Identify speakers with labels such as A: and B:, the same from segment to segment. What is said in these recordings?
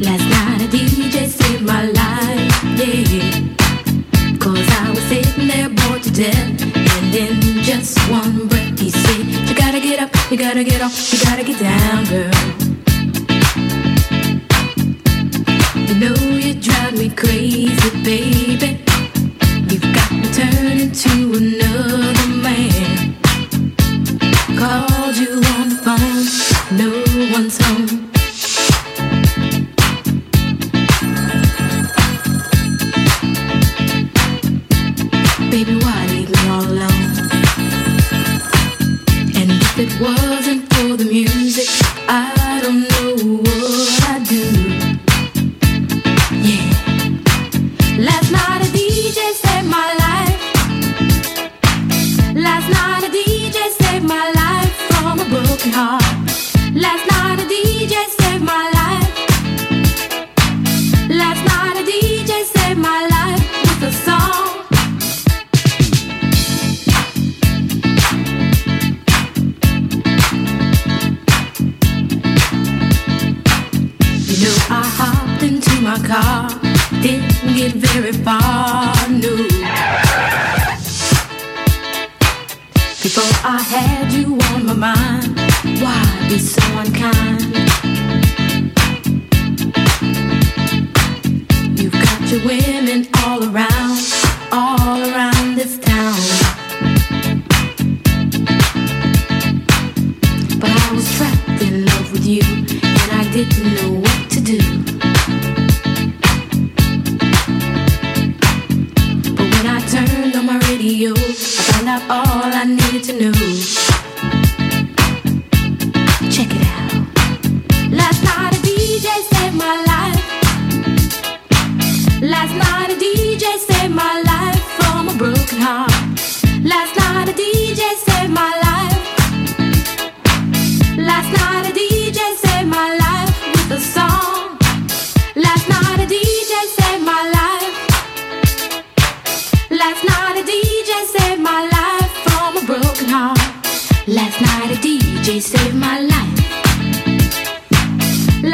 A: a DJ saved my life, yeah. Cause I was sitting there bored to death. And in just one breath, he said, You gotta get up, you gotta get off, you gotta get down, girl. You know you drive me crazy, baby. You've got me turning to another man. Called you on the phone, no one's home. Baby, why leave me all alone? And if it wasn't for the music, I don't know what I'd do. Yeah. Last night a DJ saved my life. Last night a DJ saved my life from a broken heart. Last night a DJ saved my life. Last night a DJ saved my life with a song. You know, I hopped into my car, didn't get very far, no. Before I had you on my mind, why be so unkind? You've got your women all around, all around this town. But I was trapped in love with you, and I didn't know what to do. But when I turned on my radio, I found out all I needed to know. Check it out. Last night a DJ saved my life. Last night a DJ saved my life from a broken heart. Last night a DJ saved my life. Last night a DJ saved my life with a song. Last night a DJ saved my life. Last night a DJ saved my life from a broken heart. Last night a DJ saved my life.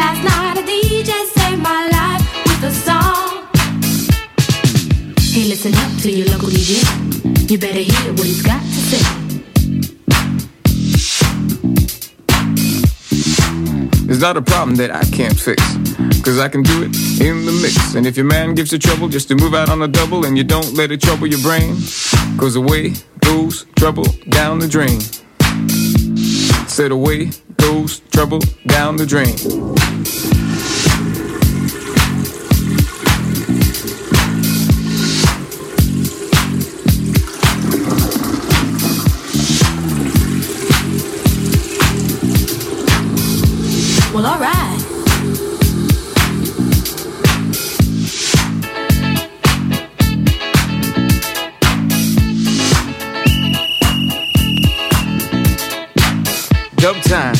A: Last night a DJ saved my life with a song. Hey, listen up to your local DJ. You better hear what he's got to say.
B: It's not a problem that I can't fix. Cause I can do it in the mix. And if your man gives you trouble just to move out on the double and you don't let it trouble your brain, cause away goes trouble down the drain. Said away goes trouble down the drain.
A: Well, alright.
B: Dub time.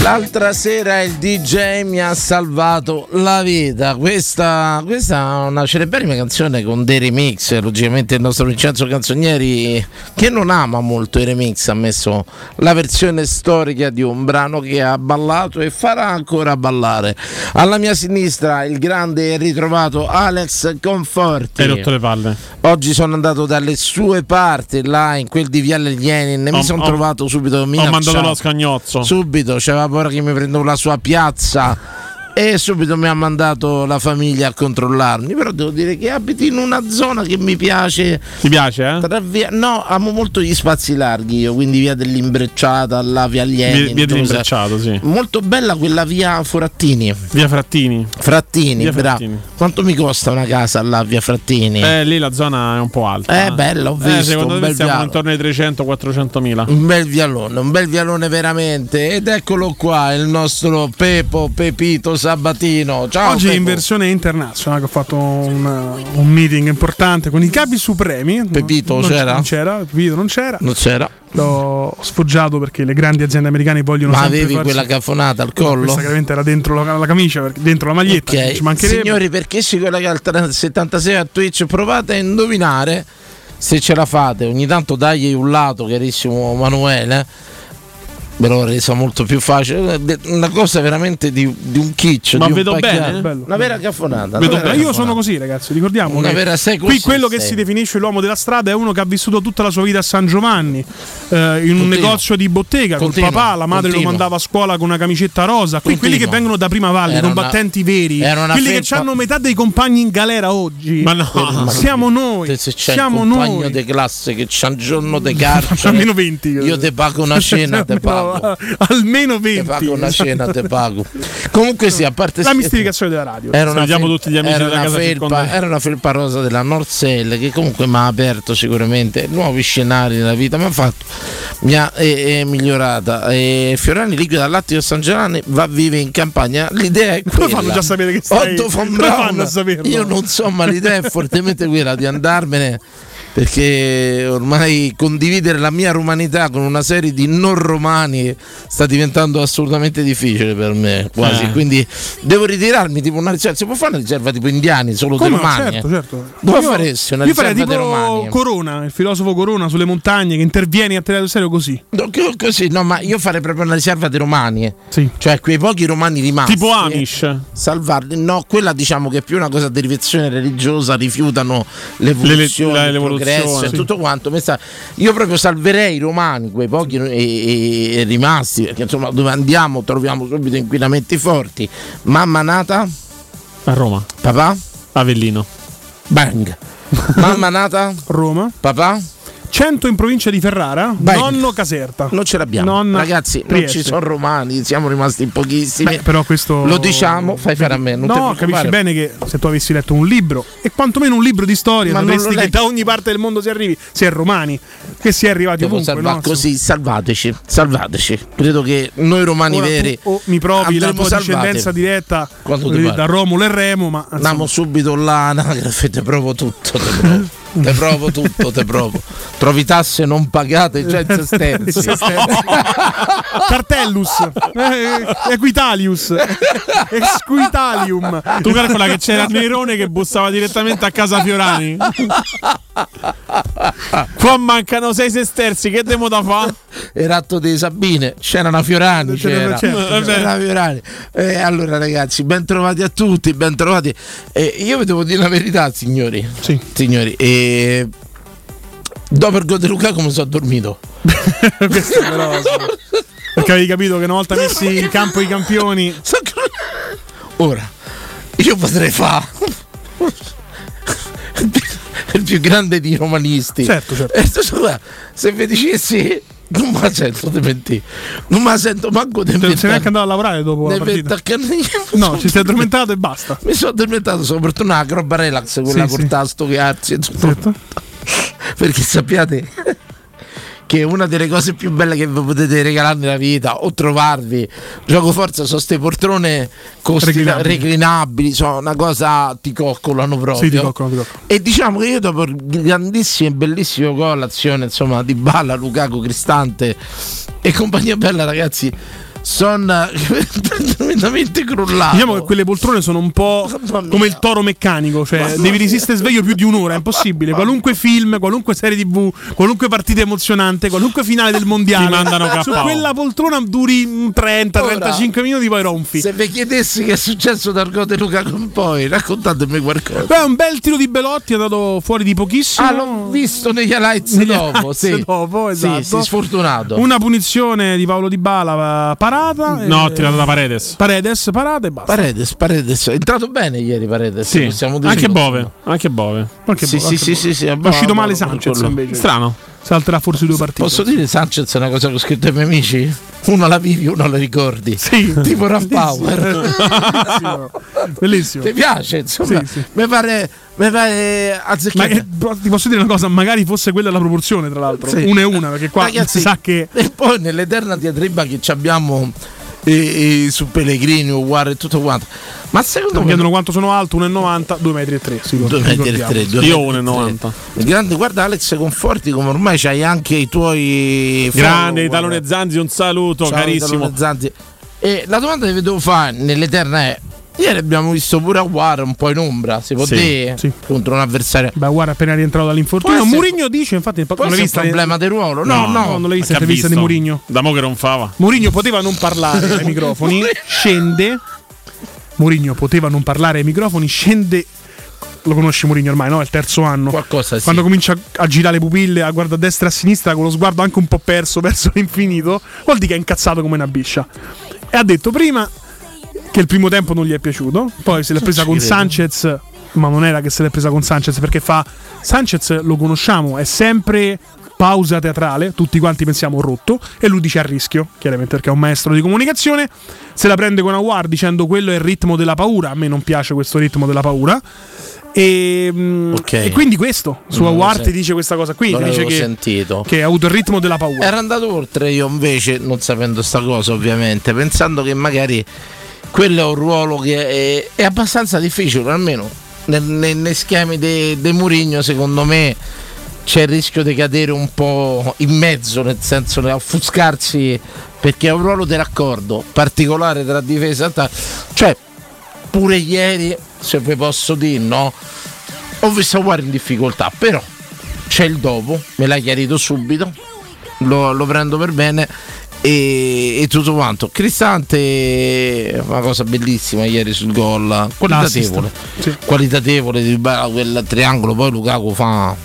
C: L'altra sera il DJ mi ha salvato la vita. Questa, questa è una celeberrima canzone con dei remix. Logicamente il nostro Vincenzo Canzonieri, che non ama molto i remix, ha messo la versione storica di un brano che ha ballato e farà ancora ballare. Alla mia sinistra il grande e ritrovato Alex Conforti.
D: Hai rotto le palle.
C: Oggi sono andato dalle sue parti, là in quel di Viale Lienin, e
D: Ho-
C: mi sono
D: ho-
C: trovato subito
D: Ho mandato
C: minacciato.
D: lo scagnozzo.
C: Subito c'era paura che mi prendevo la sua piazza. E subito mi ha mandato la famiglia a controllarmi. Però devo dire che abiti in una zona che mi piace.
D: Ti piace, eh?
C: Tra via- no, amo molto gli spazi larghi io, quindi via dell'imbrecciata, la via Alieni.
D: Via,
C: dove sa-
D: via dell'imbrecciato, sì.
C: Molto bella quella via Forattini.
D: Via Frattini.
C: Frattini,
D: Via
C: bra-
D: Frattini.
C: Quanto mi costa una casa là, via Frattini?
D: Eh, lì la zona è un po' alta.
C: Eh, bella, ho visto,
D: secondo
C: un
D: me
C: bel
D: siamo
C: piano.
D: intorno ai 300-400 mila.
C: Un bel vialone, un bel vialone veramente. Ed eccolo qua, il nostro Pepo Pepito Sabatino. Ciao.
E: Oggi
C: Pepo.
E: in versione internazionale che ho fatto un, un meeting importante con i capi supremi.
C: Pepito
E: Non-
C: c'era?
E: Non c'era, Pepito non c'era.
C: Non c'era.
E: L'ho sfoggiato perché le grandi aziende americane vogliono
C: Ma
E: sempre
C: avevi
E: farsi-
C: quella cafonata al
E: Questa
C: collo?
E: chiaramente era dentro la, la camicia, perché- dentro la maglietta.
C: Ok.
E: Ci mancherebbe.
C: Signori, perché si collega al 76 a Twitch? Provate a indovinare se ce la fate, ogni tanto dagli un lato, carissimo Manuele, ve l'ho resa molto più facile. Eh, de- Una cosa veramente di, di un kitsch.
F: Ma
C: Cioè, di un
F: vedo
C: pacchiano.
F: bene?
E: eh? Bello.
C: Una vera
F: Vedo
C: caffonata. una
F: bene.
C: vera
E: Ma io sono
C: caffonata.
E: così, ragazzi. Ricordiamo
C: Una
E: che
C: vera sei
E: qui
C: così
E: quello che
C: sei.
E: si definisce l'uomo della strada è uno che ha vissuto tutta la sua vita a San Giovanni, eh, in un
C: Continua.
E: negozio di bottega
C: Continua.
E: col papà. La madre
C: Continua.
E: lo mandava a scuola con una camicetta rosa. Qui
C: Continua.
E: quelli che vengono da Prima Valle, i
C: Era una-
E: combattenti veri,
C: era una
E: quelli che
C: felpa-
E: hanno metà dei compagni in galera oggi.
F: Ma no.
E: Siamo noi,
C: Se- se c'è
E: siamo
C: un compagno
E: noi.
C: di classe che c'ha un giorno di carcere
E: Almeno 20.
C: io ti pago una cena te pago
E: No, almeno 20.
C: te pago una cena te pago comunque sì a parte
E: La
C: scherzi,
E: mistificazione della radio.
C: era una,
F: Salutiamo
C: felpa-
F: tutti gli amici
C: era
F: della
C: una
F: casa
C: felpa,
F: circondante.
C: era una felpa rosa della Norcell che comunque mi ha aperto sicuramente nuovi scenari nella vita mi ha fatto mi ha eh, eh, migliorata e Fiorani liquida al latte di San Giovanni va vive in campagna l'idea è
E: Come
C: quella
E: fanno già a sapere che stai?
C: Otto von
E: Come
C: Braun,
E: fanno a saperlo?
C: io non so, ma l'idea è fortemente quella di andarmene perché ormai condividere la mia romanità con una serie di non romani sta diventando assolutamente difficile per me, quasi.
F: Eh.
C: Quindi devo ritirarmi tipo una riserva, si può fare una riserva tipo indiani solo
E: Come
C: dei
E: no,
C: romani?
E: certo, certo.
C: Dove
E: Io-
C: faresti una
E: Io farei
C: riserva dei romani?
E: tipo Corona, il filosofo Corona sulle montagne che interviene a tirato serio così.
C: No, co- Così, no, ma io farei proprio una riserva dei romani,
E: Sì.
C: cioè quei pochi romani rimasti. eh,
F: Tipo Amish.
C: salvarli. No, quella diciamo che è più una cosa di derivazione religiosa, rifiutano
F: Le- le-
C: l'evoluzione, il
F: l'evoluzione,
C: progresso e
F: sì.
C: tutto quanto. Mi sta- Io proprio salverei i romani, quei pochi e- e- e rimasti, perché insomma dove andiamo troviamo subito inquinamenti forti. Mamma nata,
F: A Roma.
C: papà,
F: Avellino.
C: bang. Mamma nata,
E: Roma,
C: papà,
E: 100 in provincia di Ferrara,
C: Vai.
E: nonno Caserta.
C: non ce l'abbiamo.
E: Nonna
C: Ragazzi, non
E: Trieste.
C: ci sono romani, siamo rimasti in pochissimi.
E: Beh, però questo
C: Lo diciamo, fai fare a me. Non ti
E: No,
C: preoccupare.
E: capisci bene che se tu avessi letto un libro e quantomeno un libro di storia,
C: Ma non l'ho
E: sapresti che
C: letto.
E: da ogni parte del mondo si arrivi, si è romani, che si è arrivati
C: Devo
E: ovunque,
C: salvare
E: no?
C: così, salvateci, salvateci. Credo che noi romani
E: Ora tu-
C: veri
E: o mi provi la
C: andremo
E: tua
C: salvati.
E: discendenza diretta
C: Quanto ti
E: eh,
C: pare.
E: da Romolo e Remo, ma insomma,
C: andiamo subito là, anagrafe, te provo tutto, te provo. Te provo tutto, te provo. Trovi tasse non pagate cioè già in sentenza.
E: Cartellus, eh, Equitalius, Exquitalium.
F: Tu calcola che c'era Nerone che bussava direttamente a casa Fiorani. Qua mancano sei sesterzi, che devo da fa?
C: Era atto dei Sabine, c'era una Fiorani,
E: C'era
C: c'era,
E: una- certo,
C: c'era una Fiorani. Eh, allora ragazzi, bentrovati a tutti, bentrovati. Eh, io vi devo dire la verità, signori.
E: Sì.
C: Signori, eh, dopo il gol di Luca come sono dormito?
E: Questo però, sì. Perché avevi capito che una volta messi in campo i campioni,
C: So che- Ora, io potrei fare il più- il più grande di romanisti.
E: Certo, certo.
C: E tu, scusa, se vi dicessi, non mi sento di mentire, non mi sento manco di
E: non sei neanche
C: mentire.
E: andato a lavorare dopo la
C: Ne
E: partita.
C: vent'anni-
E: No, ci sei addormentato e basta.
C: Mi sono addormentato, sono portato una roba relax, quella
E: Sì,
C: con
E: sì.
C: tasto che arzi e tutto.
E: Certo.
C: Perché sappiate che una delle cose più belle che vi potete regalare nella vita o trovarvi, gioco forza, sono ste poltrone con sti-
E: Reclinabili.
C: reclinabili, sono una cosa ti coccolano proprio.
E: Sì, ti coccolo, ti coccolo.
C: E diciamo che io dopo il grandissimo e bellissimo gol, azione insomma di Balla, Lukaku, Cristante e compagnia bella ragazzi, sono tremendamente crollato.
E: Diciamo che quelle poltrone sono un po'
C: Mamma mia.
E: come il toro meccanico, cioè devi resistere sveglio più di un'ora, è impossibile. Qualunque film, qualunque serie TV, qualunque partita emozionante, qualunque finale del mondiale,
F: Ti mandano
E: su
F: KO.
E: quella poltrona duri 30,
C: Ora,
E: 35 minuti poi ronfi.
C: Se vi chiedessi che è successo dal gol di Lukaku in poi, raccontatemi qualcosa.
E: Beh, un bel tiro di Belotti è andato fuori di pochissimo.
C: Ah, l'ho visto negli highlights
E: Negli
C: dopo,
E: highlights
C: sì.
E: dopo,
C: Sì,
E: esatto.
C: sì, sfortunato.
E: Una punizione di Paolo Di Bala eh, parata.
F: No,
E: e-
F: tirato da Paredes.
E: Paredes parata e basta.
C: Paredes, Paredes, è entrato bene ieri Paredes, possiamo dire
F: anche
C: così.
F: Bove. Anche Bove.
E: Qualche
C: Sì,
E: bo-
C: sì,
E: qualche
C: sì,
E: bo-
C: sì, sì,
E: È uscito
C: bravo, bravo,
E: male Sanchez
C: quello.
E: invece.
F: Strano.
E: Salterà forse due partite.
C: Posso dire Sanchez è una cosa che ho scritto ai miei amici? Uno la vivi, uno la ricordi.
E: Sì.
C: Tipo Rap Power.
E: Bellissimo. Bellissimo.
C: Ti piace, insomma.
E: Sì, sì.
C: Mi pare, mi pare
E: Ma
C: azzecchata.
E: eh, però ti posso dire una cosa, magari fosse quella la proporzione, tra l'altro.
C: Sì.
E: Una e una, perché qua
C: Ragazzi,
E: si sa che.
C: E poi nell'eterna diatriba che ci abbiamo eh, eh, su Pellegrini, Uguare e tutto quanto. Ma secondo
E: Mi
C: me
E: chiedono quanto sono alto, 1,90, 2,3 metri e tre, sicuro,
C: Due metri e
E: ricordiamo.
C: tre, due
F: Io
C: metri e
F: 1,90.
C: tre. Il grande, guarda Alex Conforti, come ormai c'hai anche i tuoi
F: Grande
C: follower.
F: Italone Zanzi, un saluto,
C: Ciao,
F: carissimo.
C: Italo Zanzi. E la domanda che vi devo fare nell'eterna è: Ieri abbiamo visto pure Aguara un po' in ombra, si può
E: Sì,
C: dire,
E: sì.
C: contro un avversario.
E: Beh, guarda, appena rientrato dall'infortunio.
C: Può essere-
E: Mourinho dice, infatti,
C: Poi
E: non
C: è
E: l'hai
C: un
E: vista.
C: problema di ruolo. No, no.
E: non l'hai vista
D: Che ha
E: l'intervista di
D: visto?
E: Mourinho.
D: Da mo che non fava.
E: Mourinho poteva non parlare ai microfoni, scende. Mourinho poteva non parlare ai microfoni, scende. Lo conosci Mourinho ormai, no? È il terzo anno.
C: Qualcosa sì.
E: Quando comincia a girare le pupille, a guardare a destra e a sinistra, con lo sguardo anche un po' perso verso l'infinito, vuol dire che è incazzato come una biscia. E ha detto prima che il primo tempo non gli è piaciuto, poi se l'è presa
C: ci
E: con
C: credo.
E: Sanchez, ma non era che se l'è presa con Sanchez perché fa Sanchez lo conosciamo, è sempre pausa teatrale, tutti quanti pensiamo rotto e lui dice a rischio, chiaramente perché è un maestro di comunicazione, se la prende con Aguar dicendo quello è il ritmo della paura, a me non piace questo ritmo della paura. E, mm,
C: Ok.
E: e quindi questo su
C: Non lo
E: Aguar
C: sento.
E: ti dice questa cosa qui,
C: non
E: ti dice
C: l'avevo
E: che,
C: sentito.
E: che ha avuto il ritmo della paura.
C: Era andato oltre io invece, non sapendo sta cosa ovviamente, pensando che magari quello è un ruolo che è, è abbastanza difficile, almeno nel- nel- nei schemi di Murigno secondo me c'è il rischio di cadere un po' in mezzo, nel senso di offuscarsi perché è un ruolo di raccordo particolare tra difesa e attacco. Cioè, pure ieri, se vi posso dire, no, ho visto Aguar in difficoltà, però c'è il dopo, me l'ha chiarito subito, lo, lo prendo per bene e, e tutto quanto. Cristante, una cosa bellissima ieri sul gol, qualitatevole,
E: Sì.
C: qualitatevole di Dybala, quel triangolo, poi Lukaku fa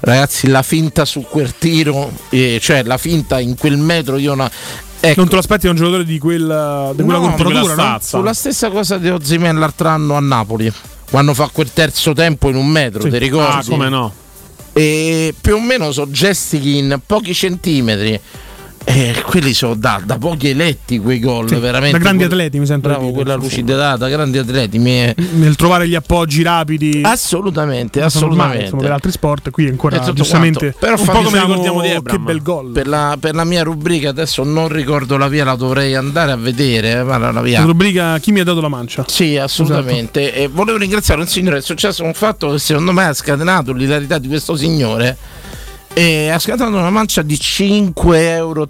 C: ragazzi la finta su quel tiro eh, cioè la finta in quel metro io no- ecco,
E: Non te lo aspetti da un giocatore di quella, di quella
C: No,
E: corporatura,
D: di quella
E: no?
D: stazza.
C: sulla stessa cosa di Ozimen l'altro anno a Napoli quando fa quel terzo tempo in un metro
E: Sì.
C: ti
D: Ah,
C: ricordi
D: come no?
C: e più o meno sono gesti che in pochi centimetri e quelli sono da, da pochi eletti quei gol veramente
E: Da grandi
C: Quel-
E: atleti mi sento di
C: bravo
E: dire.
C: quella
E: Sì.
C: lucidità da grandi atleti mi è-
E: Nel trovare gli appoggi rapidi.
C: assolutamente
E: sono normali,
C: assolutamente
E: insomma, per altri sport qui
C: E
E: ancora
C: tutto
E: giustamente
C: quanto. Però
E: un
C: fa-
E: po' come
D: diciamo,
E: ricordiamo di
D: che
E: Ebram. che bel
D: bel
E: gol
C: per la, per la mia rubrica adesso non ricordo la via la dovrei andare a vedere eh, ma la la via
E: rubrica chi mi ha dato la mancia
C: Sì, assolutamente.
E: Esatto.
C: E volevo ringraziare un signore. È successo un fatto che secondo me ha scatenato l'ilarità di questo signore. E ha scatenato una mancia di 5,85 euro.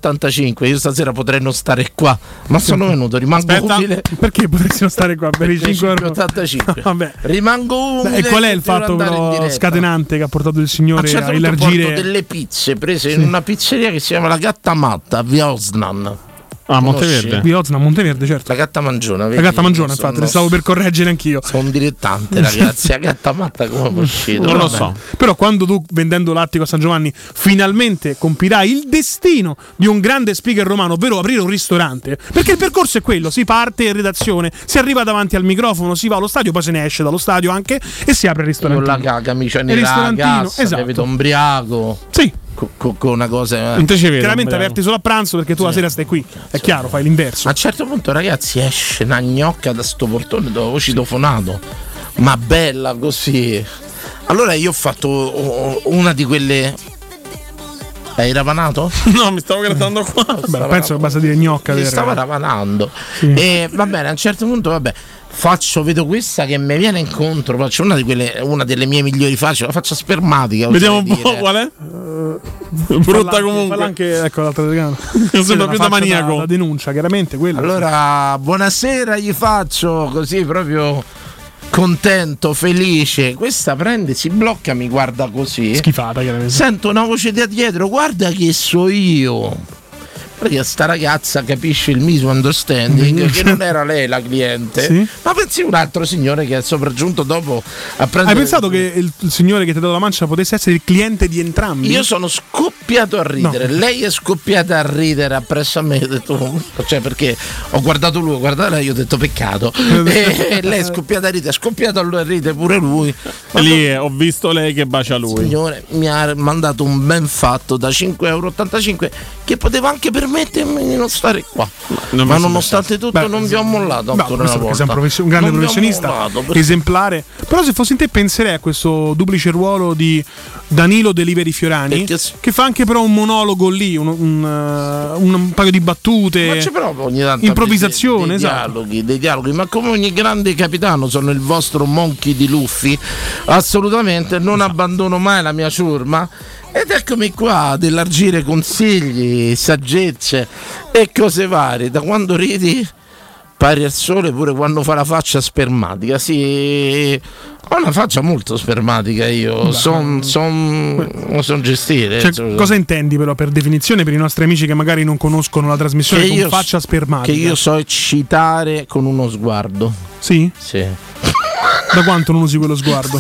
C: Io stasera potrei non stare qua, ma sono venuto. Rimango
E: Aspetta,
C: umile.
E: perché potessimo stare qua per i 5 euro
C: 5,85
E: Vabbè.
C: Rimango umile.
E: Beh, e qual è
C: che
E: il
C: devo
E: fatto
C: andare in
E: però
C: diretta.
E: scatenante che ha portato il
C: A
E: signore
C: un
E: a,
C: certo punto porto
E: elargire
C: delle pizze prese in una pizzeria che si chiama La Gatta Matta a via Osnan.
D: Ah,
C: Conosci?
D: Monteverde.
E: di Ozna a Monteverde certo
C: La Gatta Mangiona.
E: la
C: vedi?
E: gatta mangiona
C: Sono-
E: infatti le stavo per correggere anch'io
C: Sono un dilettante, ragazzi. La Gatta Matta come è uscito?
D: Non lo
C: Vabbè.
D: so.
E: Però quando tu, vendendo l'attico a San Giovanni, finalmente compirai il destino di un grande speaker romano, ovvero aprire un ristorante, perché il percorso è quello, si parte in redazione, si arriva davanti al microfono, si va allo stadio, poi se ne esce dallo stadio anche e si apre il
C: con la
E: ristorante.
C: ca- camicia
E: Il
C: nera la
E: ristorantino,
C: cassa,
E: esatto.
C: capito, ombriaco
E: Sì,
C: co- co- con una cosa eh.
D: Non te ci vedo.
E: chiaramente
D: Umbriano.
E: aperti solo a pranzo perché tu la sera stai qui, è chiaro, fai
C: a
E: l'inverso.
C: un certo punto ragazzi esce una gnocca da sto portone dove avevo citofonato ma bella così allora io ho fatto oh, una di quelle hai rapanato?
D: No, mi stavo grattando qua.
E: Beh, penso che basta dire gnocca.
C: si
E: per-
C: stava ravanando
E: Sì.
C: e va bene a un certo punto vabbè faccio vedo questa che mi viene incontro faccio una, di quelle, una delle mie migliori facce la faccia spermatica
D: Vediamo un
C: oserei
D: po'
C: dire.
D: qual è. Brutta
E: Eh, Falla- falla
D: comunque.
E: anche, ecco, l'altra telecamera.
D: Sembra più da maniaco.
E: La denuncia, chiaramente quello.
C: Allora, buonasera gli faccio così proprio contento, felice. Questa prende, si blocca, mi guarda così.
E: Schifata, chiaramente.
C: Sento una voce da dietro, guarda che so io. Perché sta ragazza capisce il misunderstanding che non era lei la cliente,
E: Mm-hmm. Sì.
C: ma pensi un altro signore che è sopraggiunto dopo a prendere.
E: Hai pensato che il, il signore che ti ha dato la mancia potesse essere il cliente di entrambi?
C: Io sono scoppiato a ridere, lei è scoppiata a ridere appresso a me, ho detto, cioè perché ho guardato lui, ho guardato lei, ho detto peccato. e e Eh, lei è scoppiata a ridere, è scoppiato a lui a ridere pure lui. Ma
D: Lì è, ho visto lei che bacia
C: il
D: lui.
C: signore mi ha mandato un ben fatto da 5,85 euro che poteva anche permettermi di non stare qua.
D: non
C: Ma
D: mi sembra
C: nonostante tutto
E: Beh,
C: non vi ho mollato
E: No,
C: ancora una
E: questo perché
C: volta.
E: sei un, professi- un grande
C: Non vi ho
E: professionista,
C: mollato, perché-
E: esemplare. Però se fossi in te penserei a questo duplice ruolo di Danilo Deliveri Fiorani,
C: Perché
E: che,
C: s-
E: fa anche però un monologo lì, un, un, eh, un- un paio
C: Ma
E: di
C: c'è
E: battute.
C: proprio ogni tanto dei,
E: Improvvisazione,
C: dei
E: esatto.
C: dialoghi, dei dialoghi, ma come ogni grande capitano sono il vostro Monchi di Luffy, assolutamente non
E: Esatto.
C: abbandono mai la mia ciurma ed eccomi qua ad elargire consigli, saggezze e cose varie, da quando ridi pari al sole pure quando fa la faccia spermatica. Sì, ho una faccia molto spermatica io, son, son, lo so gestire.
E: Cioè,
C: insomma.
E: cosa intendi però per definizione per i nostri amici che magari non conoscono la trasmissione con faccia spermatica?
C: Che io so eccitare con uno sguardo.
E: Sì?
C: Sì.
E: Da quanto non usi quello sguardo?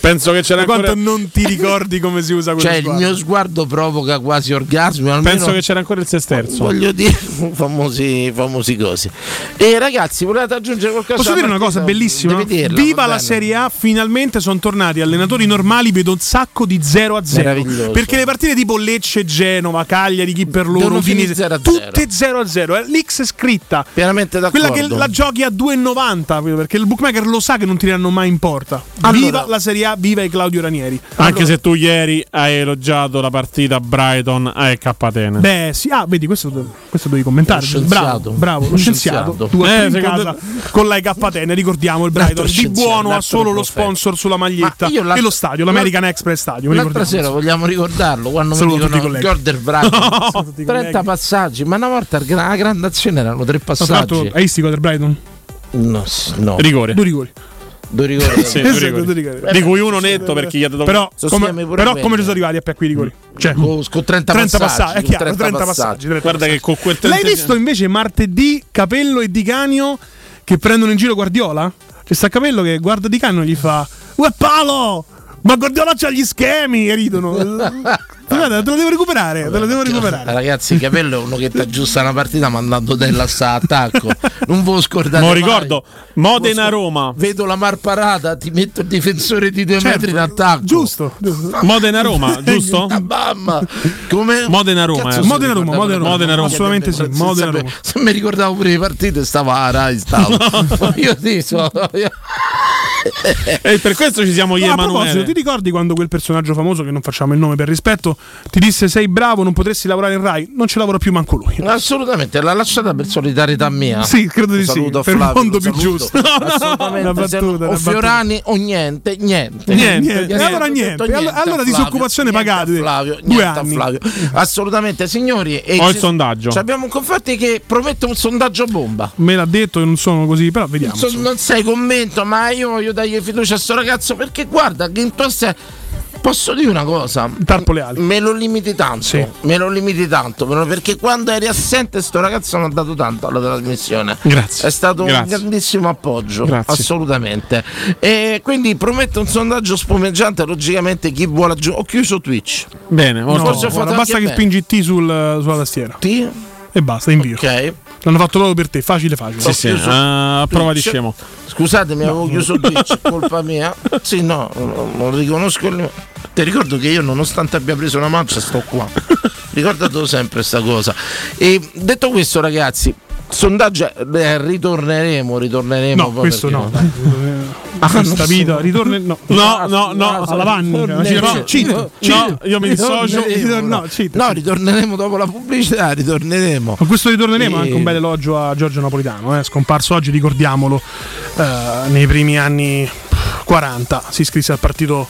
D: Penso che ce
E: da
D: l'ha
E: quanto
D: ancora.
E: non ti ricordi come si usa quello
C: Cioè, il
E: sguardo?
C: mio sguardo provoca quasi orgasmo. Almeno
D: Penso che c'era ancora il sesterzo.
C: voglio dire famosi, famosi cose. E ragazzi, volete aggiungere qualcosa?
E: Posso dire una
C: Martina?
E: cosa bellissima?
C: Devi dirla,
E: Viva
C: va
E: la
C: bene.
E: Serie A, finalmente sono tornati allenatori normali, vedo un sacco di 0 a 0.
C: Meraviglioso.
E: Perché le partite tipo Lecce, Genova, Cagliari, chi per loro,
C: Devono finire
E: Udinese,
C: 0 a 0.
E: tutte 0 a 0, eh, l'X è scritta.
C: Pienamente d'accordo.
E: Quella che la giochi a 2,90 perché il bookmaker lo sa che non tirano mai in porta.
C: Allora-
E: Viva la Serie A, viva i Claudio Ranieri.
D: Anche se tu ieri hai elogiato la partita Brighton a Atene.
E: Beh, sì, ah, vedi, questo, questo devi commentare.
C: Eh. Lo
E: Bravo,
C: scienziato.
E: bravo, lo
C: Lo
E: scienziato.
C: scienziato.
E: Due a
D: Eh,
E: tre in
D: secondo-
E: casa con la EKTN, ricordiamo il Brighton. Di
C: scienziato,
E: buono ha
C: l'altro
E: solo lo
C: profeta.
E: sponsor sulla maglietta
C: Ma io l'altro-
E: e lo stadio, l'American Express Stadium.
C: L'altra
E: ricordiamo.
C: sera vogliamo ricordarlo quando
E: Saluto
C: mi
E: tutti i
C: dicono
E: colleghi.
C: Jordan Bryan
E: Sono tutti
C: 30
E: colleghi.
C: passaggi, ma una volta la grande azione erano tre
E: Tra l'altro,
C: passaggi.
E: hai visto il gol del Brighton?
C: No, s- no.
D: Rigore.
E: Due rigori.
C: due rigori.
D: Sì, due
E: Esatto,
D: rigori.
E: due rigori.
D: Di cui uno netto perché gli ha dato
E: Però,
C: Sostieni
E: come,
C: pure Mm. Boh.
E: però
C: bene.
E: come ci sono arrivati a Pia qui i rigori? Cioè,
C: con, con 30,
E: 30 passaggi,
C: passaggi,
E: è
C: con
E: chiaro, 30, passaggi. 30
D: Guarda che con quel
E: L'hai
D: trentesimo-
E: visto invece martedì Capello e Di Canio che prendono in giro Guardiola? C'è sta Capello che guarda Di Canio e gli fa Uè palo! Ma Guardiola c'ha gli schemi! E ridono. Guarda, te lo devo recuperare, te lo devo recuperare.
C: Ragazzi, il capello è uno che ti aggiusta una partita mandando della sta attacco. Non voi scordate.
D: Mo
C: mai.
D: ricordo Modena Roma.
C: Vedo la marparata, ti metto il difensore di due metri in attacco.
E: Certo. Giusto. giusto.
D: Modena Roma, giusto?
C: Ah, mamma. Come
D: Modena Roma.
C: Cazzo,
D: eh.
C: se
E: Modena Roma,
C: ricordavo
E: Modena Roma,
C: le
D: Modena Roma.
E: assolutamente sì,
C: Se- se-
E: Modena
C: se-
E: Roma.
C: Se mi ricordavo pure le partite stavo a Rai, stavo. Io ti so. io-
D: E per questo ci siamo io
E: No,
D: e
E: a proposito, ti
D: Emanuele.
E: ricordi quando quel personaggio famoso, che non facciamo il nome per rispetto, ti disse sei bravo, non potresti lavorare in Rai? Non ci lavora più manco lui.
C: Assolutamente, l'ha lasciata per solidarietà mia.
E: Sì, credo di
C: Un
E: sì,
C: saluto a
E: per il
C: Flavio,
E: mondo
C: un
E: più
C: saluto.
E: giusto.
C: Assolutamente,
E: Una battuta,
C: se no,
E: una
C: o
E: battuta.
C: Cioè, Fiorani o niente, niente.
E: Niente,
C: Gli
E: e
C: ha
E: allora
C: detto
E: niente.
C: niente
E: Allora-
C: a
E: allora
C: Flavio,
E: disoccupazione
C: niente a
E: pagate.
C: Flavio,
E: Due
C: niente a
E: anni.
C: Flavio. Assolutamente, signori. e
D: Ho il
C: ci-
D: sondaggio.
C: ci Abbiamo un Confatti che promette un sondaggio bomba.
E: Me l'ha detto, non sono così, però vediamo.
C: So- non sei commento, ma io voglio dargli fiducia a sto ragazzo perché guarda che in tosse posso dire una cosa.
E: Tarpole alte.
C: Me lo limiti tanto,
E: Sì.
C: me lo limiti tanto, me lo- perché quando eri assente sto ragazzo mi ha dato tanto alla trasmissione.
D: Grazie.
C: È stato un
D: Grazie.
C: grandissimo appoggio,
D: Grazie.
C: assolutamente. E quindi prometto un sondaggio spumeggiante, logicamente chi vuole aggiungere... Ho chiuso Twitch.
D: Bene,
E: No,
D: molto
C: forse ho
E: guarda,
C: fatto
E: basta
C: anche
E: che
C: bene.
E: spingi T sul- sulla tastiera
C: Ti?
E: e basta, invio.
C: Ok.
E: L'hanno fatto loro per te, facile facile.
D: Sì, sì,
C: chiuso.
D: ah, prova di
C: C'è-
D: scemo.
C: Scusatemi, avevo chiuso Twitch, colpa mia. Sì, no, non riconosco il Ti ricordo che io nonostante abbia preso una mancia sto qua. Ricordatelo sempre sta cosa. E detto questo, ragazzi, sondaggio eh, ritorneremo, ritorneremo
E: No,
C: poi
E: questo
C: perché- Ah,
E: no. Ah, Questa vita, ritorna no.
D: No, no, no.
E: alla pannica.
C: Ritorneremo.
E: No, cito,
D: No, io mi dissocio.
C: Ritorneremo,
E: No, cito.
C: No, ritorneremo dopo la pubblicità, ritorneremo.
E: Con questo ritorneremo
C: Sì.
E: anche un bel elogio a Giorgio Napolitano, eh, scomparso oggi, ricordiamolo, eh, nei primi anni 40 si iscrisse al partito,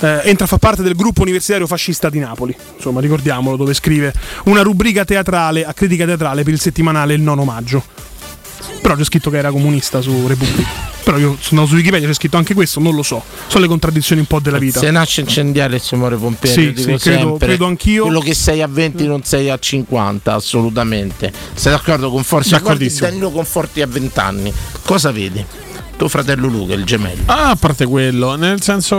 E: eh, entra a far parte del gruppo universitario fascista di Napoli, insomma ricordiamolo, dove scrive una rubrica teatrale, a critica teatrale per il settimanale il 9 maggio. Però c'è scritto che era comunista su Repubblica. Però io sono andato su Wikipedia, c'è scritto anche questo, non lo so. Sono le contraddizioni un po' della vita.
C: Se nasce incendiario e si muore pompiere,
E: Sì,
C: io dico
E: sì, credo-
C: sempre,
E: credo anch'io.
C: Quello che sei a 20 non sei a 50, assolutamente. Sei d'accordo con Forza? Guardi
D: D'accordissimo.
C: Danilo Conforti a 20 anni. Cosa vedi? Tuo fratello Luca, il gemello.
D: Ah, a parte quello, nel senso,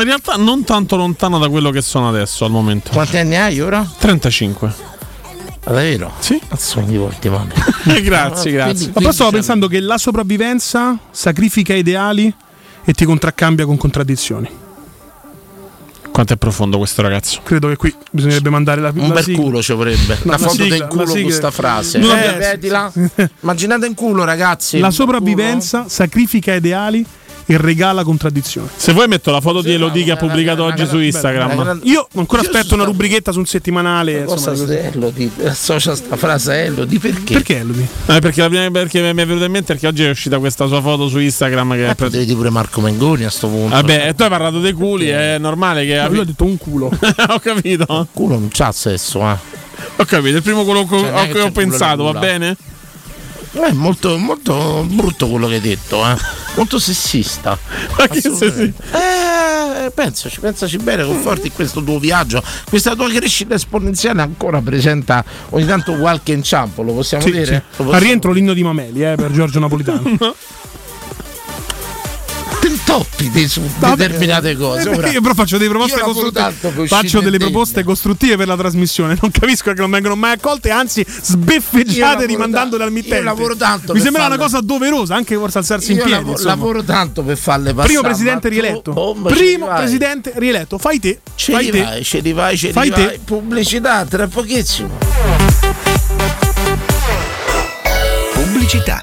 D: in realtà non tanto lontano da quello che sono adesso al momento.
C: Quanti anni hai ora? Ah,
D: 35.
C: Davvero?
D: Sì. Eh,
C: Cazzo, ogni volta, mamma. Ah,
D: grazie, grazie.
E: Ah, Ma poi stavo pensando che la sopravvivenza sacrifica ideali e ti contraccambia con contraddizioni.
D: Quanto è profondo questo ragazzo.
E: Credo che qui bisognerebbe mandare la,
C: Un
E: la
C: bel
E: sigla.
C: culo ci vorrebbe.
E: la
C: Una foto
E: sigla,
C: del culo
E: la sigla.
C: con questa frase.
E: No,
C: Eh,
E: eh,
C: ripetila. Immaginate in culo, ragazzi.
E: La
C: Un
E: sopravvivenza sacrifica ideali e regala contraddizioni.
D: Se vuoi metto la foto di Elodie che ha
C: una-
D: pubblicato
C: una-
D: oggi
C: una-
D: su
C: culo. Una
D: Instagram.
C: grande-
E: Io ancora
C: Io
E: aspetto
C: sono
E: una
C: stato-
E: rubrichetta su un settimanale.
C: Cosa
E: insomma,
C: associa sta frase a Elodie? Perché?
E: perché Elodie?
D: Eh, perché, la prima, perché mi è venuta in mente perché oggi è uscita questa sua foto su Instagram che è pre-
C: Vedi Eh, pure Marco Mengoni a sto punto.
D: Vabbè, e tu hai parlato dei culi, è normale che...
E: Io ho detto un culo.
D: ho capito, ho
C: culo non c'ha sesso, eh.
D: capito, il primo quello
C: Cioè, non è
D: a
C: che
D: cui ho
C: c'è il culo
D: pensato,
C: nel
D: va
C: culo.
D: bene?
C: È molto, molto brutto quello che hai detto, eh. molto sessista.
D: Ma che
C: Assolutamente. Eh, pensaci, pensaci bene, conforti questo tuo viaggio, questa tua crescita esponenziale ancora presenta ogni tanto qualche inciampo, lo possiamo
E: Sì,
C: dire?
E: sì.
C: Lo
E: Al
C: possiamo-
E: rientro l'inno di Mameli eh, per Giorgio Napolitano.
C: Ti intoppi di- su determinate cose. Ora,
E: eh, Io però faccio delle proposte
C: io lavoro
E: costruttive.
C: tanto per
E: Faccio
C: uscire
E: delle
C: indenne.
E: proposte costruttive per la trasmissione. Non capisco che non vengono mai accolte, anzi,
C: Io lavoro
E: sbeffeggiate rimandandole
C: tanto-
E: al mittente.
C: io lavoro tanto
E: Mi
C: per
E: sembra una
C: farle-
E: cosa doverosa, anche forse alzarsi in
C: io
E: piedi.
C: lavo-
E: insomma.
C: lavoro tanto per farle passare.
E: Primo presidente
C: ma tu,
E: rieletto.
C: bomba, ci
E: Primo
C: vai.
E: presidente rieletto. Fai te.
C: Ci
E: Fai te.
C: rivai, ci rivai, ci
E: Fai
C: rivai.
E: te.
C: Pubblicità tra pochissimo.
G: Pubblicità.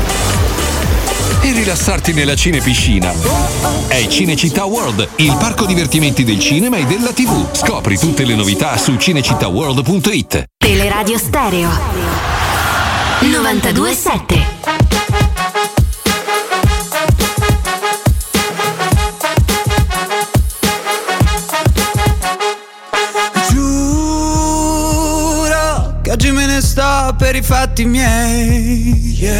H: e rilassarti nella cinepiscina. È Cinecittà World, il parco divertimenti del cinema e della TV. Scopri tutte le novità su cinecittàworld.it.
I: Teleradio Stereo 927
J: Giuro che oggi me ne sto per i fatti miei. yeah.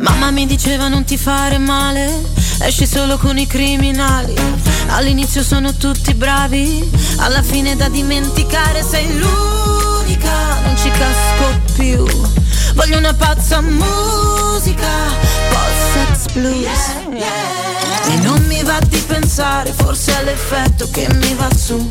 I: Mamma mi diceva non ti fare male, esci solo con i criminali. All'inizio sono tutti bravi, alla fine da dimenticare sei l'unica, non ci casco più. Voglio una pazza musica, post sex blues. E non mi va di pensare, forse è l'effetto che mi va su.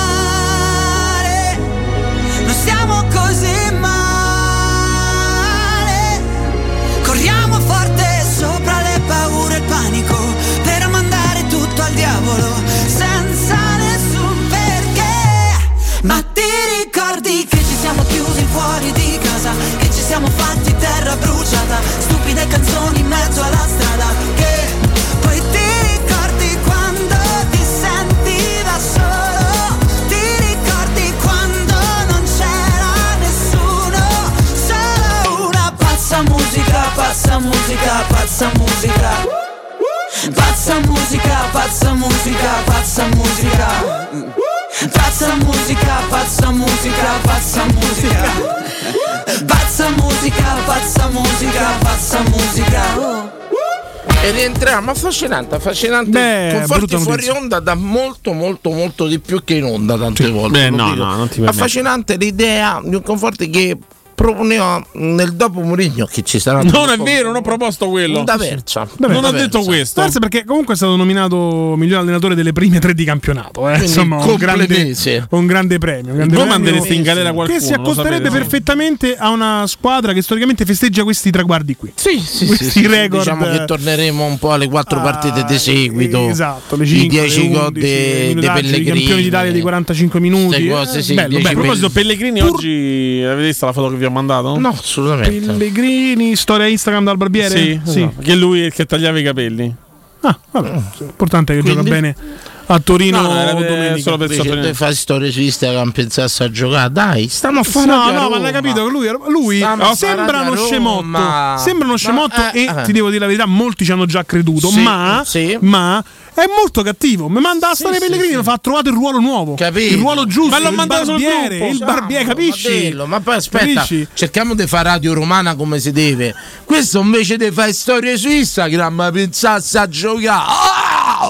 J: mare, non siamo così male. Corriamo forte sopra le paure e il panico per mandare tutto al diavolo senza nessun perché. Ma ti ricordi che ci siamo chiusi fuori di casa, che ci siamo fatti terra bruciata, stupide canzoni in mezzo alla strada che poi ti ricordi quando ti senti da solo, ti ricordi quando non c'era nessuno, solo una pazza musica, pazza Pazza musica, pazza musica Pazza musica, pazza musica, pazza musica Pazza musica, pazza musica, pazza musica Pazza musica, pazza musica, pazza musica
C: E rientriamo affascinante, affascinante.
E: Beh,
C: Conforti
E: brutta
C: fuori
E: notizia.
C: onda da molto, molto, molto di più che in onda tante volte.
D: Beh,
C: lo
D: no,
C: dico.
D: no, non ti permetto.
C: Affascinante l'idea di un Conforti che proponeva nel dopo Murigno che ci sarà.
D: Non è vero, non ho proposto quello.
C: Da Versa.
D: Non ho detto questo.
E: Forse perché comunque è stato nominato miglior allenatore delle prime tre di campionato. eh.
D: Quindi
E: Insomma, un grande,
D: completese.
E: un grande premio. un grande
D: Voi
E: premio
D: mandereste in galera qualcuno,
E: Che si
D: lo
E: accosterebbe
D: sapete, no?
E: perfettamente a una squadra che storicamente festeggia questi traguardi qui.
C: Sì, sì,
E: questi
C: sì, sì.
E: record. Ah, eh,
C: Diciamo che torneremo un po' alle quattro partite di seguito.
E: esatto, le
C: I
E: 5,
C: 10
E: le
C: gol
E: 11,
C: dei de
E: i minutaggi, i
C: Pellegrini. eh.
E: campioni d'Italia di 45 minuti.
C: Queste cose, sì,
E: Eh, bello,
D: Beh, a
E: bello.
D: proposito, Pellegrini oggi l'avete vista la foto che vi ho mandato?
C: No, assolutamente.
E: Pellegrini, storia Instagram dal barbiere?
D: Sì,
E: Sì.
D: esatto. che lui è il che tagliava i capelli.
E: Ah, vabbè, l'importante è che
D: Quindi?
E: gioca bene a Torino
D: No, no, era per-
E: domenica.
D: solo per
C: Dice, te fai storie su Instagram pensasse a giocare dai stiamo a fare
E: No,
C: radio a
E: no, ma
C: Roma.
E: l'hai capito che lui, lui
C: Stiamo a fare
E: sembra
C: radio
E: uno
C: a
E: scemotto.
C: Roma.
E: Sembra uno
C: No,
E: scemotto
C: eh,
E: e
C: eh.
E: ti devo dire la verità, molti ci hanno già creduto,
C: Sì,
E: ma,
C: sì.
E: ma è molto cattivo. Mi manda la storia
C: sì,
E: Pellegrini, mi fa ha trovato il ruolo nuovo.
C: Capito.
E: Il ruolo giusto,
C: Ma l'ho
E: il
C: mandato sul
E: barbiere,
C: gruppo.
E: il barbiere,
C: Siamo,
E: capisci?
C: ma dillo, ma poi aspetta
E: Capisci?
C: cerchiamo di fare radio romana come si deve questo invece di fare storie su Instagram pensasse a giocare Oh!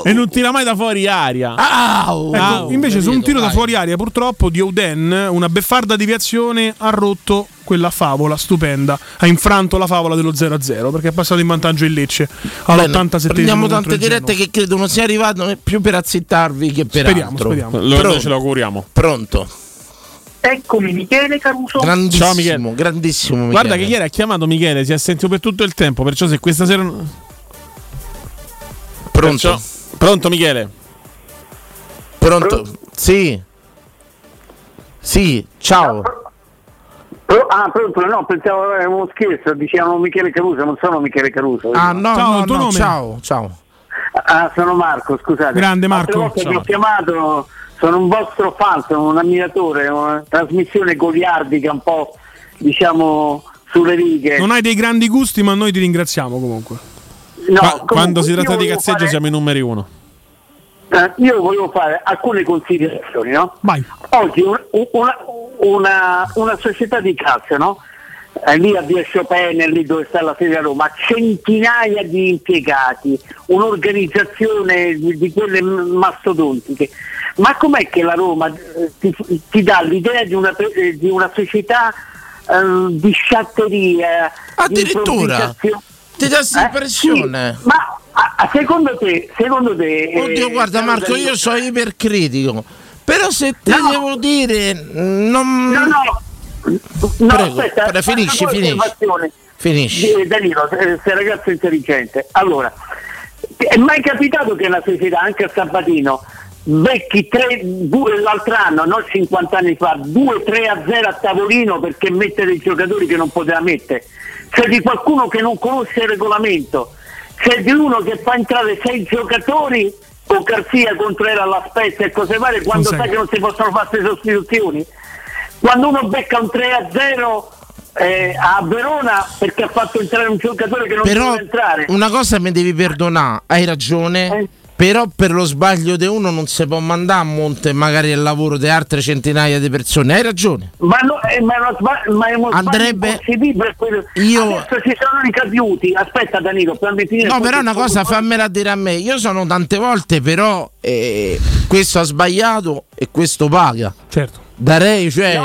D: E non tira mai da fuori
E: ah.
D: aria.
C: Au!
E: Ecco,
D: Au,
E: invece su un
D: ah, oh, capito,
E: tiro da
D: vai.
E: fuori aria purtroppo di Oden, una beffarda deviazione ha rotto quella favola stupenda, ha infranto la favola dello 0-0 perché è passato in vantaggio il Lecce all'87
C: prendiamo tante dirette che credo non sia arrivato eh, più per azzittarvi che per
E: Speriamo,
C: altro
E: speriamo.
D: Allora
C: Pronto?
D: ce lo auguriamo.
C: pronto
G: Eccomi Michele Caruso.
C: grandissimo
D: Ciao, Michele.
C: grandissimo Michele.
D: Guarda che ieri ha chiamato Michele, si è sentito per tutto il tempo, perciò se questa sera... Pronto? pronto Michele?
C: pronto sì sì ciao
G: Pro- ah, pronto, no, pensavo era uno scherzo, dicevano Michele Caruso, non sono Michele Caruso.
C: ah no
G: Ciao,
C: no,
G: il tuo
C: no,
G: nome?
C: ciao ciao
G: Ah, sono Marco, scusate.
E: Grande Marco.
G: Altre volte
E: Ciao,
G: che ho
E: Marco.
G: chiamato, sono un vostro fan, sono un ammiratore, una trasmissione goliardica un po', diciamo, sulle righe.
E: Non hai dei grandi gusti, ma noi ti ringraziamo comunque.
G: No,
D: Qua-
G: comunque,
D: quando si tratta
G: io
D: di
G: volevo
D: cazzeggio
G: fare-
D: siamo i numeri uno.
G: Eh, io volevo fare alcune considerazioni, no? Oggi un- un- una, una- una società di calcio, no? È lì a Via Chopin, è lì dove sta la sede a Roma, centinaia di impiegati, un'organizzazione di, di quelle m- mastodontiche. Ma com'è che la Roma eh, ti, ti dà l'idea di una, pe- eh, di una società eh, di sciatteria?
C: Addirittura?
G: di improvvisazione?
C: Ti dà questa impressione?
G: sì, ma a- a- secondo te, secondo te...
C: Oddio,
G: eh,
C: guarda Marco, io sono ipercritico. Però se te
G: No.
C: devo dire, mm, non.
G: No, no. No,
C: Prego,
G: aspetta,
C: pre- finisci,
G: faccio
C: finisci.
G: un'osservazione.
C: Finisci.
G: Eh, Danilo, eh, sei un ragazzo intelligente. Allora, ti è mai capitato che la società, anche a Sabatino, vecchi tre, due, l'altro anno, non 50 anni fa, 2-3 a 0 a tavolino perché mette dei giocatori che non poteva mettere? C'è di qualcuno che non conosce il regolamento, c'è di uno che fa entrare sei giocatori con Garzia, Contrera, La Spezia e cose varie quando
E: Fonseca.
G: sai che non si possono fare queste sostituzioni? quando uno becca un 3 a 0 eh, a Verona perché ha fatto entrare un giocatore che non
C: Però
G: doveva entrare Eh.
C: una cosa mi devi perdonare, hai ragione. Però per lo sbaglio di uno non si può mandare a monte magari il lavoro di altre centinaia di persone. Hai ragione.
G: ma, no, eh, ma, è uno sba- ma è uno sbaglio
C: Andrebbe-
G: impossibile quello-
C: Io-
G: adesso ci sono i caduti aspetta Danilo fammi finire
C: No,
G: poi
C: però
G: ti-
C: una cosa fammela dire a me. Io sono tante volte, però eh, questo ha sbagliato e questo paga.
E: Certo.
C: Darei, cioè.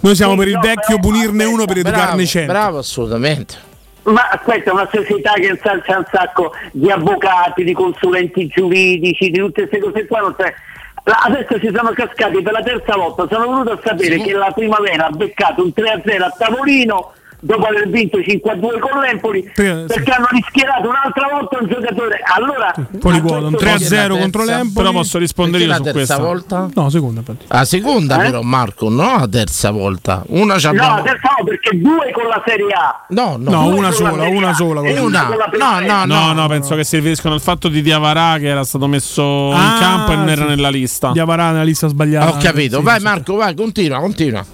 E: Noi siamo per il vecchio punirne uno per educarne cento.
C: Bravo, assolutamente.
G: ma aspetta una società che sa- c'ha un sacco di avvocati di consulenti giuridici di tutte queste cose qua non c'è La- Adesso ci sono cascati per la terza volta, sono venuto a sapere che la primavera ha beccato un 3-0 a tavolino dopo aver vinto 5-2 con l'Empoli perché hanno rischierato un'altra volta un giocatore. Allora,
E: Fuori ruolo, un 3 a 0
C: Perché la
E: contro
C: terza?
E: l'Empoli.
C: Però posso rispondere Perché io la su terza questa? volta?
E: No, seconda infatti.
C: La seconda però Marco, no la terza volta. Una ci
G: no,
C: abbiamo.
G: adesso no, perché due con la Serie A.
C: No, no.
E: No,
G: Due
E: una
G: con la
E: sola,
G: Serie A
E: una sola.
G: e
E: guarda.
G: una con la Premier.
D: No, no, penso che si riferiscono al fatto di Diavara che era stato messo in
E: Ah,
D: campo e non era
E: sì.
D: nella lista.
E: Diavara nella lista sbagliata.
C: Ho capito. vai Marco, vai, continua, continua.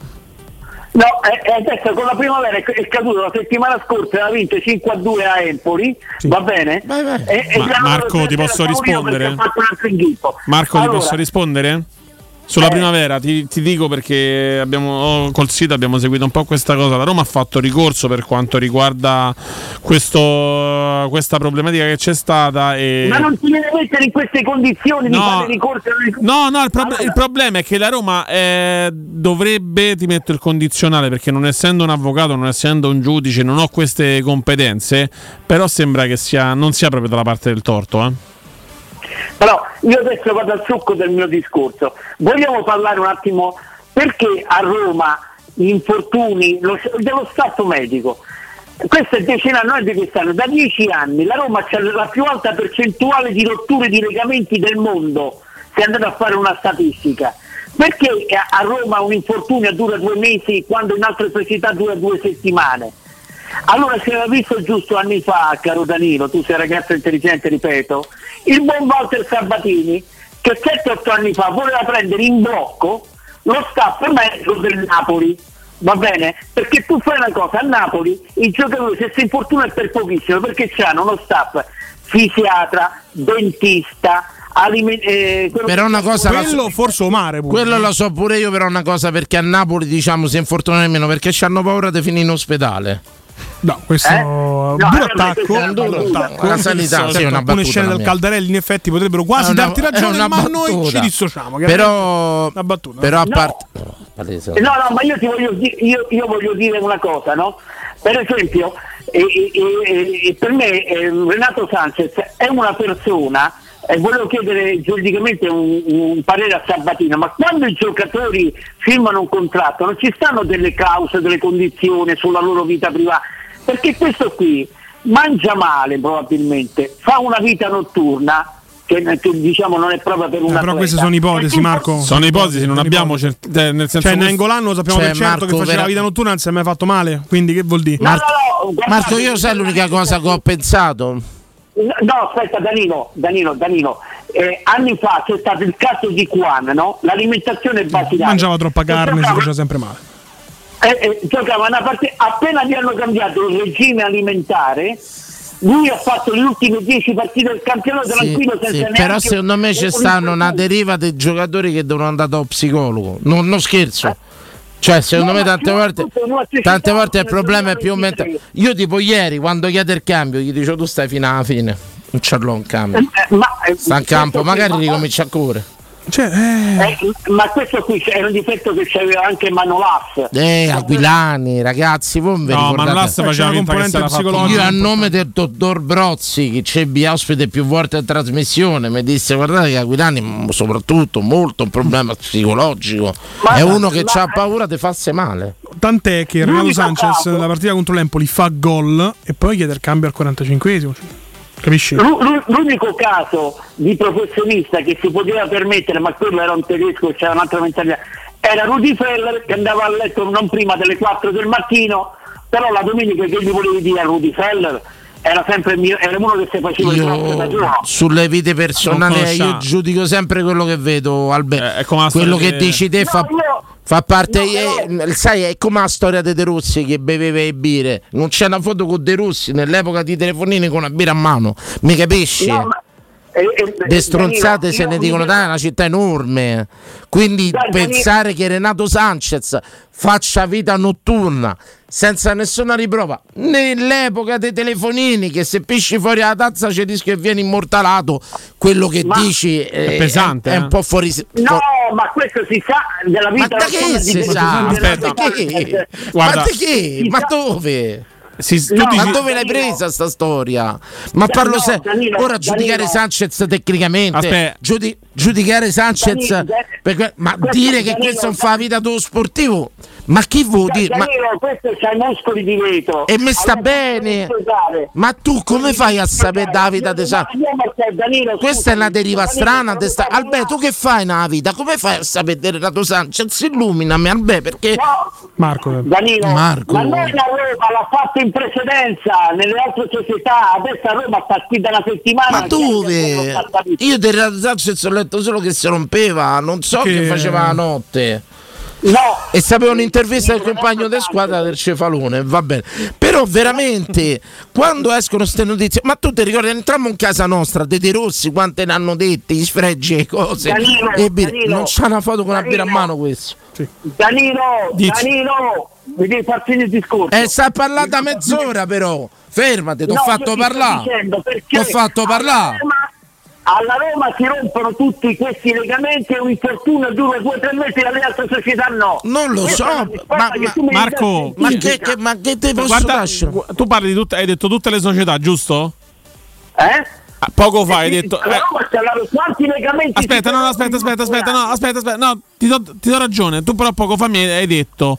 G: No, eh, eh, adesso con la primavera è c- è scaduto la settimana scorsa, l'ha vinto 5 a 2 a Empoli, va bene? E- e
D: Ma-
G: già
D: Marco, ti
G: era
D: posso
G: favorito
D: rispondere?
G: perché ha fatto un altro inghippo.
D: Marco,
G: Allora,
D: ti posso rispondere? Sulla primavera ti, ti dico perché abbiamo, oh, col sito abbiamo seguito un po' questa cosa. La Roma ha fatto ricorso per quanto riguarda questo- questa problematica che c'è stata. E
G: Ma non ti deve mettere in queste condizioni di
D: No.
G: fare ricorso
D: No, no, il, prob- il problema è che la Roma eh, dovrebbe, ti metto il condizionale perché non essendo un avvocato, non essendo un giudice, non ho queste competenze, però sembra che sia, non sia proprio dalla parte del torto. Eh.
G: Però io adesso vado al succo del mio discorso. Vogliamo parlare un attimo perché a Roma gli infortuni lo- dello stato medico? Questo è il decennale non è di quest'anno, da dieci anni la Roma ha la più alta percentuale di rotture di legamenti del mondo, se andate a fare una statistica. Perché a- a Roma un infortunio dura due mesi quando in altre società dura due settimane? Allora si era visto giusto anni fa, caro Danilo, tu sei ragazzo intelligente, ripeto, il buon Walter Sabatini che 7-8 anni fa voleva prendere in blocco lo staff medico del Napoli. Va bene? Perché tu fai una cosa, a Napoli il giocatore se si infortuna è per pochissimo perché c'hanno uno staff fisiatra, dentista, eh, alimentare.
C: Però una cosa la so-
E: forse Omare pure.
G: eh.
C: Quello lo so pure io, però è una cosa perché a Napoli diciamo si infortunano nemmeno perché ci hanno paura di finire in ospedale.
E: No, questo
C: Eh?
E: duro
C: allora,
E: attacco.
C: questa è una
E: duro
C: battuta.
E: attacco.
C: La sanità,
E: Certo,
C: sì, è una
E: Alcune
C: battuta
E: scene
C: la
E: del
C: mia.
E: Caldarelli, in effetti, potrebbero
C: È
E: quasi
C: una-
E: darti
C: è
E: ragione,
C: una
E: ma noi
C: battuta.
E: ci dissociamo. che
C: Però,
E: una battuta.
C: però a
E: No.
C: parte... Palese.
G: No, no, ma io ti voglio, di- io, io voglio dire una cosa, no? Per esempio, eh, eh, eh, eh, per me eh, Renato Sanchez è una persona, e volevo chiedere giuridicamente un, un parere a Sabatino, ma quando i giocatori firmano un contratto non ci stanno delle clausole, delle condizioni sulla loro vita privata? Perché questo qui mangia male probabilmente, fa una vita notturna che, che, diciamo non è proprio per una
E: Eh, però queste sono ipotesi, Marco.
D: Sono ipotesi, non abbiamo certezze. Nel senso
E: Cioè,
D: questo-
E: Nengolan lo sappiamo
D: Cioè,
E: per certo
D: Marco,
E: che faceva
D: vera-
E: la vita notturna, non si è mai fatto male. Quindi, che vuol dire?
C: Marco, io sai l'unica cosa che ho pensato?
G: No, no, aspetta Danilo, Danilo, Danilo. Eh, anni fa c'è stato il caso di Quan, no? L'alimentazione basilare.
E: Mm, Mangiava troppa carne, si faceva sempre male.
G: Eh, eh, giocava una partita, appena gli hanno cambiato il regime alimentare, lui ha fatto le ultime 10 partite del campionato
C: Sì,
G: tranquillo
C: sì,
G: senza neanche...
C: però secondo me ci stanno una deriva dei giocatori che devono andare da psicologo. Non, non scherzo. Cioè, secondo me tante volte, tante volte il problema è più mentale. Io tipo ieri, quando chiede il cambio, gli dico tu stai fino alla fine. Non ce l'ho un cambio.
G: Eh, ma, eh,
C: Sta in campo, magari ricomincia a correre.
E: Cioè,
G: Eh, ma questo qui era un difetto che c'aveva anche Manolas.
C: Eh, Aquilani, ragazzi, voi non vi
G: No, ma
C: ricordate?
G: Lass faceva C'è una finta che componente se la fa psicologica
C: Io a nome del dottor Brozzi, che c'ebbi ospite più volte in trasmissione, mi disse guardate che Aquilani m- soprattutto molto un problema psicologico. È uno che ha paura di farsi male.
E: Tant'è che
C: L'unico
E: Renato Sanchez, la partita contro l'Empoli, fa gol e poi chiede il cambio al 45esimo. Capisci?
G: L'u- l'u- L'unico caso di professionista che si poteva permettere, ma quello era un tedesco, c'era un'altra mentalità, era Rudy Feller che andava a letto non prima delle 4 del mattino, però la domenica che gli volevi dire a Rudy Feller era sempre il mio- era uno che si faceva il troppo da giorno.
C: Sulle vite personali
G: Non
C: eh,
G: conosciamo.
C: io giudico sempre quello che vedo, Alberto.
D: Eh, la
C: quello
D: storia
C: che
D: di-
C: dici te
D: No,
C: fa, fa parte. eh, mh, sai, è come la storia di De Rossi che beveva e bire. Non c'è una foto con De Rossi nell'epoca di telefonini con una birra a mano. Mi capisci?
G: No, ma- e- e-
C: De stronzate se
G: Danilo,
C: ne
G: io-
C: dicono, dai, è una città enorme. Quindi
G: Dai, Danilo-
C: pensare che Renato Sanchez faccia vita notturna senza nessuna riprova nell'epoca dei telefonini che se pisci fuori la tazza c'è il rischio che vieni immortalato quello che dici eh, è
D: pesante,
C: è,
D: eh?
C: un po' fuori se-
G: No, ma questo si sa della
C: ma
G: vita
C: da
G: notturna
C: che
G: di
C: si
G: questo-
C: sa?
G: della
C: ma
G: vita-
C: perché?
G: Guarda-
C: ma perché? ma dove?
G: tu No, dici-
C: ma dove l'hai presa sta storia? Ma
G: Da-
C: parlo
G: no,
C: se
G: Danilo,
C: ora giudicare
G: Danilo.
C: Sanchez tecnicamente,
D: Aspetta.
C: giudi- giudicare Sanchez,
G: Danilo, Dan-
C: per que- ma
G: questo
C: dire che
G: Danilo,
C: questo non fa la vita dello sportivo, ma chi vuol
G: Dai,
C: dire? Ma-
G: Danilo, questo c'ha i muscoli di vetro.
C: e mi sta bene, ma tu come fai a sapere della vita di Sanchez? Questa è una deriva strana. te sta- Albe, tu che fai nella vita? Come fai a sapere del Renato Sanchez? Illuminami, Albe, perché.
E: Marco, eh.
G: Danilo,
C: Marco.
G: ma noi la Roma l'ha fatto in precedenza nelle altre società, adesso a Roma sta qui da una settimana.
C: Ma dove? Io del Renato Sanchez ho letto solo che si rompeva, non so che,
E: Che-
C: faceva la notte.
G: No.
C: E sapevo un'intervista del compagno di squadra del Cefalone, va bene. Però veramente, quando escono queste notizie, ma tu ti ricordi, entrammo in casa nostra, De, De Rossi, quante ne hanno dette, gli sfreggi e cose.
G: Danilo,
C: e birre.
G: Danilo,
C: non c'ha una foto con la birra a
G: Danilo.
C: mano questo.
G: Danilo,
C: Dici.
G: Danilo, mi devi far finire il discorso.
C: Eh, sta parlata mezz'ora però. Fermati, ti
G: No,
C: ho
G: io ti
C: fatto
G: sto
C: parlare.
G: dicendo perché
C: Ti ho fatto
G: alla
C: parlare.
G: Roma- Alla Roma si rompono tutti questi legamenti e un infortunio dura due o tre mesi dalle altre società no.
C: Non lo
G: Questa
C: so,
G: è una risposta che tu mi
D: Marco,
G: devi dare scientifica.
D: Guarda, gu- tu parli di tutte, hai detto tutte le società, giusto? Eh? Poco fa hai detto. eh, Aspetta, no, no, aspetta, aspetta, aspetta, no, aspetta, aspetta, no, ti do, ti do ragione. Tu però poco fa mi hai hai detto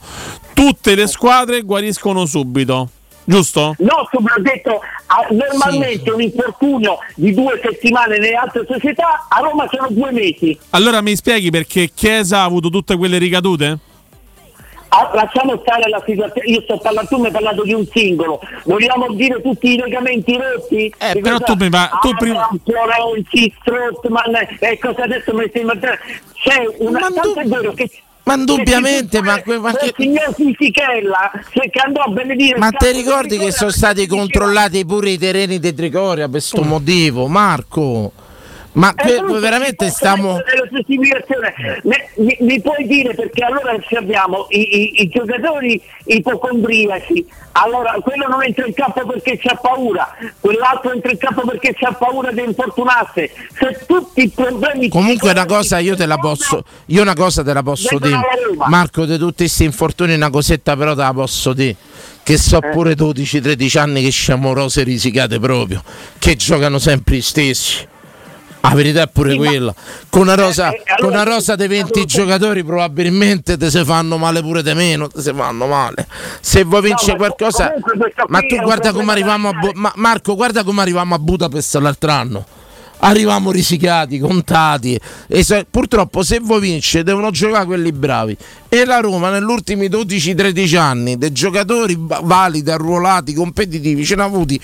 D: tutte le squadre guariscono subito, giusto?
G: No, come ho detto, ah, normalmente un infortunio di due settimane nelle altre società, a Roma sono due mesi.
D: Allora mi spieghi perché Chiesa ha avuto tutte quelle ricadute?
G: Ah, lasciamo stare la situazione, io sto parlando, tu mi hai parlato di un singolo, vogliamo dire tutti i legamenti rotti? Eh,
D: però tu mi va- tu prima-
G: Florenzi, Strottman, e eh, cosa adesso mi stai inventando? C'è una... tanto è vero che...
C: Ma indubbiamente, ma, que- ma che-
G: Il signor Fisichella, se che andò a benedire...
C: ma
G: il
C: te
G: campo di
C: ricordi che
G: Trigoria,
C: sono stati controllati pure i terreni di Trigoria per questo motivo, Marco? Ma
G: Eh,
C: que-
G: però
C: veramente
G: se
C: stiamo.
G: posso mettere la giustificazione, me- Mi, mi puoi dire perché allora ci abbiamo i, i- i giocatori ipocondriaci, allora quello non entra in campo perché c'ha paura, quell'altro entra in campo perché c'ha paura di infortunarsi. Se tutti i problemi
C: Comunque una cosa io te la posso io una cosa te la posso dire. Marco di tutti questi infortuni una cosetta però te la posso dire. Che so
G: Eh.
C: pure 12-13 anni che siamo rose risicate proprio, che giocano sempre gli stessi. La verità è pure quella. Con
G: Eh,
C: una rosa, con una rosa dei 20 giocatori probabilmente te se fanno male pure di meno, te se fanno male. Se vuoi vincere qualcosa... Ma tu guarda come arriviamo a... Bu- Ma- Marco, guarda come arriviamo a Budapest l'altro anno. Arriviamo risicati, contati. E se- purtroppo se voi vince devono giocare quelli bravi. E la Roma negli ultimi 12-13 anni dei giocatori ba- validi, arruolati, competitivi, ce ne ha avuti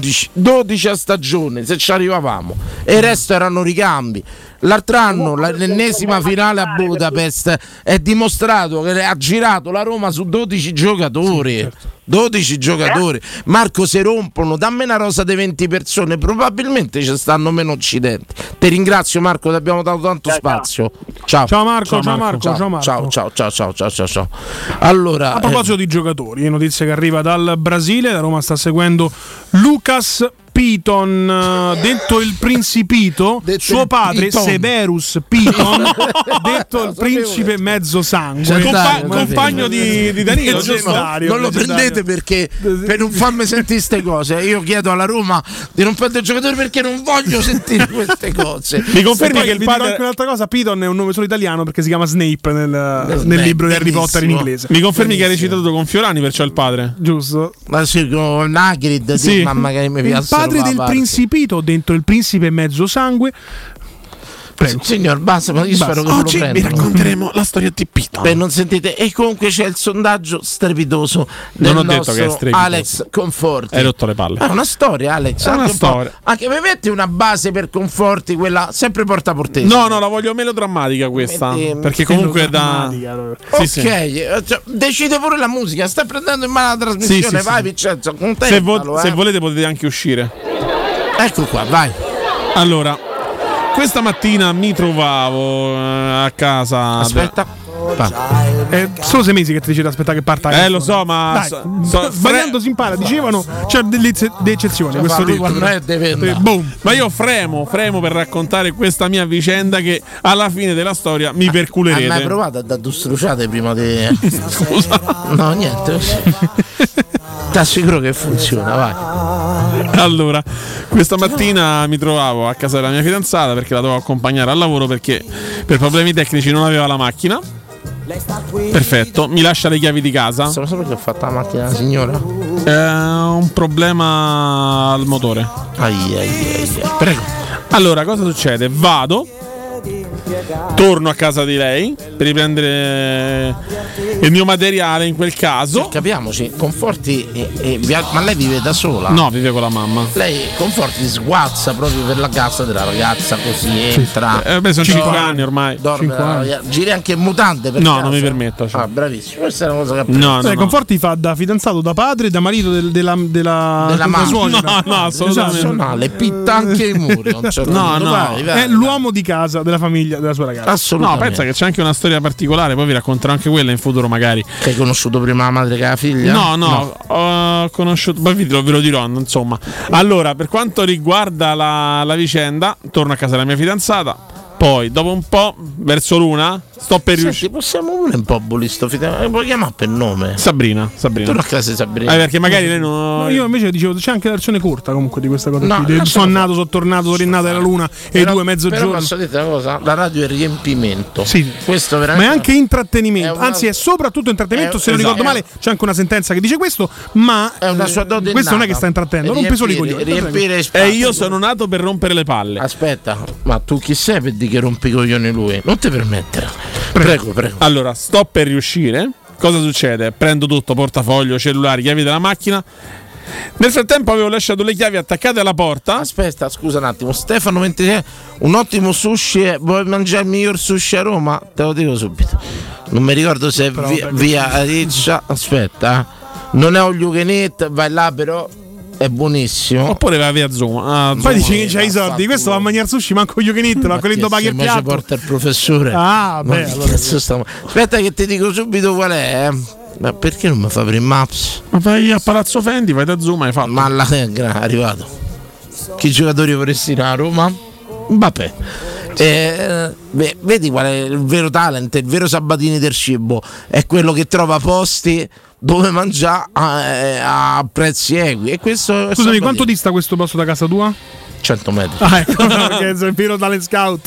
C: 11-12 a stagione se ci arrivavamo. E il resto erano ricambi. L'altro anno, la- l'ennesima finale a Budapest, è dimostrato che ha girato la Roma su 12 giocatori. 12 giocatori. Marco, se rompono, dammi una rosa di 20 persone, probabilmente ci stanno meno occidenti. Ti ringrazio Marco, ti abbiamo dato tanto spazio. Ciao.
E: Ciao Marco, ciao Marco, ciao Marco.
C: Ciao, ciao, ciao, ciao, ciao, ciao, ciao. Allora,
E: A proposito di giocatori, notizia che arriva dal Brasile, la Roma sta seguendo Lucas Piton, eh, detto il principito, suo
D: il
E: padre
D: Piton.
E: Severus Piton, detto il principe mezzo sangue,
D: Compa- compagno di, di Danilo, giusto?
C: Leggendario, non lo prendete perché per non farmi sentire queste cose. Io chiedo alla Roma di non prendere giocatori perché non voglio sentire queste cose.
E: Mi confermi che il
C: vi
E: padre...
C: dico
E: anche un'altra cosa, Piton è un nome solo italiano perché si chiama Snape nel, nel
D: Snape,
E: libro di Harry Potter in
D: benissimo.
E: inglese.
D: Mi confermi che ha recitato con Fiorani, perciò il padre?
E: Giusto.
C: Ma sì, con Nagrid, sì, mamma che mi
E: il
C: piacciono
E: padre
C: la
E: del
C: parte.
E: principito, dentro il principe mezzo sangue. Prego.
C: Signor, basta, ma io spero che non lo
E: Oggi
C: prendano.
E: vi racconteremo
D: la storia di Pito.
C: Beh, non sentite. E comunque c'è il sondaggio strepitoso del
D: Non ho detto
C: nostro
D: che è strepitoso.
C: Alex Conforti.
D: Hai rotto le palle.
C: È una storia, Alex.
D: È una
C: anche un po'.
D: storia.
C: Anche mi metti una base per Conforti, quella sempre porta portese.
D: No, no, la voglio melodrammatica questa.
C: Metti-
D: perché comunque è da.
C: Ok,
D: Sì, sì.
C: eh, cioè, decide pure la musica. Sta prendendo in mano la trasmissione.
D: Sì, sì,
C: vai,
D: sì.
C: Vincenzo,
D: Se, vo-
C: contentalo.
D: se
C: eh.
D: volete potete anche uscire.
C: Ecco qua, vai.
D: Allora, questa mattina mi trovavo eh, a casa.
E: Aspetta. È solo Eh, sei mesi che ti dice di aspettare che parta. la
D: Eh,
E: canzone.
D: lo so, ma
E: Dai,
D: so- so-
E: sbagliando si impara. Dicevano c'è delle ecce- delle eccezioni.
D: Cioè,
E: questo
D: fa lui
E: detto.
D: quando è
E: Eh, boom.
D: Ma io fremo, fremo per raccontare questa mia vicenda che alla fine della storia
C: Ah,
D: mi
C: Hai mai
D: perculerete.
C: provato a dare due struciate prima di. No, niente. Ti assicuro che funziona, vai.
D: Allora, questa mattina mi trovavo a casa della mia fidanzata perché la dovevo accompagnare al lavoro perché per problemi tecnici non aveva la macchina. Perfetto, mi lascia le chiavi di casa.
C: Sono solo che ho fatto la macchina la signora.
D: È un problema al motore.
C: Prego.
D: Allora, cosa succede? Vado Torno a casa di lei per riprendere il mio materiale in quel caso.
C: Capiamoci, conforti ma lei vive da sola?
D: No, vive con la mamma.
C: Lei conforti sguazza proprio per la casa della ragazza così entra.
D: Eh, beh, sono 5 anni ormai.
C: Dorme
D: Cinque
C: la
D: anni.
C: ragazza. Giri anche in mutante per
D: No,
C: caso?
D: non mi permetto, Mm. cioè.
C: Ah, bravissimo. Questa è una cosa che
D: No, no,
E: Cioè,
D: no.
E: Conforti fa da fidanzato, da padre, da marito del- della, della,
C: Della mamma.
E: suocera. Esatto.
C: No, no, assolutamente. Personale, pitta anche i muri, a un certo
D: No, punto. no. Vai, vai,
E: è l'uomo di casa, della famiglia, della sua ragazza.
D: No, pensa che c'è anche una storia particolare, poi vi racconterò anche quella in futuro magari.
C: Che hai conosciuto prima la madre che la figlia?
D: No, no, ho conosciuto, poi vi- ve lo dirò, insomma. Allora, per quanto riguarda la, la vicenda, torno a casa della mia fidanzata, poi dopo un po', verso l'una, sto per riuscire...
C: possiamo pure un po' bulisto, puoi chiamare per nome?
D: Sabrina, Sabrina.
C: Torna a casa di Sabrina.
D: Eh, perché magari lei non...
E: No, io invece dicevo, c'è anche la versione corta comunque di questa cosa.
C: No,
E: qui. del
C: lascia
E: sono nato, sono tornato, sono rinnato alla luna e i
C: Però-
E: due mezzogiorno.
C: Però posso dirti una cosa, la radio è riempimento.
E: Sì.
C: Questo
E: Ma
C: veramente
E: è anche intrattenimento,
C: È una-
E: anzi è soprattutto intrattenimento,
C: È-
E: se non
C: esatto.
E: ricordo male c'è anche una sententenza che dice questo, ma
C: è una sua dote
E: questo non è
C: innata.
E: che sta intrattenendo, non
C: Riempire-
E: peso i coglioni.
C: riempire
D: E
C: spazio.
D: Eh, io sono nato per rompere le palle.
C: Aspetta, ma tu chi sei per dire che rompi i coglioni lui? Non ti permettere. Prego, prego.
D: Allora, sto per riuscire. Cosa succede? Prendo tutto, portafoglio, cellulare, chiavi della macchina. Nel frattempo avevo lasciato le chiavi attaccate alla porta.
C: Aspetta, scusa un attimo, Stefano 26, un ottimo sushi, eh, vuoi mangiare il miglior sushi a Roma? Te lo dico subito. Non mi ricordo se è
K: Però,
C: via,
K: vabbè,
C: via Riccia, aspetta, eh. non è un Lugenet, vai là però, è buonissimo.
D: Oppure vai via Zuma.
E: Ah, Poi dici che c'hai i soldi, questo va a mangiare sushi, manco io che niente, ma quelli
C: Perché
E: do paghi
C: se
E: il
C: mo ci
E: piatto.
C: porta il professore.
E: Ah,
C: Ma
E: beh,
C: che
E: allora-
C: cazzo stiamo- Aspetta che ti dico subito qual è. eh. Ma perché non mi fa per il maps?
D: Ma vai a Palazzo Fendi, vai da Zuma e fatto.
C: Ma alla tengra è arrivato. Che giocatori vorresti da Roma? Vabbè. Eh, beh, vedi qual è il vero talent, il vero Sabatini del cibo è quello che trova posti dove mangiare a, a prezzi equi e questo è
E: Scusami,
C: Sabatini.
E: quanto dista questo posto da casa tua?
C: 100 metri
E: Ah, ecco, no, perché è il vero talent scout,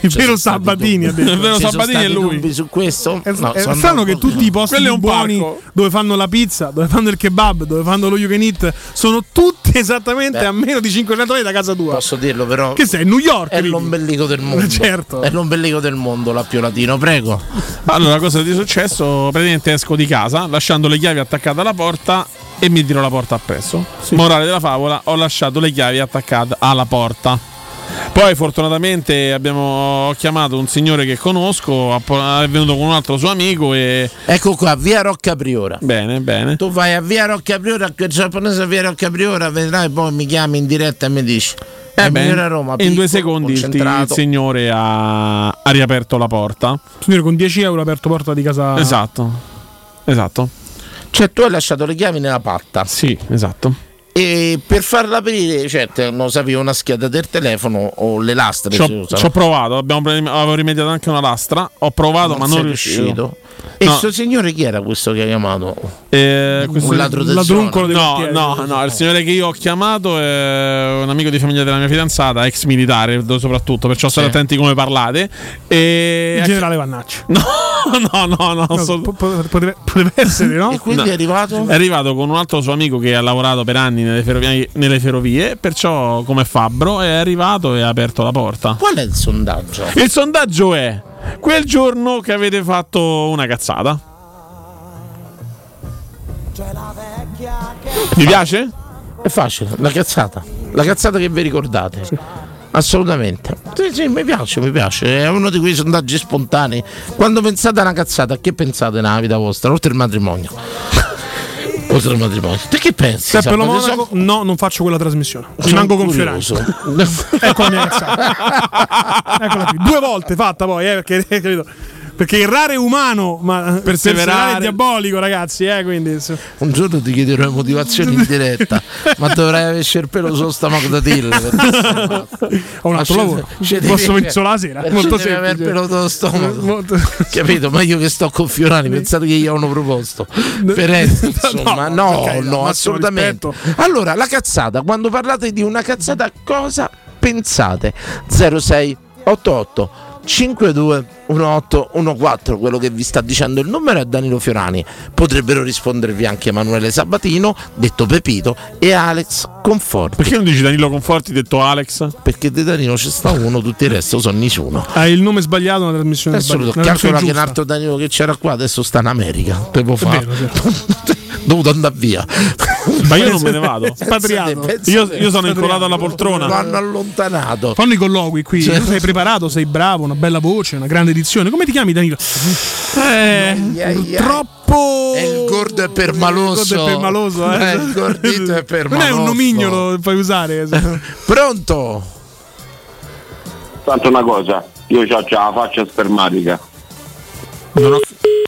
E: il
D: cioè,
E: vero Sabatini. ha detto.
C: Cioè, su questo
E: È,
C: No,
E: è
C: sono
E: strano che
C: d'accordo.
E: tutti i posti
C: Quello è un
E: buoni
C: parco.
E: dove fanno la pizza, dove fanno il kebab, dove fanno lo you can eat, sono tutti esattamente
C: Beh.
E: a meno di 500 metri da casa tua.
C: Posso dirlo però
E: Che sei, New York?
C: è l'ombelico del mondo
E: Certo.
C: è l'ombelico del mondo la Pio Latino prego
D: Allora, cosa ti è successo? Praticamente esco di casa, lasciando le chiavi attaccate alla porta e mi tiro la porta appresso. Morale della favola, ho lasciato le chiavi attaccate alla porta. Poi fortunatamente abbiamo ho chiamato un signore che conosco, ha po- è venuto con un altro suo amico e...
C: Ecco qua, via Rocca Priora.
D: Bene, bene.
C: tu vai a via Rocca Priora quel giapponese a via Rocca Priora vedrai poi mi chiami in diretta e mi dici è
D: Eh beh,
C: migliore a Roma
D: in
C: piccolo,
D: due secondi il, ti- il
C: concentrato.
D: signore ha, ha riaperto la porta.
E: Signore, con 10 euro ha aperto porta di casa.
D: Esatto. Esatto.
C: cioè tu hai lasciato le chiavi nella patta
D: sì esatto
C: e per farla aprire certo non sapevo una schiada del telefono o le lastre
D: Ci
C: si
D: ho,
C: usano.
D: ci ho provato, abbiamo pre- avevo rimediato anche una lastra. Ho provato, ma non
C: sei
D: riuscito.
C: e
D: No,
C: questo signore chi era questo che ha chiamato
D: eh, questo-
C: un ladro del zona.
D: No, no, no, il signore che io ho chiamato è un amico di famiglia della mia fidanzata, ex militare do- soprattutto, perciò state attenti come parlate. E
C: Eh,
E: Il generale Vannacci.
D: No, no, no, no. assolut-
E: po- po- poteva, poteva essere, no?
D: No. È arrivato con un altro suo amico che ha lavorato per anni nelle ferrovie, nelle ferrovie, perciò come fabbro è arrivato e ha aperto la porta.
C: Qual è il sondaggio?
D: Il sondaggio è quel giorno che avete fatto una cazzata. Mi piace?
C: È facile, la cazzata. La cazzata che vi ricordate. Assolutamente. Sì, sì, mi piace, mi piace. È uno di quei sondaggi spontanei. Quando pensate a una cazzata, a che pensate nella vita vostra? Oltre il matrimonio. Oltre il matrimonio. Te che pensi?
E: Seppe Lo
C: Sabato?
E: Monaco, no, non faccio quella trasmissione.
C: Sono
E: Rimango con Fiorani.
C: Cioè, curioso.
E: ecco la mia cazzata. Eccola qui. Due volte fatta poi, eh, perché, capito? perché errare è umano, ma perseverare è diabolico, ragazzi. Eh, quindi, se-
C: Un giorno ti chiederò le motivazioni in diretta, ma dovrai averci il pelo sullo stomaco da dirle.
E: Ho un altro lavoro. Posso mensolare la sera.
C: Molto
E: Molto
C: devi aver
E: semplice.
C: pelo sullo stomaco. Capito? Ma io che sto con Fiorani, pensate che gli hanno proposto. Per essere, insomma, no, no,
K: ok, no, massimo
C: assolutamente. Allora, la cazzata, quando parlate di una cazzata, cosa pensate? 0688 521814, quello che vi sta dicendo il numero è Danilo Fiorani. Potrebbero rispondervi anche Emanuele Sabatino, detto Pepito, e Alex Conforti.
D: Perché non dici Danilo Conforti, detto Alex?
C: Perché di Danilo ci sta uno, tutti il resto sono nessuno.
E: Hai Ah, il nome sbagliato nella trasmissione
C: Adesso lo
E: sbagliata.
C: calcola
E: Nella
C: che
E: trasmissione giusta.
C: l'altro Danilo che c'era qua adesso sta in America. Devo
E: È
C: fare.
E: vero,
C: Dovuto andare via.
D: Ma io non me ne vado.
C: Spatriato.
D: Io- io sono incollato alla poltrona.
C: Lo hanno allontanato.
E: Fanno i colloqui qui.
C: Cioè-
E: Tu sei preparato, sei bravo, una bella voce, una grande edizione. Come ti chiami, Danilo? Eh, troppo.
C: È il gordo e permaloso.
E: Il gordo e permaloso, eh.
C: il gordito e permaloso.
E: Non è un nomignolo che puoi usare.
C: Pronto?
K: Tanto una cosa, io ho già la faccia spermatica.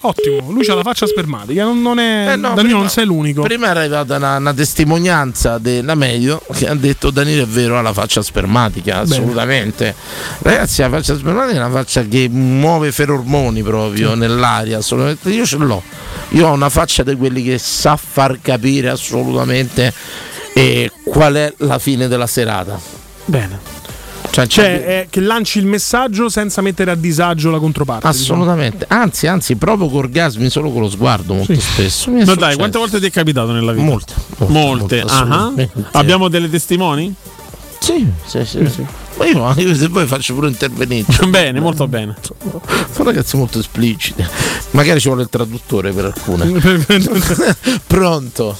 E: Ottimo, lui ha la faccia spermatica. Non, non è.
C: Eh no,
E: Danilo
C: prima-
E: non sei l'unico.
C: Prima era arrivata una, una testimonianza della meglio che ha detto Danilo è vero ha la faccia spermatica,
E: Bene.
C: assolutamente. Ragazzi, la faccia spermatica è una faccia che muove ferormoni proprio nell'aria, assolutamente. Io ce l'ho. Io ho una faccia di quelli che sa far capire assolutamente eh, qual è la fine della serata.
E: Bene.
C: Cioè,
E: Cioè, è che lanci il messaggio senza mettere a disagio la controparte. diciamo.
C: Assolutamente, anzi, anzi, proprio con orgasmi solo con lo sguardo molto spesso. Mi è
D: No, dai,
C: successo.
D: quante volte ti è capitato nella vita?
C: Molte.
D: Molte. ah,
C: assolutamente.
D: ah. Abbiamo delle testimoni? Eh.
C: Sì, sì, sì. Ma io, io se voi faccio pure intervenire.
D: bene, molto bene.
C: Sono ragazzi molto espliciti. Magari ci vuole il traduttore per alcune. Pronto?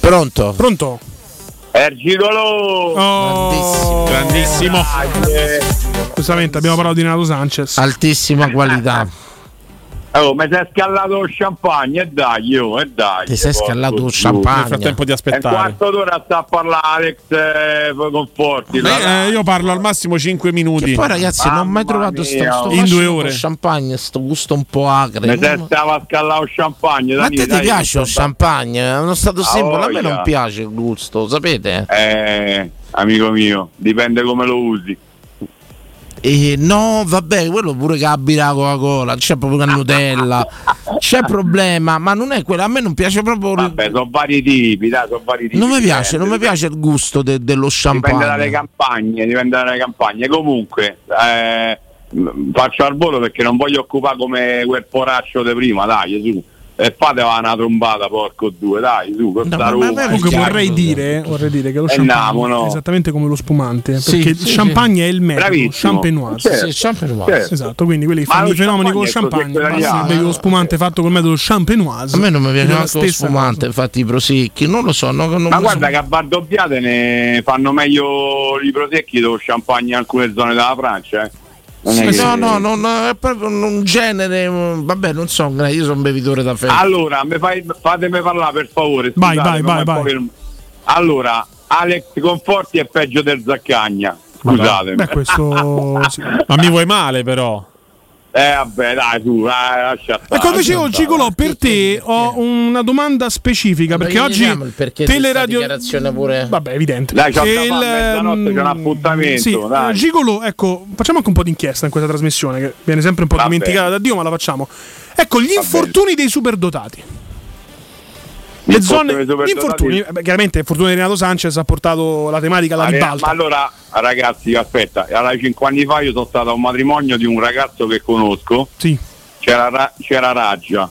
C: Pronto?
E: Pronto? Oh.
K: Ergidolo!
D: Grandissimo.
E: Giustamente abbiamo parlato di Renato Sanchez.
C: Altissima qualità.
K: Oh, mi sei scallato lo champagne, e dai, io, e dai.
C: Ti sei
K: porco
C: scallato lo
K: giù.
C: champagne. Nel frattempo di
K: È
C: aspettare.
K: un quarto d'ora sta a parlare Alex eh, Conforti. la-
D: eh, io parlo al massimo 5 minuti.
C: Che poi ragazzi non ho mai trovato sto,
K: mia.
C: sto
K: In
C: fascino
K: due
C: con
K: ore.
C: champagne, sto gusto un po' acre.
K: Mi sei
C: Non-
K: stava a scallare lo champagne.
C: Ma a
K: Danilo,
C: te ti
K: dai,
C: piace lo
K: sta-
C: champagne? È uno stato
K: Ah,
C: simbolo, a me
K: voglia.
C: non piace il gusto, lo sapete?
K: Eh, amico mio, dipende come lo usi.
C: E Eh, no, vabbè, quello pure che abbina la Coca-Cola, c'è proprio la Nutella, c'è problema, ma non è quella, a me non piace proprio... il-
K: Beh, sono vari tipi, dai, sono vari tipi.
C: Non mi
K: dipende.
C: piace, non mi piace il gusto de- dello
K: Dipende dalle
C: champagne.
K: campagne, dipende dalle campagne. Comunque, eh, mh, faccio al volo perché non voglio occupare come quel poraccio di prima, dai, su. E fatela una trombata, porco due, dai, su, questa Roma.
E: Comunque vorrei dire, eh, vorrei dire che lo
K: È
E: champagne
K: Namo, no?
E: è esattamente come lo spumante.
K: Sì,
E: perché
K: sì,
E: il
K: sì.
E: champagne è il metodo
K: Bravissimo.
E: champenois.
K: Certo, Sì, champenois. certo.
E: Esatto, quindi quelli che
K: Ma
E: fanno
K: lo
E: i fenomeni con lo
K: champagne è
E: champagne,
K: così
E: basta
K: italiano,
E: che bevi lo
K: no?
E: spumante fatto col metodo champenois.
C: A me non mi piace
E: ed è la
C: neanche lo
E: stessa
C: spumante, infatti i prosecchi, non lo so, no, non
K: Ma
C: lo so.
K: guarda che a Bardobbiate ne fanno meglio i prosecchi dello champagne in alcune zone della Francia, eh. Non è
C: Sì,
K: che-
C: no, no, no, no, è proprio un genere, mm, vabbè, non so, gra- io sono un bevitore da festa.
K: Allora, mi fai- fatemi parlare per favore.
C: Vai,
K: scusate,
C: vai,
K: ma
C: vai,
K: è
C: vai.
K: proprio- Allora, Alex Conforti è peggio del Zaccagna. Scusatemi.
E: Beh, questo. sì.
D: Ma mi vuoi male, però.
K: Eh, vabbè, dai, tu, dai, lascia
E: E
K: stare.
C: Ah,
E: come dicevo,
C: eh,
E: Gigolò, per te ho una domanda specifica. Perché
C: Perché
E: oggi
C: vediamo il perché di sta
E: teleradio.
C: dichiarazione pure-
E: Vabbè, evidente.
K: Dai, c'ho da
E: Il, mm,
K: fare a mezzanotte, c'è un appuntamento,
E: Sì,
K: dai.
E: eh, Gigolo, ecco, facciamo anche un po' di inchiesta in questa trasmissione che viene sempre un po'
K: Va
E: dimenticata
K: bene.
E: da Dio, ma la facciamo. Ecco, gli infortuni dei superdotati. Le
K: Infortuni
E: zone,
K: dei superdotati?
E: gli infortuni, eh, beh, chiaramente il fortuna di Renato Sanchez ha portato la tematica alla
K: Ma re-
E: ribalta.
K: Ma allora, ragazzi, aspetta, allora 5 anni fa io sono stato a un matrimonio di un ragazzo che conosco.
E: Sì.
K: C'era, Ra- c'era Raggia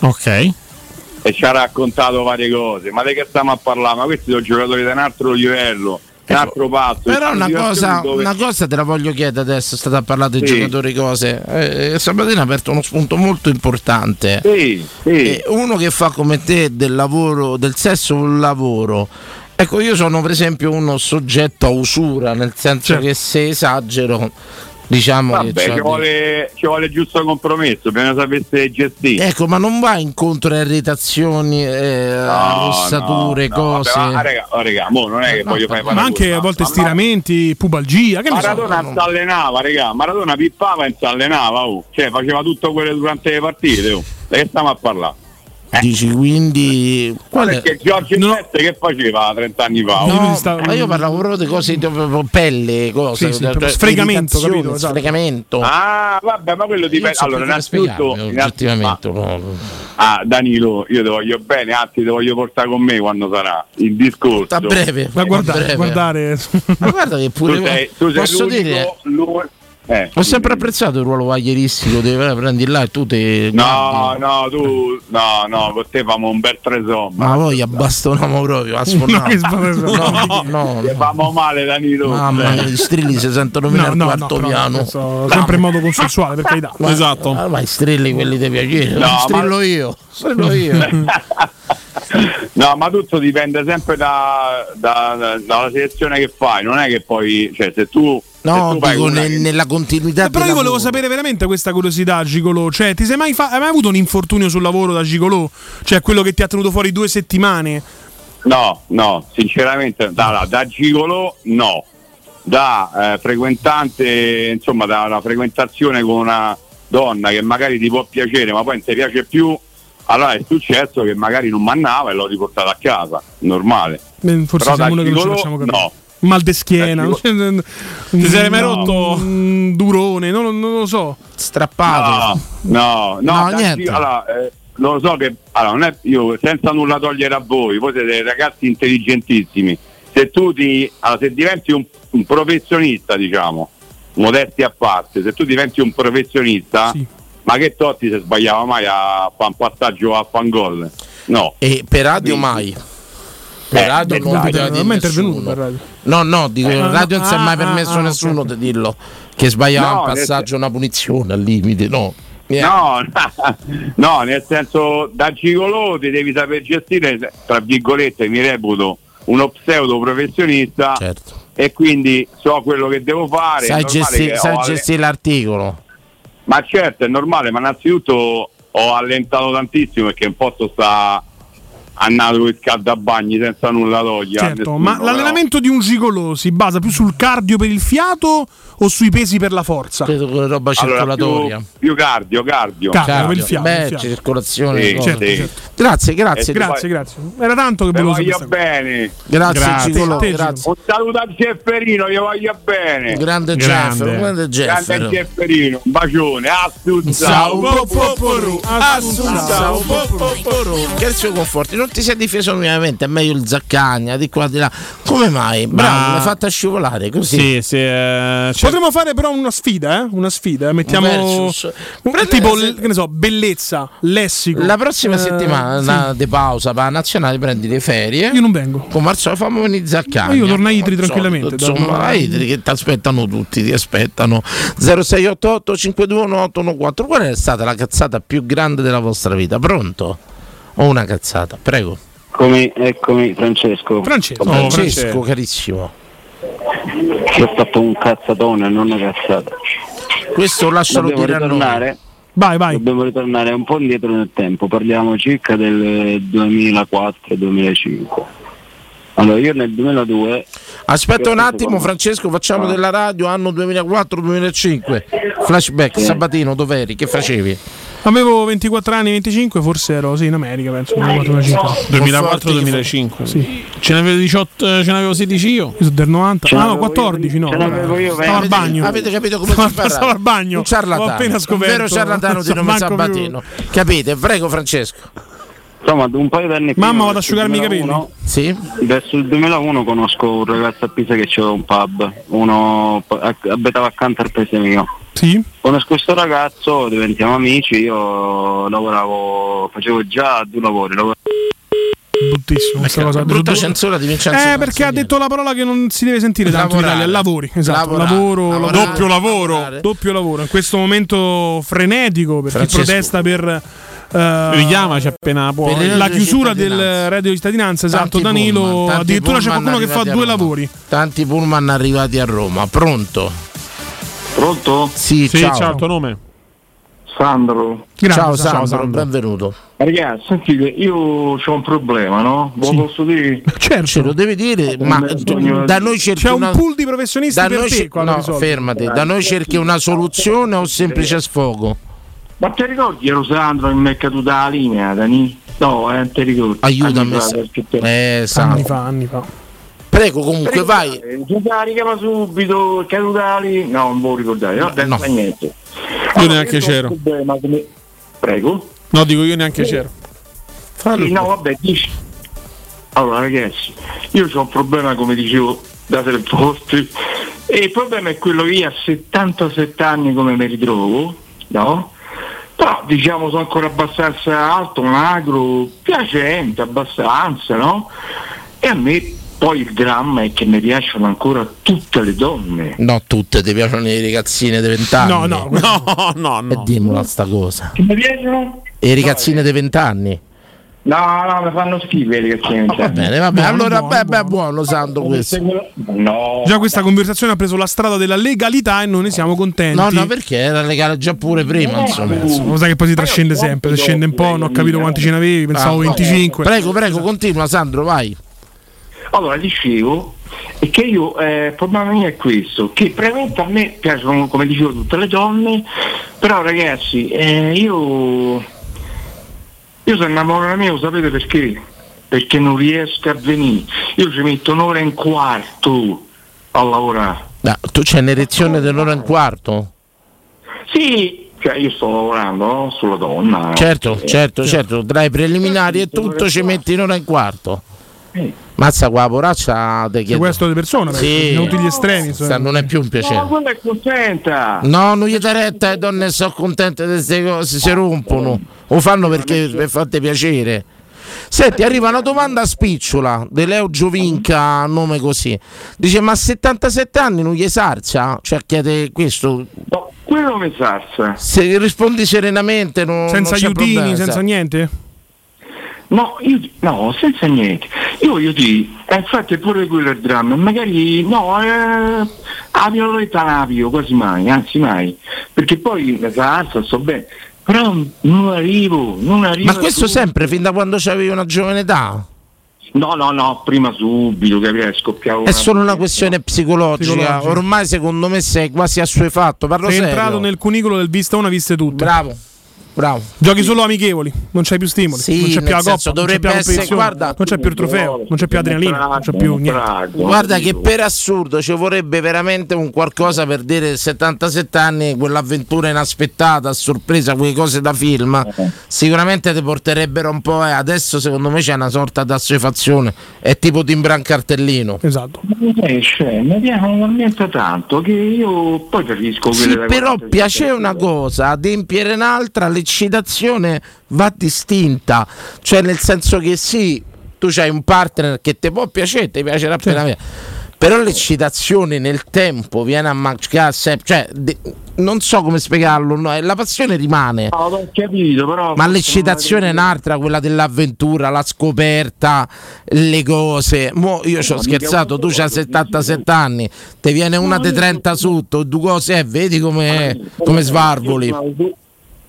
D: Ok.
K: e ci ha raccontato varie cose. Ma di che stiamo a parlare? Ma questi sono giocatori di un altro livello, un altro passo.
C: Però una
K: Questi
C: cosa,
K: giocatori dove-
C: una cosa te la voglio chiedere adesso, state a parlare dei
K: Sì.
C: giocatori cose. Eh, eh, Sabatino ha aperto uno spunto molto importante. Eh, uno che fa come te del lavoro, del sesso un lavoro. Ecco, io sono per esempio uno soggetto a usura, nel senso che se esagero, diciamo che
K: Certo. Vabbè,
C: c'ho
K: ci
C: di-
K: vuole, ci vuole il giusto compromesso, bisogna sapesse gestire.
C: Ecco, ma non va incontro a irritazioni, eh, a rossature,
K: no,
C: cose.
K: vabbè, ma, ah, raga, ah, raga, mo non è che voglio fare
E: ma anche a volte stiramenti, pubalgia, che ne so.
K: Maradona si allenava, raga, Maradona pippava e si allenava, oh. cioè faceva tutto quello durante le partite, oh. Da che stiamo a parlare?
C: Eh. Dici quindi qual è?
K: Perché Giorgio Sette che faceva 30 anni fa? oh?
C: No, Mm. ma io parlavo proprio di cose di proprio pelle, cose
K: Sì, sì, proprio sfregamento,
C: irritazioni,
K: capito, esatto.
C: Sfregamento.
K: Ah, vabbè, ma quello dipende.
C: so
K: Allora,
C: come
K: innanzitutto,
C: spiegarmi, eh, oggettivamente, no.
K: innanzi- a Danilo io ti voglio bene, anzi ti voglio portare con me quando sarà il discorso.
C: A breve,
E: Ma guarda-
C: a breve.
E: guardare.
C: Ma guarda che pure
K: Tu sei- tu sei
C: posso
K: l'unico-
C: dire
K: l'u- eh,
C: ho sempre apprezzato il ruolo vaglieristico, devi prendi là e tu te
K: No, no, tu no, no, con te famo un bel tresom.
C: Ma voi abbastonamo proprio, a sfornare.
K: no, Ti famo male Danilo.
C: Mamma mia, gli strilli si sentono fino al quarto
E: però,
C: piano.
E: adesso, sempre in modo consensuale, per carità. Esatto.
C: Ma- ah, ma i strilli quelli dei piacere,
K: Esatto. No,
C: strillo
K: ma-
C: io, strillo io.
K: No, ma tutto dipende sempre da- da- da- dalla selezione che fai, non è che poi, cioè, se tu
C: No,
K: se tu fai
C: dico
K: una
C: ne-
K: che-
C: nella continuità.
E: Eh, Però io
C: del
E: volevo
C: lavoro.
E: sapere veramente questa curiosità, Gigolo. Cioè, ti sei mai, fa- hai mai avuto un infortunio sul lavoro da Gigolo? Cioè, quello che ti ha tenuto fuori due settimane?
K: No, no, sinceramente da, da, da gigolo no, da eh, frequentante, insomma da una frequentazione con una donna che magari ti può piacere ma poi non ti piace più, allora è successo che magari non mannava e l'ho riportata a casa, normale.
E: Beh,
K: Però
E: Forse
K: da
E: siamo noi che non ci
K: gigolo,
E: facciamo capire.
K: no.
E: Mal de schiena. Cioè,
K: Da
E: Ti
K: sei mai rotto?
E: Durone, non, non lo so.
C: Strappato.
K: No, no,
E: No,
K: da
E: niente.
K: Gi- allora, eh, lo so che allora, non è, io senza nulla togliere a voi, voi siete ragazzi intelligentissimi. Se tu ti allora, se diventi un, un professionista, diciamo, modesti a parte, se tu diventi un professionista, ma che Totti se sbagliava mai a fare un passaggio o a fan gol? No.
C: E per radio mai. Per
K: Eh,
C: radio non
K: dai,
C: poteva
K: non
C: dire
K: è mai
C: nessuno. No, no, dico,
K: Eh, no,
C: radio non si è
K: ah,
C: mai
K: ah,
C: permesso
K: ah,
C: nessuno di dirlo. Che sbagliava
K: No,
C: un
K: nel
C: passaggio, una punizione al limite, no.
K: No, no, nel senso da gigolo ti devi saper gestire, tra virgolette mi reputo uno pseudo professionista e quindi so quello che devo fare. è
C: Certo.
K: normale
C: Sai gesti-
K: che ho
C: sai
K: alle-
C: gestire l'articolo.
K: Ma certo, è normale, ma innanzitutto ho allentato tantissimo perché un posto sta andato con scalda bagni senza nulla toglia. a
E: Certo,
K: nessuno,
E: ma
K: però.
E: l'allenamento di un gigolo si basa più sul cardio per il fiato o sui pesi per la forza?
C: Credo con roba
K: Allora, più, più cardio, cardio.
E: Cardio, Cardio, per il fiato,
C: Beh,
E: il fiato.
C: circolazione.
K: Sì,
C: cose.
K: certo, certo.
C: Grazie, grazie.
K: Eh, grazie,
E: grazie. Era tanto che
K: Vi
E: volevo sapere.
K: voglio bene.
C: Grazie, Grazie. Gigolo, Te, grazie.
K: Un saluto a Gefferino, vi voglio bene.
C: Grande Grande. Jeffer, grande Jeffer.
K: Grande Gefferino, un bacione. Assunzao.
C: Scherzio conforti, non ti sei difeso minimamente, è meglio il Zaccagna di qua di là. Come mai? Bravo,
D: Ma-
C: l'hai fatta scivolare così.
D: Sì, sì, eh, c'è-
E: Potremmo fare però una sfida, eh? Una sfida, eh? mettiamo
C: versus. Eh,
E: un- tipo l- che ne so, bellezza, lessico.
C: La prossima
E: Eh,
C: settimana
E: sì.
C: una di pausa per la nazionale prendi le ferie.
E: Io non vengo.
C: Come al solito fammi venire Zaccagna.
E: Ma io torno a Idri
C: Come al
E: tranquillamente,
C: solito, Insomma,
E: torno-
C: a Idri che ti aspettano tutti, ti aspettano. 0688 521814. Qual è stata la cazzata più grande della vostra vita? Pronto? Ho una cazzata, prego.
L: Eccomi, eccomi, Francesco.
E: Francesco,
C: Oh, Francesco carissimo.
L: Ti ho fatto un cazzatone, non una cazzata.
C: Questo lascialo
L: Dobbiamo
C: dire a noi.
L: ritornare.
E: Vai, vai.
L: Dobbiamo ritornare un po' indietro nel tempo, parliamo circa del 2004-2005. Allora, io nel 2002...
C: Aspetta un attimo, Francesco, facciamo della radio anno 2004-2005. Flashback,
E: Sì.
C: Sabatino, dov'eri? Che facevi?
E: Avevo 24 anni, 25, forse ero sì, in America, penso. 24, 25.
D: 2004-2005.
E: Sì.
D: Ce n'avevo 18, eh, ce n'avevo 16 io.
E: Io sono del 90.
D: Ce
E: Ah, no,
D: l'avevo
E: 14, no.
D: ce l'avevo io,
E: Stavo al
D: venti.
E: bagno.
C: Avete capito come si parla?
E: Stavo al bagno.
C: Un ciarlatano.
E: Ho appena
C: un
E: scoperto.
C: vero ciarlatano di
E: Non so
C: nome
E: manco più.
C: Sabatino. Capite? Prego Francesco.
L: Insomma, un paio di anni prima...
E: Mamma, vado ad
L: verso il
E: asciugarmi i
L: 2001,
E: capelli.
C: Sì?
L: Verso il 2001 conosco un ragazzo a Pisa che c'era un pub, uno a- abitava accanto al paese mio.
E: Sì.
L: Conosco questo ragazzo, diventiamo amici, io lavoravo, facevo già due lavori, lavoravo
E: Bruttissimo questa cosa.
C: Brutta censura di Vincenzo.
E: Eh, perché ha detto la parola che non si deve sentire tanto in
C: Lavorare.
E: Italia, lavori, esatto,
C: Lavorare.
E: lavoro,
C: Lavorare.
E: lavoro.
C: Doppio lavoro. Lavorare.
E: doppio lavoro, in questo momento frenetico per
D: Francesco.
E: chi protesta per eh,
D: Richiamaci appena può.
E: per la chiusura del reddito di cittadinanza, esatto,
C: Tanti
E: Danilo,
C: pullman, tanti
E: addirittura c'è
C: pullman
E: qualcuno che fa
C: arrivati a
E: due
C: Roma.
E: lavori.
C: Tanti pullman arrivati a Roma. Pronto?
L: Pronto?
C: Sì,
D: Sì,
C: ciao.
D: ciao, il tuo nome.
L: Sandro.
C: ciao, Sandro,
D: ciao, Sandro.
C: benvenuto.
L: Ragazzi, sentite, io ho un problema, no? Lo posso dire?
E: Certo.
C: Ce lo devi dire, ma tu- da noi cerchi
E: C'è un
C: una-
E: pool di professionisti
C: da
E: per
C: noi
E: te
C: cer-
E: qua da
C: no,
E: risolvere.
C: fermati, da noi cerchi una soluzione o un semplice sfogo?
L: Ma ti ricordi ero Sandro che mi è caduta la linea, Dani? No, eh, non ti ricordi.
C: Aiutami.
L: Anni fa,
C: Sa-
L: perché te-
C: eh,
E: Anni
C: Sandro.
E: fa, anni fa.
C: Prego, comunque,
L: Prego,
C: vai.
L: eh, Giordani, chiama subito, è caduta la linea. No, non voglio ricordare, no, adesso fa niente.
D: Io neanche c'ero.
L: Problema, come- Prego.
D: No, dico io neanche c'ero.
M: Sì, no, vabbè, dici. Allora, ragazzi, io ho un problema, come dicevo, date le vostre. E il problema è quello che io a 77 anni come mi ritrovo, no? Però diciamo sono ancora abbastanza alto, magro, piacente abbastanza, no? E a me poi il dramma è che mi piacciono ancora tutte le donne.
C: No, tutte ti piacciono le ragazzine di 20 anni.
M: No, no,
D: no, no,
C: E Eh, dimmi sta cosa.
M: Che mi piacciono?
C: E le ragazzine di 20 anni.
M: No, no, mi fanno schifo le ragazzine.
C: Va bene, va bene. allora, beh, beh, buono, santo questo.
M: No.
E: Già questa conversazione ha preso la strada della legalità e noi ne siamo contenti.
C: No, no, perché era legale già pure
E: Eh,
C: prima, insomma.
E: Lo sai che poi si trascende sempre, se scende un po', non ho capito quanti ce ne avevi, pensavo
C: Ah,
E: 25.
C: Prego, prego, continua Sandro, vai.
M: Allora dicevo è che io eh, il problema mio è questo, che praticamente a me piacciono come dicevo tutte le donne, però ragazzi eh, io io sono innamorato mia, lo sapete perché? Perché non riesco a venire, io ci metto un'ora e un quarto a lavorare.
C: No, tu c'hai un'erezione dell'ora e un quarto?
M: Sì, cioè io sto lavorando no? sulla donna.
C: Certo,
M: Eh,
C: certo, certo, tra i preliminari e tutto ci metti un'ora e un quarto.
M: Sì.
C: Mazza qua la poraccia te chiedo.
E: questo di persona, perché
C: sì.
E: in tutti gli estremi, insomma.
C: Sta, non è più un
M: No,
C: piacere.
M: quella è contenta.
C: No, non gli dà retta, le donne sono contente di queste cose, si rompono. O fanno perché per farti piacere. Senti, arriva una domanda a spicciola di Leo Giovinca, nome così. Dice, ma a 77 anni non gli esarcia? Cioè chiede questo.
M: Quello mi sarsa.
C: Se rispondi serenamente non
E: Senza
C: non c'è
E: aiutini,
C: problema.
E: senza niente?
M: No, io, no, senza niente. Io voglio dire, eh, infatti è pure quello il dramma, magari no, eh, a violetta la avvio, quasi mai, anzi mai, perché poi la salsa sto bene, però non arrivo, non arrivo.
C: Ma questo sempre, fin da quando c'avevi una giovane età?
M: No, no, no, prima subito, capire, scoppiavo.
C: È solo una questione psicologica.
E: Psicologica.
C: Ormai secondo me sei quasi assuefatto. Parlo
E: Sei
C: serio.
E: entrato nel cunicolo del vista una, viste tutte.
C: Bravo. Bravo.
E: Giochi solo amichevoli, non c'hai più stimoli,
C: Sì,
E: non c'è
C: nel
E: più la
C: senso,
E: coppa, non
C: dovrebbe
E: c'è più la
C: essere-
E: competizione,
C: guarda-
E: non c'è più il trofeo, non c'è più adrenalina, non c'è più niente.
C: Guarda che per assurdo ci vorrebbe veramente un qualcosa per dire 77 anni, quell'avventura inaspettata, a sorpresa, quelle cose da film, sicuramente ti porterebbero un po'. eh, adesso secondo me c'è una sorta di assuefazione, è tipo timbran cartellino.
E: Esatto.
M: mi piacciono talmente tanto che io poi capisco
C: Sì,
M: quelle
C: però piace una cosa, adempiere un'altra, l'eccitazione va distinta, cioè nel senso che sì, tu hai un partner che ti può piacere, ti piacerà appena via. Però l'eccitazione nel tempo viene a mancare sempre, cioè de- non so come spiegarlo, no, eh, la passione rimane.
M: No, l'ho capito, però.
C: Ma l'eccitazione è un'altra, quella dell'avventura, la scoperta, le cose. Mo io ci ho scherzato, tu c'hai 77 anni, ti viene una di 30 sotto, due cose, eh, vedi come, come svarvoli.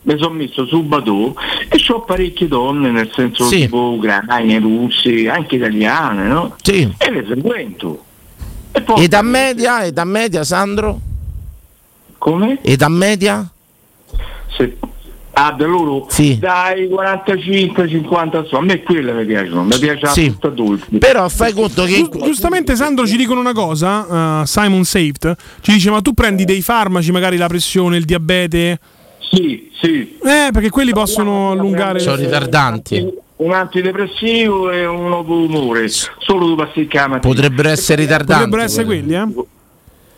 M: Mi sono messo su Badoo e ho parecchie donne, nel senso
C: Sì.
M: tipo ucraine, russe, anche italiane, no? E le frequento.
C: Età media, età media, Sandro?
M: Come?
C: Età media?
M: Se... Ah, da loro
C: Sì.
M: dai 45-50 so. A me quelle mi piacciono, mi piace
E: Sì.
M: la frutta dolce.
C: Però fai conto
E: Giu- giustamente Sandro ci dicono una cosa, eh, Simon Saved, ci dice ma tu prendi dei farmaci, magari la pressione, il diabete?
M: Sì, sì.
E: Eh, perché quelli possono allungare...
C: Sono ritardanti.
M: Un antidepressivo e un nuovo umore, solo due pasticche alla mattina.
C: Potrebbero essere ritardanti.
M: Potrebbero essere
E: quelli, eh?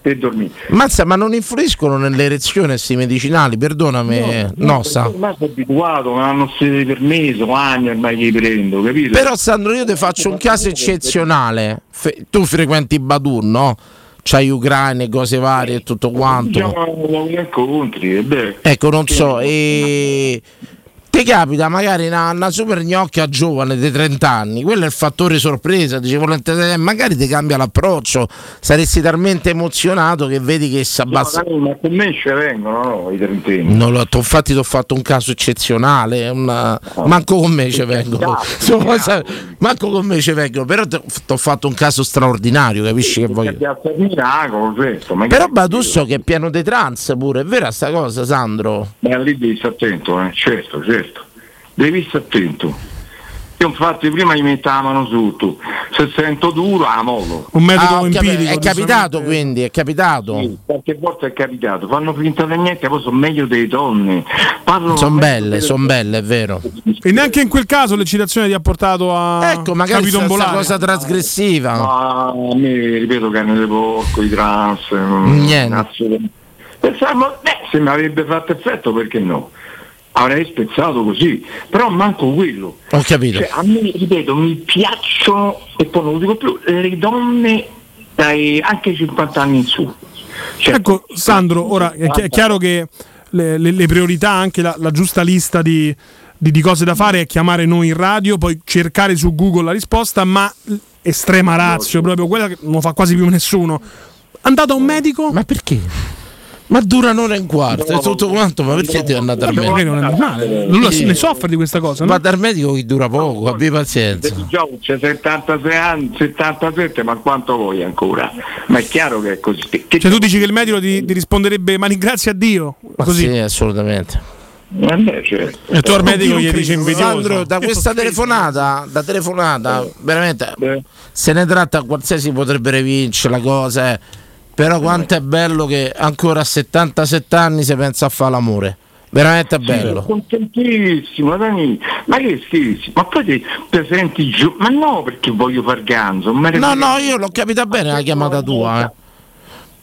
M: Per dormire.
C: Mazza, ma non influiscono nell'erezione questi medicinali, perdonami. eh, No, sa.
M: Ormai sono abituato, non hanno sede di permesso, anni ormai li prendo, capito?
C: Però Sandro io ti faccio un caso eccezionale. Fe- tu frequenti Badun, no? C'hai ucraine, cose varie e tutto quanto.
M: Siamo incontri, e beh.
C: Ecco, non so, e... ti capita magari una, una super gnocchia giovane di 30 anni, quello è il fattore sorpresa, dice, volente- eh, magari ti cambia l'approccio, saresti talmente emozionato che vedi che si abbassa.
M: No, dai, ma con me ci vengono no, i trentini.
C: Non lo- t'ho- infatti ti ho fatto un caso eccezionale, una- manco con me ci vengono, Insomma, sa- manco con me ci vengono, però ti ho fatto un caso straordinario, capisci che voglio?
M: Piazza di Miracolo, questo, ma
C: Però Badusso che è pieno di trans pure, è vera sta cosa Sandro?
M: ma lì devi stare attento, eh, certo, certo. Devi stare attento. Io infatti prima gli mettavano sotto, se sento duro ah, la movo.
C: Un metodo empirico. Ah, È capitato quindi, è capitato.
M: Sì, qualche volta è capitato, fanno finta di niente, poi sono meglio dei donne. Parlano
C: Sono
M: meglio
C: belle,
M: delle-
C: sono belle, è vero.
E: E neanche in quel caso l'eccitazione ti ha portato a.
C: Ecco, magari sta- sta
E: capitombolare.
C: cosa trasgressiva.
M: Ma a me ripeto carne di porco, i trans,
C: Niente.
M: assolutamente. Pensavo, beh, se mi avrebbe fatto effetto perché no? Avrei spezzato così, però manco quello.
C: Ho capito.
M: Cioè, a me, ripeto, mi piacciono, e poi non lo dico più, le donne dai anche 50 anni in su.
E: Ecco, Sandro, ora è, chi- è chiaro che le, le- le priorità, anche la, la giusta lista di, di- di cose da fare è chiamare noi in radio, poi cercare su Google la risposta, ma l- estrema razio, proprio quella che non lo fa quasi più nessuno. Andato a un medico?
C: Ma perché? Ma dura un'ora e un quarto e tutto quanto, ma perché ti è andato al
E: Vabbè,
C: medico?
E: magari non è normale. Lui
C: Sì.
E: ne soffre di questa cosa, no?
C: Vado al medico che dura poco, abbi pazienza.
M: Gio, C'è 76 anni, 77, ma quanto vuoi ancora? Ma è chiaro che è così. Che-
E: Cioè, tu dici che il medico ti, ti risponderebbe, ma ringrazia Dio. Così.
C: Sì, assolutamente.
M: Eh, beh, certo.
E: E tu al medico gli dici invidioso.
C: Sandro, da questa telefonata, da telefonata, veramente se ne tratta qualsiasi potrebbe vincere la cosa, eh. però quanto è bello che ancora a 77 anni si pensa a fare l'amore. Veramente è
M: Sono
C: bello.
M: contentissimo, Dani. Ma che scherzi? Ma poi ti presenti giù? Ma no, perché voglio far ganzo. ma-
C: No, no, io l'ho capita bene la chiamata tua. eh.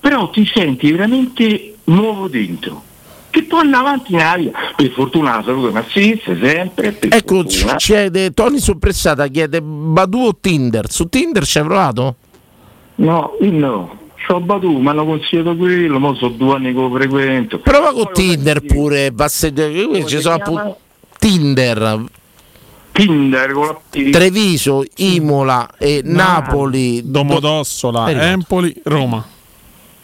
M: Però ti senti veramente nuovo dentro. Che poi andare avanti in aria. Per fortuna la salute, ma sì, sempre. Per
C: Ecco, c-
M: fortuna.
C: chiede Tony Suppressata chiede Badu o Tinder. Su Tinder ci hai provato?
M: No, io no. C'ho Badu, mi hanno consigliato quello, mo sono due anni che lo frequento.
C: Prova con Tinder pure, passeggi- ci sono appunto Tinder.
M: Tinder con la P.
C: Treviso, Imola e Napoli,
D: Domodossola, Empoli, Roma.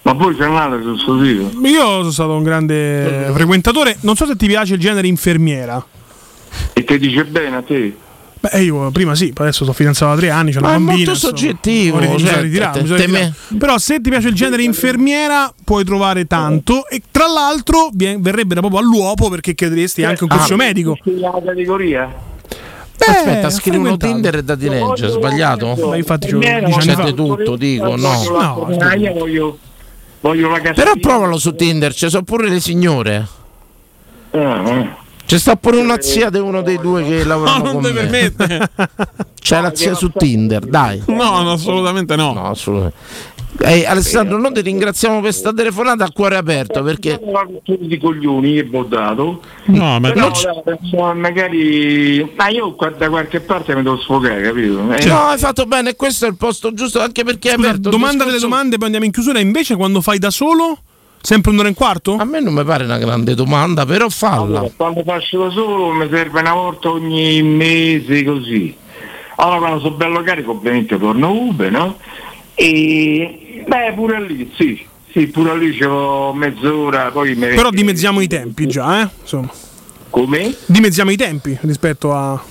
M: Ma voi c'è su sto sito?
E: Io sono stato un grande frequentatore. Non so se ti piace il genere infermiera.
M: E ti dice bene a te?
E: Beh, io prima sì, poi adesso sono fidanzato da tre anni, c'ho
C: Ma
E: una
C: è
E: bambina.
C: molto
E: insomma.
C: soggettivo,
E: Mi sono
C: cioè,
E: ritirato,
C: te-
E: mi sono
C: te-
E: ritirato. Però se ti piace il genere infermiera puoi trovare tanto e tra l'altro vie- verrebbero proprio all'uopo perché chiederesti anche
M: Ah.
E: un corso medico. Eh,
M: La categoria?
C: Aspetta, scrivi uno
E: frequentato.
C: Tinder e da di Ranger, sbagliato?
M: Ma infatti ci ho-
C: C'è
M: dieci anni fa.
C: di tutto, dico, no.
M: Voglio la- io voglio, voglio la casa.
C: Però provalo su Tinder, ci sono pure le signore.
M: eh.
C: C'è sta pure una zia di uno dei due che lavorano
D: non
C: con
D: ti
C: me.
D: permette.
C: C'è la zia su Tinder, dai.
D: No, no, assolutamente no.
C: No, assolutamente. Eh, Alessandro, noi ti ringraziamo per questa telefonata a cuore aperto perché
M: Una rottura di coglioni che ho dato.
D: No, ma
M: Però adesso magari. Ma io qua- da qualche parte mi devo sfogare, capito?
E: Cioè-
M: Eh,
C: No, hai fatto bene, questo è il posto giusto anche perché
E: Scusa,
C: è aperto.
E: domanda delle domande, poi andiamo in chiusura. Invece, quando fai da solo, sempre un'ora e un quarto?
C: A me non mi pare una grande domanda, però falla.
M: allora, quando faccio da solo mi serve una volta ogni mese così. Allora quando sono bello carico ovviamente torno Uber, no? E beh pure lì, sì, sì, pure lì c'ho mezz'ora, poi mi
E: Però dimezziamo i tempi già, eh? Insomma.
M: Come?
E: Dimezziamo i tempi rispetto a.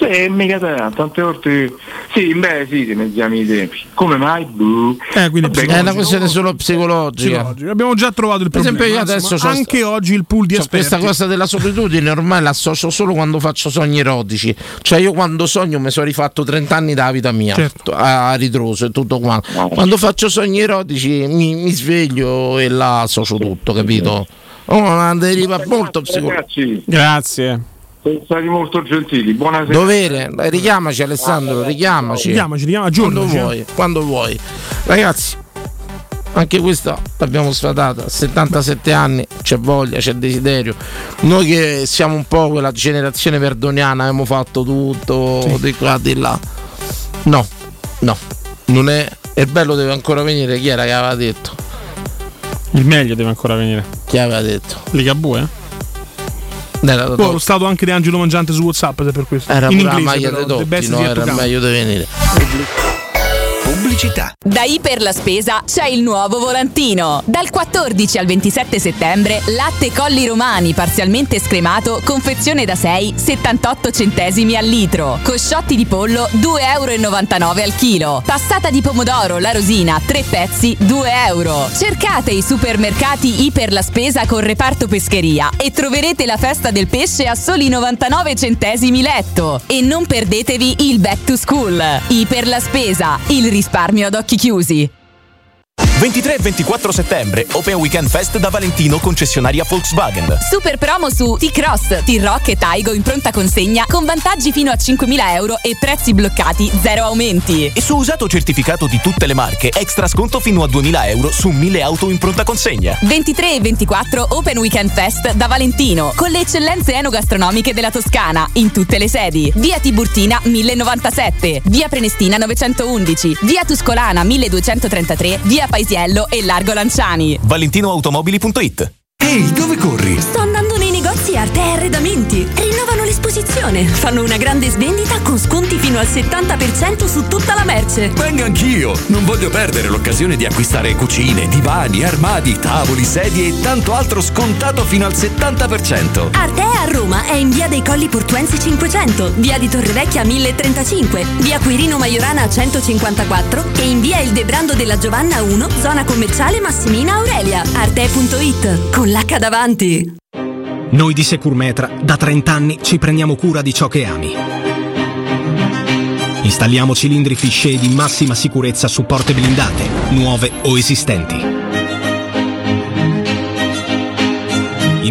M: Sì, mica tanto, tante volte. Sì, beh sì, dimezziamo i tempi. Come mai? Boh.
E: Eh, quindi
M: Vabbè,
C: È una questione solo psicologica.
E: Psicologico. Abbiamo già trovato il
C: Per
E: problema.
C: esempio, io adesso
E: insomma,
C: c'ho-
E: anche oggi il pool di
C: Cioè,
E: esperti.
C: questa cosa della solitudine ormai la associo solo quando faccio sogni erotici. Cioè, io quando sogno mi sono rifatto 30 anni della vita mia
E: Certo.
C: a a ritroso e tutto quanto. Quando faccio sogni erotici mi, mi sveglio e la associo tutto, capito? Oh, una deriva molto psicologica.
M: Ragazzi,
D: Grazie.
M: siete stati molto gentili, buonasera.
C: Dovere, dai, richiamaci Alessandro, richiamaci.
E: Richiamaci, richiama-
C: quando
E: aggiornaci, eh.
C: vuoi, quando vuoi. Ragazzi, anche questa l'abbiamo sfatata, a 77 anni, c'è voglia, c'è desiderio. Noi che siamo un po' quella generazione verdoniana, abbiamo fatto tutto di qua, di là. No, no, non è. E il bello deve ancora venire, chi era che aveva detto?
D: Il meglio deve ancora venire.
C: Chi aveva detto?
D: Ligabue?
C: Nella-
E: Poi lo stato anche di Angelo Mangiante su WhatsApp se per questo.
C: Era
E: in
C: pure la
E: inglese,
C: maglia
E: però,
C: dei
E: The
C: dotti,
E: Best
C: no?
E: Yet to
C: Era
E: Come.
C: meglio di venire.
N: pubblicità.
O: Da Iper la Spesa c'è il nuovo volantino. Dal 14 al 27 settembre, latte Colli Romani parzialmente scremato, confezione da 6, 78 centesimi al litro. Cosciotti di pollo, 2,99 euro al chilo. Passata di pomodoro, la rosina, 3 pezzi, 2 euro. Cercate i supermercati Iper la Spesa con reparto pescheria e troverete la festa del pesce a soli 99 centesimi letto. E non perdetevi il back to school. Iper la Spesa, il risparmio ad occhi chiusi.
P: 23 e 24 settembre, Open Weekend Fest da Valentino, concessionaria Volkswagen.
O: Super promo su T-Cross, T-Rock e Taigo in pronta consegna con vantaggi fino a 5.000 euro e prezzi bloccati, zero aumenti.
P: E su usato certificato di tutte le marche, extra sconto fino a 2000 euro su 1000 auto in pronta consegna.
O: 23 e 24 Open Weekend Fest da Valentino con le eccellenze enogastronomiche della Toscana in tutte le sedi. Via Tiburtina 1097, Via Prenestina 911, Via Tuscolana 1233, Via Paisiello e Largo Lanciani.
P: ValentinoAutomobili.it
N: Ehi, dove corri?
Q: Sto andando nei negozi Arte e Arredamenti. Rinnovano l'esposizione. Fanno una grande svendita con sconti fino al 70% su tutta la merce.
B: Venga anch'io! Non voglio perdere l'occasione di acquistare cucine, divani, armadi, tavoli, sedie e tanto altro scontato fino al 70%.
Q: Arte a Roma è in via dei Colli Portuensi 500, via di Torrevecchia 1035, via Quirino Maiorana 154 e in via Il Debrando della Giovanna 1, zona commerciale Massimina Aurelia. Arte.it con l'H davanti.
R: Noi di Securmetra da 30 anni ci prendiamo cura di ciò che ami. Installiamo cilindri fisce di massima sicurezza su porte blindate, nuove o esistenti. I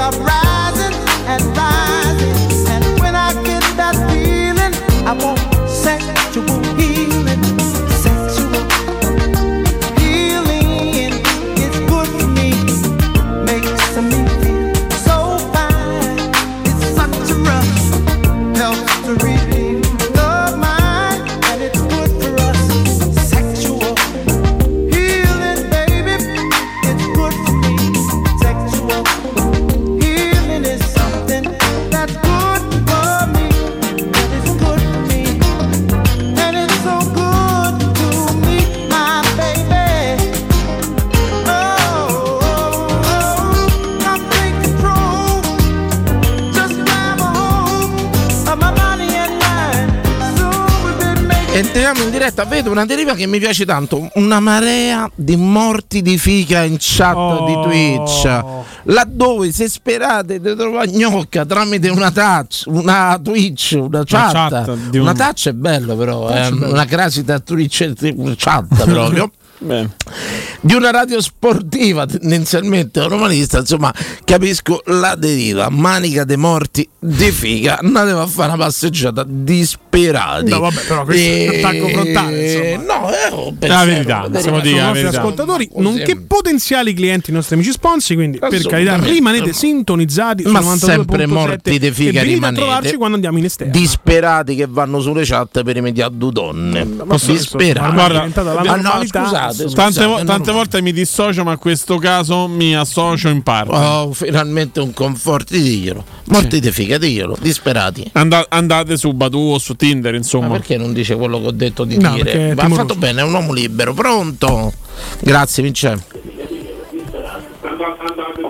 S: And rising, and when I get that feeling, I want sexual.
C: Entriamo in diretta, vedo una deriva che mi piace tanto, una marea di morti di figa in chat
D: Oh.
C: di Twitch, laddove se sperate di trovare gnocca tramite una touch, una Twitch, una chat, una,
D: chat di un-
C: touch è bello però,
D: Touch
C: eh,
D: è bello.
C: una crasita Twitch chat proprio.
D: Beh.
C: di una radio sportiva tendenzialmente romanista insomma capisco la deriva manica dei morti di figa andateva a fare una passeggiata disperati
E: No, vabbè, però questo è un
C: "Eh,
E: attacco frontale,
C: no eh, oh,
E: La
C: pensiero,
E: verità,
C: verità.
E: siamo i nostri ascoltatori,
C: Oh,
E: nonché potenziali clienti, i nostri amici sponsor. Quindi, per
C: Assolutamente.
E: carità, rimanete sintonizzati.
C: Ma
E: su 92.7
C: sempre morti di figa
E: e venite a
C: rimanete.
E: trovarci quando andiamo in esterno.
C: disperati che vanno sulle chat per rimediare due donne
D: Posso-
C: disperati
D: Guarda,
C: ah, no, scusate,
D: tante,
C: scusate,
D: vo-
C: no,
D: tante
C: no.
D: volte mi dissocio, ma in questo caso mi associo in parte.
C: Oh, finalmente un conforto, diglielo. Morti di figa, diglielo, disperati.
D: Anda- andate su Badu o su Tinder, insomma.
C: perché non dice quello che ho detto di
D: No, perché è
C: dire? Ma ha
D: timoroso.
C: fatto bene, è un uomo libero, pronto. Grazie, Vincenzo.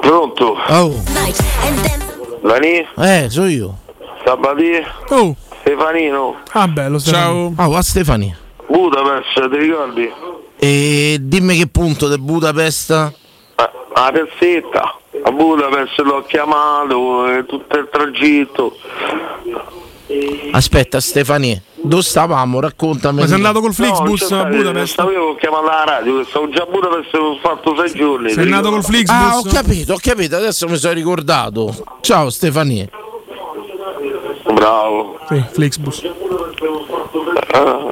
T: Pronto?
C: Oh,
T: Lani,
C: eh, sono io.
T: Sabatì,
E: Oh,
T: Stefanino,
E: ah, bello,
C: Ciao. Oh, a Stefania.
T: Budapest, ti ricordi?
C: E dimmi che punto del Budapest?
T: A, a Pezzetta, a Budapest l'ho chiamato, eh, tutto il tragitto.
C: Aspetta, Stefania, dove stavamo? Raccontami.
T: No, cioè, sai, Sapevo che chiamavo alla radio, che stavo già a Budapest, ho fatto sei giorni. ti ricordo.
C: Ah, ho capito, ho capito, adesso mi sono ricordato. Ciao Stefania.
T: Bravo.
E: Sì, Flixbus.
T: Ah.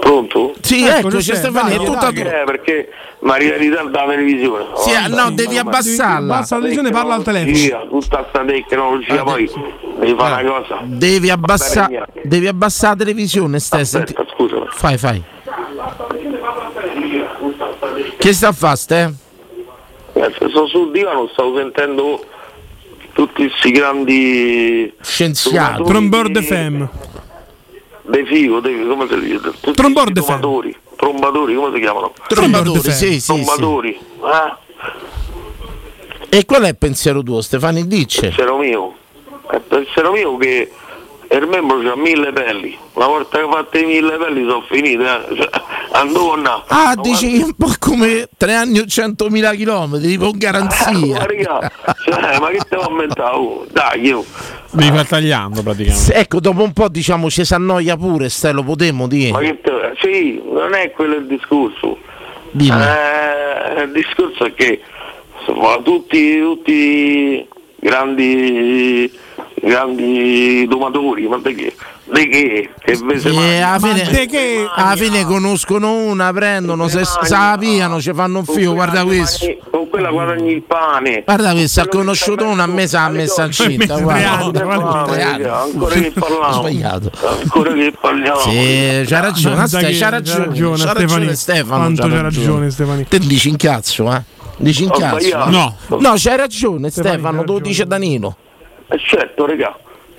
T: Pronto?
C: Sì, Ecco, eccoci, c'è, Stefania, vai, è tutta dai. tua.
T: Eh, perché Maria ridare dalla televisione.
C: Sì,
T: Oh,
C: ah, no,
T: dai,
C: devi
T: ma- ma- Tutta
C: abbassarla. Abbassa la televisione,
T: sta
C: parla al telefono. Ah,
T: tecnologia, Tutta sta tecnologia, poi devi fare una cosa.
C: Devi
T: Va
C: abbassare
T: bene,
C: devi abbassare la televisione stessa.
T: scusa.
C: Fai, fai. Che sta a fare, Ste?
T: niente, Sono sul divano, stavo sentendo tutti questi grandi
C: scienziati.
E: Trombord FM.
T: dei figo, dei, come si dice? Tutti
E: Trombord
T: questi trombatori, trombatori, come si chiamano?
C: Trombatori, Trombatori, sì, sì, sì.
T: Trombatori, ah,
C: E qual è il pensiero tuo, Stefani? Dice.
T: pensiero mio. È pensiero mio che il membro c'ha mille pelli. Una volta che fatte i mille pelli sono finite, eh. Cioè, andonna.
C: Ah, dici che è un po' come tre anni o 100.000 km, tipo
T: Ah,
C: garanzia.
T: Raga, cioè, ma che te va a mentare? oh? Dai, io.
D: Mi fa tagliando praticamente.
C: Se- Ecco, dopo un po' diciamo ci s'annoia pure, Ste, lo potremmo
T: Ma
C: dire.
T: che te- sì, non è quello il discorso.
C: Dimmi.
T: Eh, il discorso è che insomma, tutti, tutti grandi grandi domatori, ma di che? Di che? Che ve se
C: E alla
T: mangia?
C: fine, alla fine conoscono una, prendono, se se la piano, ci fanno un fio, guarda questo.
T: Con quella guadagni il pane.
C: Guarda questo, ha conosciuto una, a me si ha messa incinta, guarda.
T: Ah, raga, ancora che parliamo.
C: Sbagliato.
T: Ancora che parliamo.
C: Sì, Eh, c'ha ragione,
E: Guarda
C: stai,
E: che
C: c'ha
E: c'ha
C: ragione,
E: ragione,
C: c'ha ragione
E: Stefani.
C: Stefano.
E: Quanto c'ha ragione,
C: Stefani. Te dici in cazzo, eh? Dici in
T: Ho
C: cazzo.
T: sbagliato. No.
C: no, c'hai ragione Stefano, te lo dice Danilo.
T: Eh, certo, regà,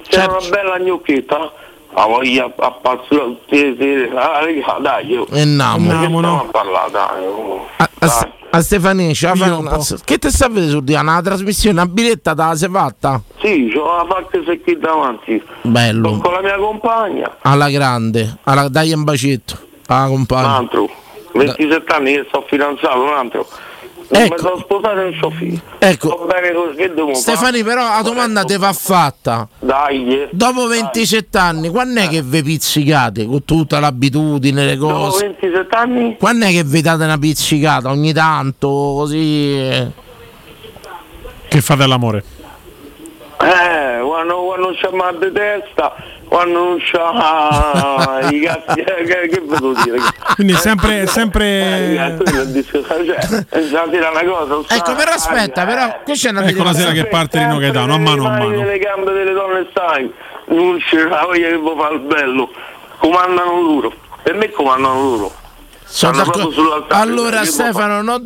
T: c'è una bella gnocchetta, no? la voglia a passare tutti i sere. Ah, regà, dai, io.
C: E namo. Namo,
T: no. a parlare, dai. oh.
C: A, a- a Stefania, ce la fai
T: Io un
C: una-
T: po'.
C: che te sta a vedere sul divano? Una trasmissione, una biretta te la sei fatta?
T: Sì, c'ho la parte se qui davanti. Sto
C: Bello,
T: con la mia compagna.
C: alla grande, alla, dai un bacetto, alla compagna.
T: L'altro, 27 anni che sto fidanzato, un altro. Non mi sono sposato e non ho figli.
C: Ecco.
T: Sto bene così, che devo fare?
C: Stefani, però la domanda te va fatta.
T: Dai, eh.
C: Dopo 27 anni, quando è che vi pizzicate con tutta l'abitudine, le
T: Dopo
C: cose?
T: 27 anni?
C: Quando è che vi date una pizzicata ogni tanto, così?
D: Che fate l'amore?
T: Eh, quando, quando c'è mal di testa, quando non c'ha i cazzi, eh, che, che vedo dire?
E: Quindi è sempre, è sempre
T: Eh, quello è il discorso, cioè, è già dire una cosa,
C: Ecco, però aspetta, però qui c'è una
D: Ecco la sera che parte Rino Gaetano, a mano a mano.
T: le gambe delle donne stai, non c'è la voglia che vuoi fare il bello, comandano loro, per me comandano loro. Stanno proprio sull'altare,
C: Allora
T: perché vuoi
C: Stefano, non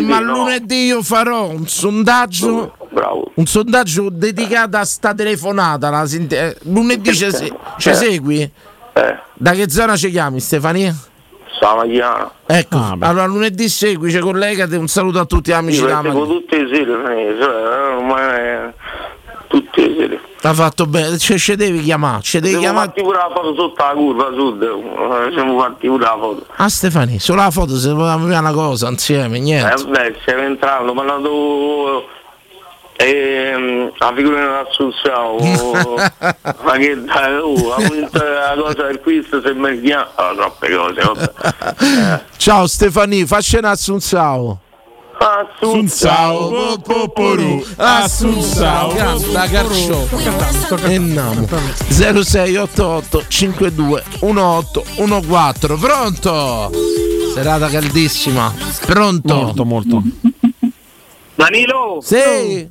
T: Domani
C: ma
T: no.
C: lunedì io farò un sondaggio.
T: Bravo.
C: Un sondaggio dedicato a sta telefonata. la sint- eh, lunedì ci, se- ci
T: Eh.
C: segui? Da che zona ci chiami Stefania?
T: fare- Stamattina.
C: Ecco, allora lunedì seguici, collegati, un saluto a tutti gli amici
T: Io
C: della
T: la seguo
C: mattina.
T: tutte le sere, eh, cioè, eh, ormai, eh, tutte le sere.
C: Ha fatto bene, cioè ci devi chiamare, ci devi
T: Devo
C: chiamare.
T: farti pure la foto sotto la curva sud, eh, siamo fatti pure la foto.
C: Ah Stefani, solo la foto, se volevamo fare una cosa insieme, niente.
T: Eh, beh, stiamo entrando, ma andato ehm, la figura dell'assunzione, oh, ma che dai, oh, ha vinto la cosa del quiz, se mi chiama, ah, troppe cose, vabbè.
C: Ciao Stefani, facci un assunzao.
T: Assunzao,
C: poporu, assunzao, canta carciò. E namo. 0688 52 18 14. Pronto? Serata caldissima. Pronto? Molto,
D: molto.
U: Danilo?
C: Sì.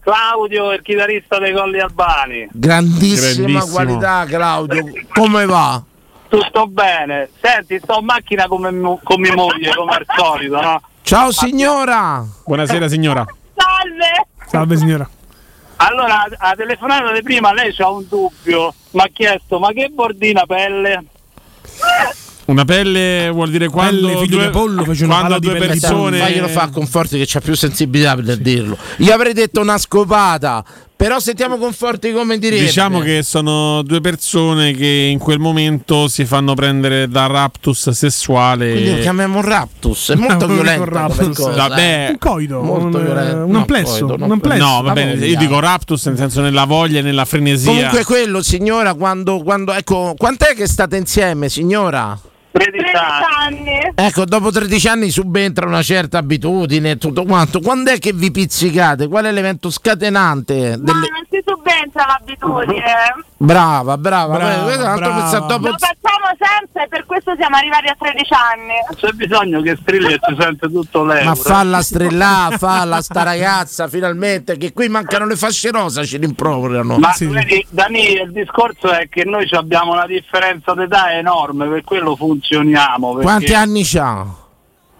U: Claudio, il chitarrista dei Colli Albani.
C: Grandissima
U: Grandissimo.
C: qualità, Claudio. Come va?
U: Tutto bene. Senti, sto in macchina come, mo- con mia moglie, come al solito, no?
C: Ciao signora.
D: Buonasera signora.
U: Salve!
E: Salve signora.
U: Allora, a telefonata di prima lei c'ha un dubbio. Mi ha chiesto, ma che bordina pelle?
D: Una pelle vuol dire quando
C: figlio
D: due,
C: di pollo, fece una
D: quando
C: palla di
D: due
C: pelle
D: persone
C: a Faglielo fa Conforti che c'ha più sensibilità per dirlo. Gli avrei detto una scopata. Però sentiamo Conforti come direbbe.
D: Diciamo che sono due persone che in quel momento si fanno prendere da raptus sessuale.
C: Quindi lo chiamiamo raptus, è molto violento come cosa,
D: Vabbè,
C: eh. Un coido, Molto un, violento.
E: un amplesso,
D: coido,
E: un amplesso.
D: No, va
E: La
D: bene,
E: voglia.
D: io dico raptus nel senso nella voglia e nella frenesia.
C: Comunque quello, signora, quando, quando ecco, quant'è che state insieme, signora?
U: 13 anni.
C: Ecco, dopo 13 anni subentra una certa abitudine e tutto quanto. Quando è che vi pizzicate? Qual è l'evento scatenante?
S: No,
C: delle-
S: non si subentra l'abitudine.
C: Brava, brava. eh,
S: Brava,
C: Beh, tra l'altro
S: brava.
C: pensa- dopo-
S: Eh, Lo facciamo sempre e per questo siamo arrivati a 13 anni.
U: C'è bisogno che strilli e ci sente tutto lei.
C: Ma falla strellà, falla sta ragazza finalmente, che qui mancano le fasce rosa, ci rimproverano.
U: Ma vedi, Dani, il discorso è che noi ci abbiamo una differenza d'età enorme, per quello funzioniamo. perché
C: Quanti anni c'ha?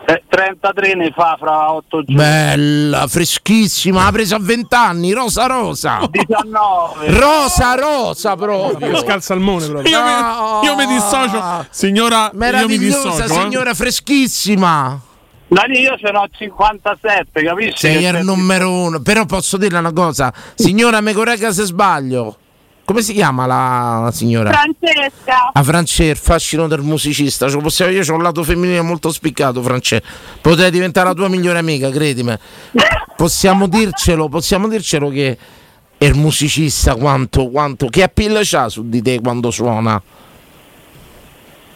U: eh, 33 ne fa fra 8 giorni.
C: Bella, freschissima, ha preso a 20 anni, rosa rosa.
U: 19.
C: Rosa rosa proprio.
E: Pesca al salmone proprio.
D: Io,
C: No.
D: mi, io mi dissocio, signora. Io mi
C: Meravigliosa
D: dissocio. eh.
C: signora, freschissima.
U: Dani, io ce n'ho 57, capisci?
C: Sei
U: Che
C: il
U: se-
C: numero uno. Però posso dirle una cosa, signora, mi corregga se sbaglio. Come si chiama la signora?
S: Francesca.
C: A Francè il fascino del musicista, cioè, possiamo- io ho un lato femminile molto spiccato, Francè. Potrei diventare la tua migliore amica, credimi. Possiamo dircelo, possiamo dircelo che è il musicista quanto, quanto. Che appeal c'ha su di te quando suona?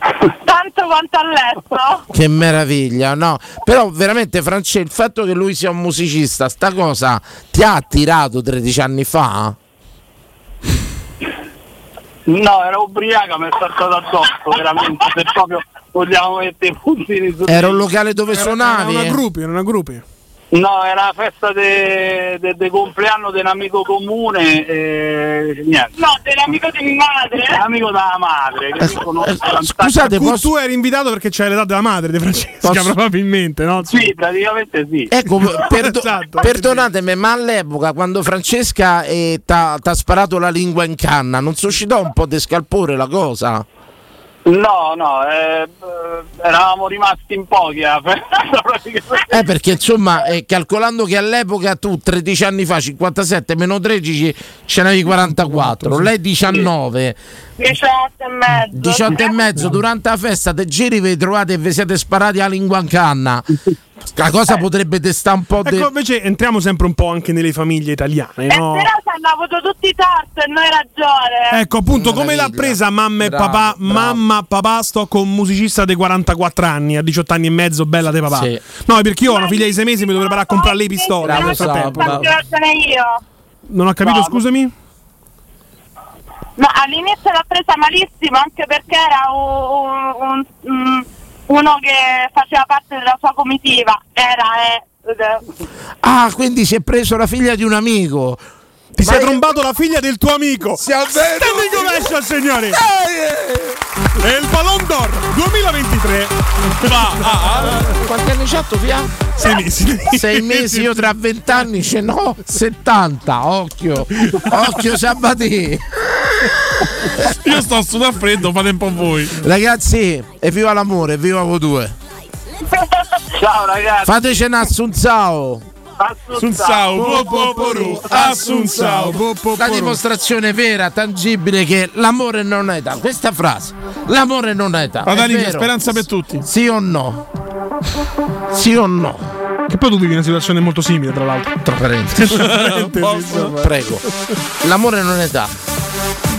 S: Tanto quanto all'estero.
C: Che meraviglia, no? Però veramente Francè, il fatto che lui sia un musicista, sta cosa ti ha attirato 13 anni fa?
U: No, era ubriaca, mi è saltato addosso, veramente, se proprio vogliamo mettere i puntini su.
C: Era un locale dove
E: Era-
C: suonavi? eh?
E: Era una gruppi, era una gruppi.
U: No, era la festa del de, de compleanno di un amico comune e niente.
S: No, dell'amico di mia madre.
U: Amico della madre.
C: Eh,
U: Che Eh, io conosco da un sacco-
E: tu, tu eri invitato perché c'è l'età della madre di Francesca,
C: Posso-
E: probabilmente, no? Esatto.
U: Sì, praticamente sì.
C: Ecco, perdo- perdonatemi, ma all'epoca quando Francesca eh, t'ha t'ha sparato la lingua in canna, non suscitò un po' di scalpore la cosa?
U: No, no, eh, eh, eravamo rimasti in pochi alla festa, praticamente.
C: Eh, perché insomma, eh, calcolando che all'epoca tu 13 anni fa, 57 meno 13, ce n'avevi 44, lei 19,
S: 18 e mezzo.
C: 18 e mezzo, durante la festa te giri, vi trovate e vi siete sparati la lingua in canna. La
S: Eh.
C: cosa potrebbe destare un po' di...
E: Ecco, invece entriamo sempre un po' anche nelle famiglie italiane,
S: Eh,
E: no?
S: però ci hanno avuto tutti torto e noi ragione.
E: Ecco, appunto, come l'ha presa mamma e
S: Bravo,
E: papà? Mamma, papà, sto con un musicista di 44 anni, a 18 anni e mezzo, bella te papà.
C: Sì.
E: No, perché io ho una figlia di 6 mesi, mi dovrei preparare a comprare le pistole.
S: Bravo,
E: nel
S: Sara,
E: frattempo.
S: bravo. ragione io.
E: Non ho capito, scusami?
S: No, all'inizio l'ho presa malissimo anche perché era un- un- un- uno che faceva parte della sua comitiva. Era, eh,
C: Ah, quindi si è preso la figlia di un amico.
E: Ti sei trombato la figlia del tuo amico. Standing ovation, signori. E il Ballon d'Or Ah, 2023 va a...
C: Quanti anni c'ha tu, Fia?
E: Sei mesi.
C: Sei mesi, io tra vent'anni ce n'ho 70. Occhio, occhio Sabatini.
D: Io sto sudando a freddo, fate un po' voi.
C: Ragazzi, evviva l'amore, evviva voi due.
U: Ciao ragazzi.
C: Fatecene assunzao.
D: Assunzao, po, po, po, ru. Assunzao, po, po, po,
C: La
D: ru.
C: dimostrazione vera, tangibile che l'amore non è età. Questa frase, l'amore non è età.
D: Guarda,
C: è
D: Nidia,
C: vero.
D: speranza per tutti.
C: Sì o no? Sì o no?
E: Che poi tu vivi una situazione molto simile, tra l'altro.
C: Tra parentesi. Prego. L'amore non è età.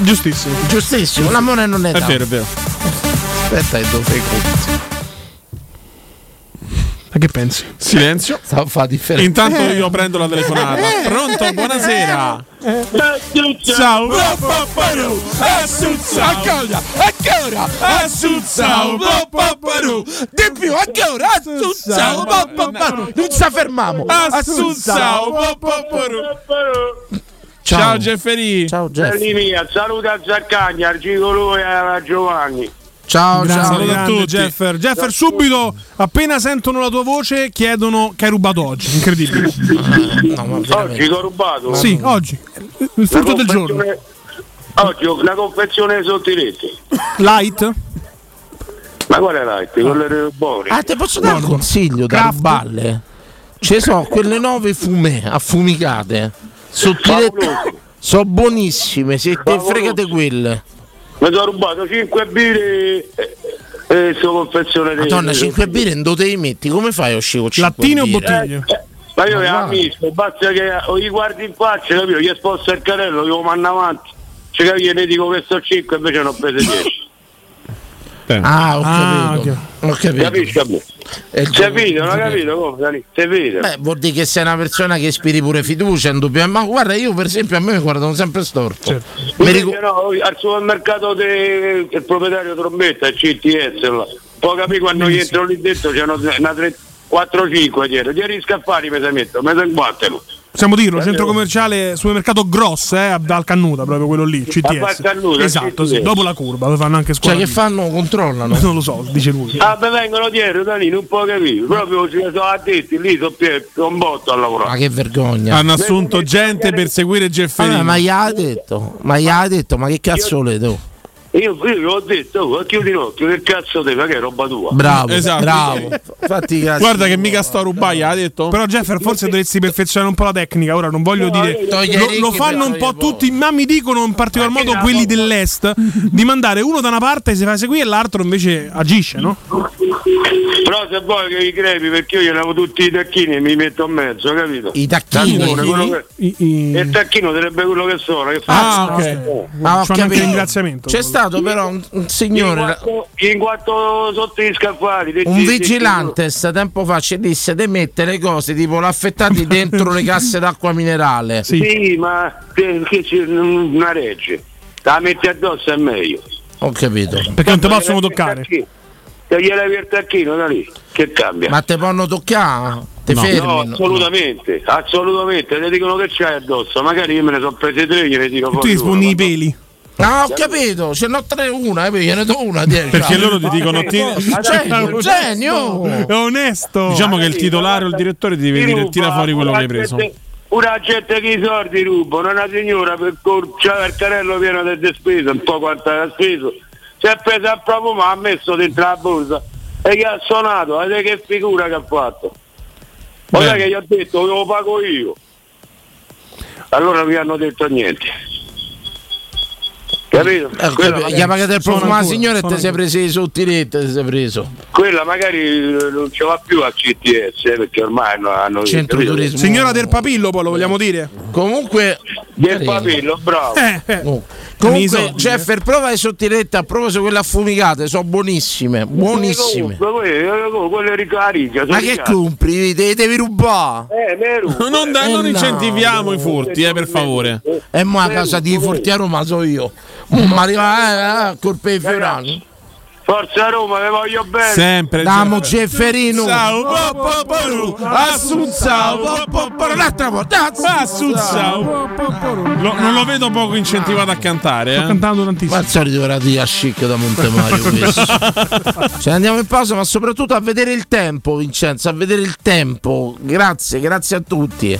E: Giustissimo.
C: Giustissimo, l'amore non è età.
D: vero.
C: Aspetta, che devo fare i conti.
E: Ma che pensi?
D: Silenzio.
C: Stavo a fare differenza.
D: Intanto
C: Eh.
D: io prendo la telefonata. Pronto, buonasera. Ciao.
N: Ancora, ancora, assunzao, paparu. Di più, ancora, assunzao, paparu.
C: Non ci fermiamo.
N: Assunzao,
D: paparu.
C: Ciao,
D: Ciao Jefferi.
C: Ciao
D: Jefferi.
T: mia, saluta Zaccagna, il gigolo e a Giovanni.
C: Ciao,
E: Grande,
T: ciao. Saluto
E: grande
T: a tutti.
E: Jeffer. Jeffer,
T: Ciao.
E: subito, appena sentono la tua voce, chiedono che hai rubato oggi. Incredibile.
C: Ah,
T: Oggi ti ho rubato.
E: Sì, oggi. Il frutto del giorno.
T: Oggi ho la confezione sotto i letti.
E: Light?
T: Ma qual è l'arte? Quello è buono.
C: Ah, te posso dare un consiglio da balle? Ci sono quelle nuove fumè affumicate. Sottilette. Sono buonissime, se te fregate quelle.
T: Mi sono rubato 5 birre e, e sto confezione di...
C: Madonna, 5 birre non te le metti, come fai a uscire con 5
T: Eh, ma io le ammisto, basta che o gli guardi in faccia, capito? Gli sposto il carrello, io lo mando avanti. Cioè, capito? Io ne dico che sono 5 invece ne ho prese 10.
C: Ah, ho
T: Ah,
C: capito. Ho capito.
T: Capisci a me? Si è finito, non hai capito? Come, Dani? Si è finito.
C: Beh, vuol dire che sei una persona che ispiri pure fiducia, indubbiamente. Ma guarda, io per esempio a me mi guardano sempre storto.
D: Certo.
T: Mi dice, no, al supermercato de- del proprietario trombetta, il CTS, là. poi capì quando gli entro lì dentro c'erano una 4-5 dietro, dietro gli scaffali mi si metto, mi si guattano.
E: Possiamo dirlo, centro commerciale, supermercato grosso, eh, al Cannuta, proprio quello lì, CTS.
T: Valcannuta,
E: esatto,
T: CTS.
E: sì, dopo la curva, dove fanno anche scuola.
T: Cioè, che
C: fanno? Controllano?
E: Non lo so, dice lui.
T: Ah, beh, vengono dietro, Dani, non puoi capire, proprio ci sono addetti, lì sono pie- sono un botto a lavorare.
C: Ma che vergogna.
D: Hanno assunto gente per seguire Jefferi.
C: Allora, ma gli ha detto, ma gli ha detto, ma che cazzo volete? oh?
E: Ah.
T: Io, io gli ho detto, oh, chiudi l'occhio, che cazzo te, ma che è roba tua?
C: Bravo, bravo. Infatti, cazzo.
E: Esatto. Guarda che
D: mica sto rubaia, ha detto.
E: Però Jeffer forse dovresti perfezionare un po' la tecnica, ora non voglio dire.
C: Togli i
E: Lo,
C: ricchi
E: lo
C: per
E: fanno un
C: togliere
E: po' tutti, ma mi dicono in particolar modo quelli dell'est di mandare uno da una parte si fa seguire e l'altro invece agisce, no?
T: Però se vuoi che i crepi, perché io gli lavo tutti i tacchini e mi metto in mezzo, capito?
C: I tacchini?
T: Taccone, quello che-
E: I- i-
T: Il tacchino sarebbe quello che sono, che
E: Ah,
T: fa-
E: ok.
T: Eh.
C: Ah, ho
E: Ci fanno anche
C: capito.
E: ringraziamento.
C: C'è stato però un, un
T: In
C: signore,
T: quattro- in quattro sotto gli scaffali. dei-
C: un
T: dei-
C: vigilante, sta tempo fa ci disse di mettere le cose tipo l'affettati dentro le casse d'acqua minerale.
T: Sì, ma che, che c'è una regge. La metti addosso è meglio.
C: Ho capito.
E: Perché non ti possono toccare.
T: Se gli levi il tacchino da lì, che cambia?
C: Ma te possono toccare? Te
T: no,
C: fermi?
T: no, assolutamente, assolutamente. Le dicono che c'hai addosso, magari io me ne sono prese tre e gliene dico
E: Tu
T: fuori. una.
E: rispondi i peli.
C: No, Ah, ho capito, ce n'ho tre una, eh, gliene do una. tieni,
D: Perché
C: ciao.
D: loro ti dicono, ti-
C: Genio, genio!
E: È onesto.
D: Diciamo che il titolare o il direttore ti deve dire
T: ruba,
D: tira fuori quello che hai preso.
T: gente- Una gente che i soldi rubano, una signora per cor- c'ha il carrello pieno delle spese, un po' quanto ha speso, si è presa il proprio ma ha messo dentro la borsa e gli ha suonato, vedete che figura che ha fatto. Poi sai che gli ho detto che lo pago io. Allora non mi hanno detto niente. Capito?
C: Eh, ho
T: Quella
C: capito, Gli ha pagato il
T: Sono
C: profumo alla
T: ancora,
C: signora e
T: sono
C: te sei preso i sottilette, te sei preso.
T: Quella magari eh, non ce va più al CTS eh, perché ormai no- hanno
C: Centro
T: capito?
C: turismo.
E: Signora del papillo, poi lo vogliamo dire.
C: Comunque.
T: Del papillo, bravo.
E: Eh, eh.
C: Oh.
E: Mi
C: Comunque,
E: so-
C: Jeffer, prova le sottilette, prova su quelle affumicate, sono buonissime, buonissime.
T: eh, Quello, quello è ricarica.
C: Ma che compri? Te le devi rubare.
T: Eh, vero.
D: Non, da-
C: Eh,
D: non
C: no.
D: incentiviamo i furti, eh, per favore.
C: E mo a casa di Forti a Roma so io. Ma arriva eh, eh, colpe di Fiorani.
T: Forza Roma, vi voglio bene.
D: Sempre.
C: Damo Jefferino.
D: Ciao, po, po, po, ru. Assunzao, po, po, po, ru.
C: Un'altra volta.
D: Assunzao. Lo- non lo vedo poco incentivato a cantare.
E: Sto
D: Eh.
E: cantando tantissimo.
C: Ma il solito radio a chic da Montemario questo. Ce ne Cioè, andiamo in pausa, ma soprattutto a vedere il tempo, Vincenzo, a vedere il tempo. Grazie, grazie a tutti.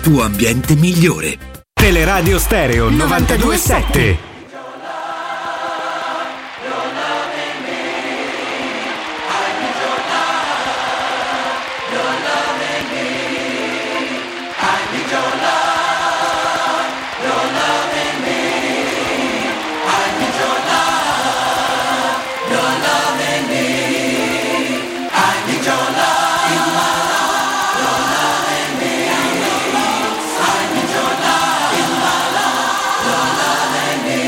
V: tuo ambiente migliore.
W: Teleradio Stereo 927.
N: Don't love me.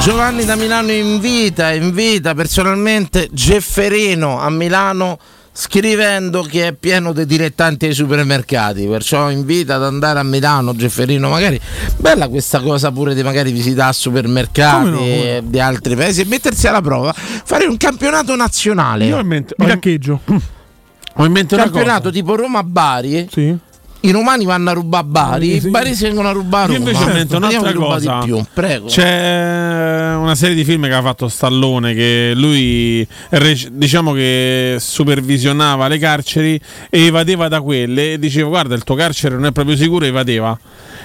C: Giovanni da Milano invita, invita personalmente Gefferino a Milano scrivendo che è pieno di dilettanti ai supermercati, perciò invita ad andare a Milano Gefferino magari. Bella questa cosa pure di magari visitare supermercati e di altri paesi e mettersi alla prova, fare un campionato nazionale.
E: Io ho in mente- Mi taccheggio.
D: Ho in mente
E: una
C: campionato tipo Roma-Bari. I romani vanno a rubare Bari, i baresi vengono a rubare
D: Io
C: Roma.
D: invece ho in mente
C: Vediamo
D: un'altra
C: chi ruba di
D: cosa.
C: più, prego.
D: C'è una serie di film che ha fatto Stallone che lui rec- diciamo che supervisionava le carceri e evadeva da quelle e diceva guarda il tuo carcere non è proprio sicuro e evadeva.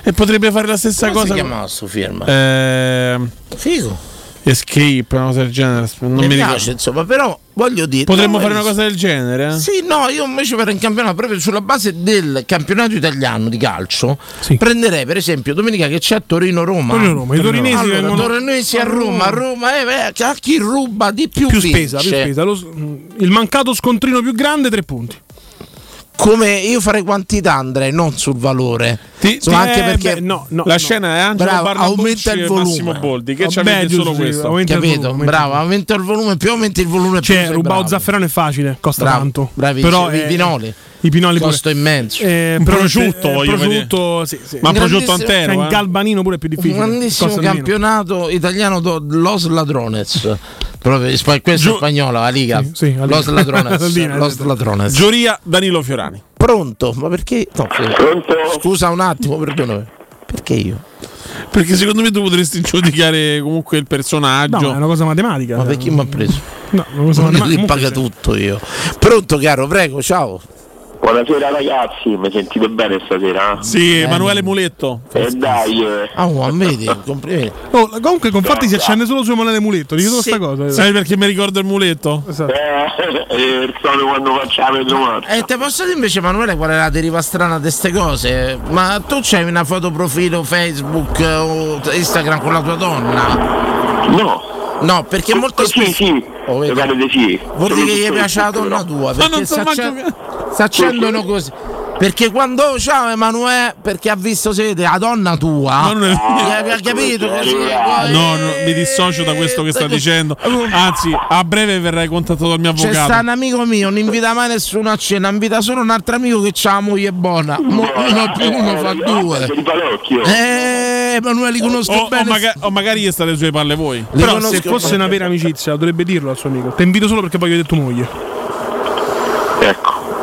D: E potrebbe fare la stessa
C: Come
D: cosa.
C: si chiamava sto film?
D: Ehm,
C: Figo.
D: Escape, una cosa del genere. Non mi,
C: mi,
D: ricordo.
C: piace, insomma, però voglio dire.
D: Potremmo
C: no,
D: fare una
C: eh,
D: cosa del genere? eh?
C: Sì, no, io invece per un campionato proprio sulla base del campionato italiano di calcio prenderei per esempio domenica che c'è a Torino Roma.
E: Torino-Roma, i torinesi
C: allora,
E: vengono-
C: torinesi a Roma, a Roma eh, eh, a chi ruba di più,
E: Più spesa, più
C: vince.
E: spesa. Lo s- mm, il mancato scontrino più grande, tre punti.
C: Come io farei quantità andrei, non sul valore. Insomma,
E: ti-
C: anche
E: eh,
C: perché
E: beh, no, no,
D: La scena è Angelo
C: Bravo,
D: Barnabucci
C: aumenta il
D: e
C: volume.
D: Massimo Boldi, che ci
E: Vabbè,
D: avete solo
E: giusto, sì,
D: questo.
E: aumenta il
C: capito?
E: volume, aumenta il
C: bravo, aumenta il volume, più aumenta il volume più
E: Cioè,
C: sei
E: rubare
C: bravo.
E: un zafferano è facile, costa
C: Bravo,
E: tanto.
C: bravissimo.
E: Però
C: I
E: eh,
C: pinoli.
E: I pinoli pure.
C: Costo immenso.
E: Eh,
C: Un
E: però-
C: prosciutto,
E: eh,
C: voglio
E: prosciutto,
C: vedere.
E: sì, sì.
C: Ma un prosciutto
E: Grandissimo-
C: intero,
E: cioè, in
C: eh?
E: galbanino pure è più
C: un
E: difficile.
C: grandissimo
E: costa meno.
C: campionato italiano do- Los Ladrones proprio in spa- questo è spagnolo la Liga
D: la
C: Los
D: Liga. La
C: Ladrones
D: Liga,
C: Los
D: esatto.
C: Ladrones
D: Giuria Danilo Fiorani.
C: pronto ma perché no, scusa un attimo perdonami perché io
D: Perché secondo me tu potresti giudicare comunque il
C: Ah,
D: personaggio.
E: No, ma è una cosa matematica.
C: ma perché mi ha preso
E: No, non lo so.
C: Non
E: ma-
C: li paga tutto io pronto caro prego ciao
X: Buonasera ragazzi, mi sentite bene stasera?
D: Sì, Emanuele Muletto.
X: E dai, eh.
C: ah un vedi complimenti
E: Oh, comunque con fatti si accende solo su Emanuele Muletto, dico solo
X: Sì.
E: sta cosa. eh. Esatto.
D: Sai perché mi ricordo il muletto?
X: Eh, eh, il solito quando facciamo il domani.
C: e Eh, te posso dire invece Emanuele qual è la deriva strana di queste cose ma tu c'hai una foto profilo Facebook eh, o Instagram con la tua donna
X: no
C: no perché molto spesso Oh,
X: sì.
C: vedi.
X: Guarda, sì.
C: Vuol dire che gli
X: Sono
C: piace la
X: tutto
C: donna
X: però.
C: tua perché si accen- si accendono così. Perché quando "Oh, ciao Emanuele, perché ha visto siete la donna tua,
D: non è
C: eh, ha capito così. poi-
D: No, no, mi dissocio da questo che sta dicendo. Anzi, a breve verrai contattato dal mio
C: Ecco. C'è sta
D: avvocato.
C: un amico mio, non invita mai nessuno a cena, invita solo un altro amico che ha la moglie buona. Mo- uno più uno fa
X: eh,
C: due. Eh, Emanuele li conosco
D: O, o
C: bene.
D: maga- o magari gli sta le sue palle voi.
E: Però se fosse una vera amicizia dovrebbe dirlo al suo amico. Ti invito solo perché voglio vedere tua moglie.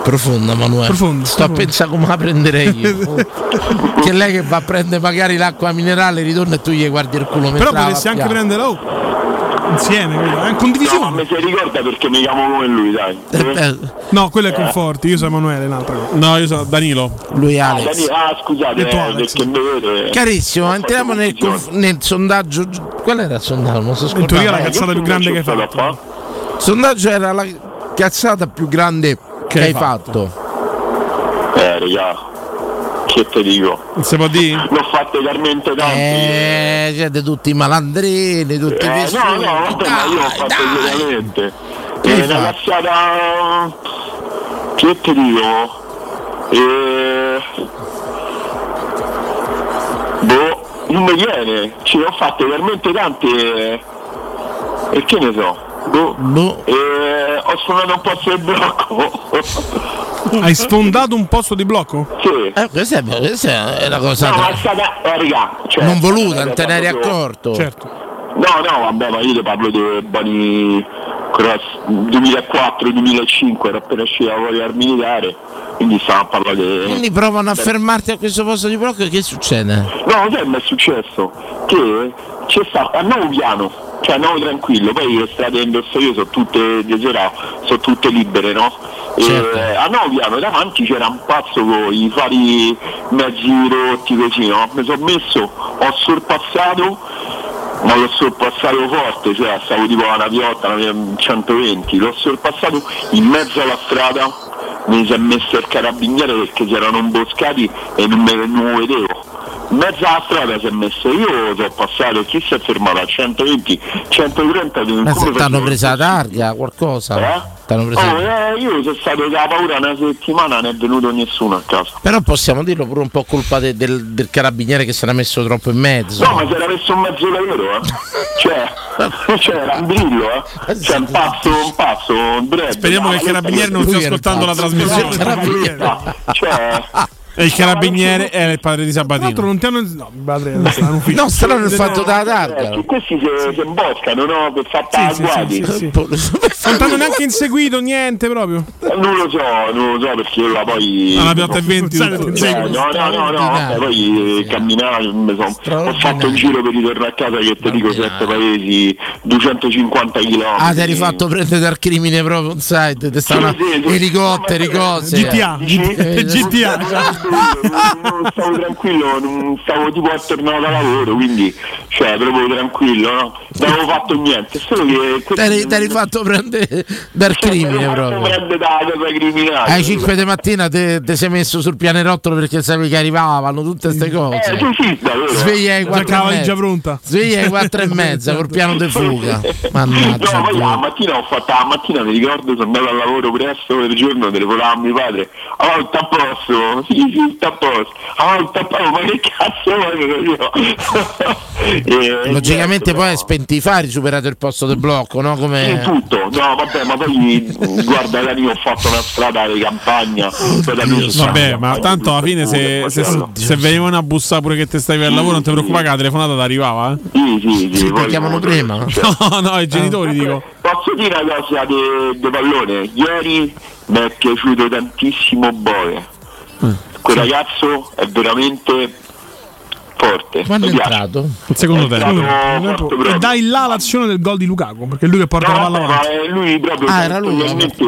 C: Profonda Emanuele.
E: Profondo,
C: Sto
E: profondo.
C: a pensare come la prenderei io. che lei che va a prendere magari l'acqua minerale, ritorna e tu gli guardi il culo mentre
E: Però
C: la
E: potresti anche
C: lappiamo.
E: prendere oh, insieme, eh, capito? È in condivisione.
X: Mi si ricorda perché mi chiamo come lui, dai.
C: Eh,
X: Eh.
E: No, quello è Conforti, io sono Emanuele, l'altra cosa.
D: No, io sono Danilo.
C: Lui
X: Ah, Dani- ah, scusate,
E: Detto
X: eh,
E: Alex.
X: perché mi vedo, eh.
C: Carissimo, entriamo nel, conf- nel sondaggio. Qual era il sondaggio? Non so
E: In teoria la
C: scordato.
E: cazzata più grande che hai fatto.
C: Il sondaggio era la cazzata più grande che, hai fatto.
X: Eh, raga, che te dico?
D: Non si può dire?
X: L'ho fatto talmente tanto.
C: Eh, siete tutti malandrini, tutti
X: Eh,
C: vissuti.
X: no, no, vabbè, ma io l'ho fatto veramente.
C: Che hai
X: Eh, una cazzata. Che ti dico? Eh, Boh, non mi viene. Ci ho fatto veramente tante. eh, E che ne so? Boh. Eh, ho suonato un po' sul blocco.
E: Hai sfondato un posto di blocco?
X: Sì.
C: Eh, questa, è, questa è una cosa
X: No,
C: tra-
X: ma è stata. eh, raga, cioè,
C: non voluta,
X: è
C: non te
X: stata
C: ne eri
X: proprio-
C: accorto.
X: No, no, vabbè, ma io ti parlo dei buoni cross 2004-2005, era appena uscita la voglia al militare, quindi stavamo a parlare di...
C: Quindi provano a
X: Beh,
C: fermarti a questo posto di blocco e che succede?
X: No, sai, mi è successo che c'è stato a nuovo piano, cioè a nuovo tranquillo, poi le strade che indosso io sono tutte di sera, sono tutte libere, no? E, eh, a nuovo piano davanti c'era un pazzo con i fari mezzi rotti così, no? Mi sono messo, ho sorpassato, ma l'ho sorpassato forte, cioè stavo tipo a una piotta, una 120, l'ho sorpassato in mezzo alla strada, mi si è messo il carabiniere perché si erano imboscati e non me non lo vedevo mezza la strada si è messo io sono passato chi si è fermato a 120 130 di un
C: Ma se
X: culo
C: ti hanno
X: perché-
C: presa la targa, qualcosa. T'hanno presa-
X: Oh, eh, io sono stato da paura una settimana non è venuto nessuno a casa
C: Però possiamo dirlo pure un po' colpa de- del, del carabiniere che se l'ha messo troppo in mezzo.
X: No, ma c'era messo un mezzo lavoro, eh. Cioè, c'era un brillo, eh. C'è un pazzo, un pazzo, un dread.
D: Speriamo che il carabiniere non stia ascoltando la trasmissione.
C: Ah,
E: Ah,
X: Cioè,
D: E il carabiniere è il padre di Sabatino. Tra l'altro
E: non ti hanno... No, padre, non sta in ufficio.
C: No, strano il fatto della targa.
X: Su questi si si imboscano, no? Per fatta
E: Sì,
X: a
E: sì, sì,
X: guadi.
E: sì, sì. Non ti hanno neanche inseguito niente proprio.
X: Non lo so, non lo so perché io la poi.
E: Ah, la piatta è 20,
X: Cioè,
E: tutto.
X: no, no, no, no, vabbè, poi eh, camminavo, mi son- ho fatto un giro per ritornare a casa che ti dico 7 paesi, 250 km.
C: Ah, ti hai rifatto prendere dal crimine proprio on site, ti stavano elicotteri, cose.
X: GTA,
C: Eh,
X: non stavo tranquillo, non stavo tipo attorno da lavoro, quindi cioè proprio tranquillo, no? Non avevo fatto niente, solo che
C: Ti hai ti hai rifatto prendere dal crimine proprio.
X: prende da cosa criminale.
C: Alle 5 di mattina ti ti sei messo sul pianerottolo perché sapevi che arrivavano tutte
X: Eh,
C: queste cose. Sveglia alle
E: Già
C: 4
E: la
C: e
E: valigia
C: mezza.
E: pronta.
C: Sveglia alle 4 e mezza col piano di fuga. Mannaggia.
X: No, poi la mattina ho fatto la mattina, mi ricordo, sono andato al lavoro presto del giorno, telefonavo a mio padre, ah oh, sta a posto, sì, sì, sta a posto, ah oh, sta a posto, ma che cazzo voglio io? E-
C: Logicamente poi spenti i fari, superato il posto del blocco, no?
E: Eh.
C: Come...
X: in tutto, no vabbè, ma poi guarda da lì ho fatto una strada di campagna, poi da lì sono
D: Vabbè,
X: stato-
D: ma tanto alla fine se, se, se venivano a bussare pure che te stavi al lavoro, non ti preoccupare che la telefonata ti arrivava. Eh?
X: Sì, sì,
C: Sì, poi- chiamano prima? Eh.
D: No, no, i genitori dico.
X: Posso dire una cosa di pallone? Ieri mi è piaciuto tantissimo Boe. Quel ragazzo è veramente forte.
E: Quando
X: Mi
E: è
X: piace.
C: entrato?
E: Il
X: secondo È tempo. stato molto bravo.
E: E dai là l'azione del gol di Lukaku, perché è lui che porta la
X: No,
E: palla
X: vabbè,
E: avanti.
X: ma lui proprio
E: Ah, era lui,
X: veramente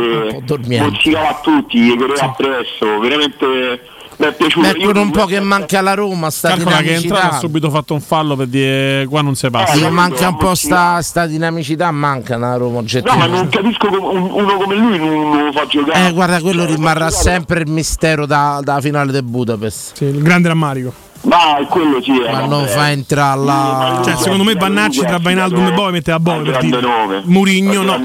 X: mozzicava a tutti, gli correva appresso, veramente mi è piaciuto.
C: Beh, con un po' che manca la Roma, sta
D: Calcola che è
C: dinamicità.
D: entrato ha subito fatto un fallo per dire qua non si
X: Eh,
D: passa.
C: Sì, manca un po' sta, sta dinamicità, manca una Roma
X: No, ma
C: oggettiva.
X: non capisco come un- uno come lui non non lo fa giocare.
C: Eh, guarda, quello rimarrà sempre il mistero da, da finale del Budapest.
E: Sì, il grande rammarico.
X: Ma quello sì,
C: Ma
X: eh, vabbè.
C: non fa entrare la.
E: Cioè, secondo me Bannacci tra Vainaldum e Boe metteva Boe per dire. Murigno no.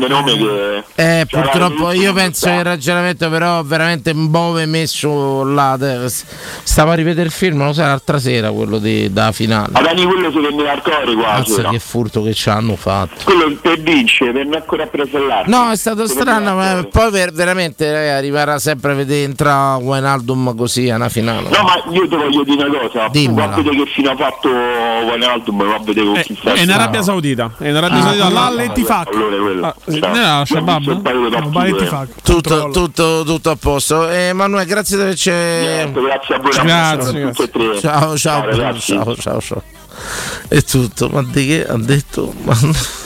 C: Eh, purtroppo io penso che il ragionamento, però, veramente un bove messo là. te- Stavo a rivedere il film, lo sai, l'altra sera quello di, da finale.
X: Ma Dani quello si prendeva al cuore quasi.
C: Mazza
X: no?
C: che furto che ci hanno fatto.
X: Quello per vincere, venne ancora a presellare.
C: No, è stato strano, ma poi ver- veramente eh, arriverà sempre a vedere entrare Wijnaldum così a una finale.
X: No, ma io ti voglio dire una cosa.
C: Dimmela.
X: Guardate che fino ha fatto Wijnaldum, va a vedere con chi sta.
D: Eh, È in Arabia Saudita. Eh, È in
C: Ah,
D: Arabia Saudita. Là le ti fa.
X: Allora quello.
D: Ah,
X: Ciao.
D: Nella
X: Ho visto un
D: Shabab.
X: paio di partite.
C: Tutto, tutto, tutto a posto. Eh, Emanuele, grazie di averci.
X: Niente, Grazie a voi.
C: Grazie,
X: a tutti e tre.
C: grazie. Ciao, ciao, ciao,
X: ragazzi.
C: ciao, ciao, ciao. È tutto, ma di che ha detto? Ma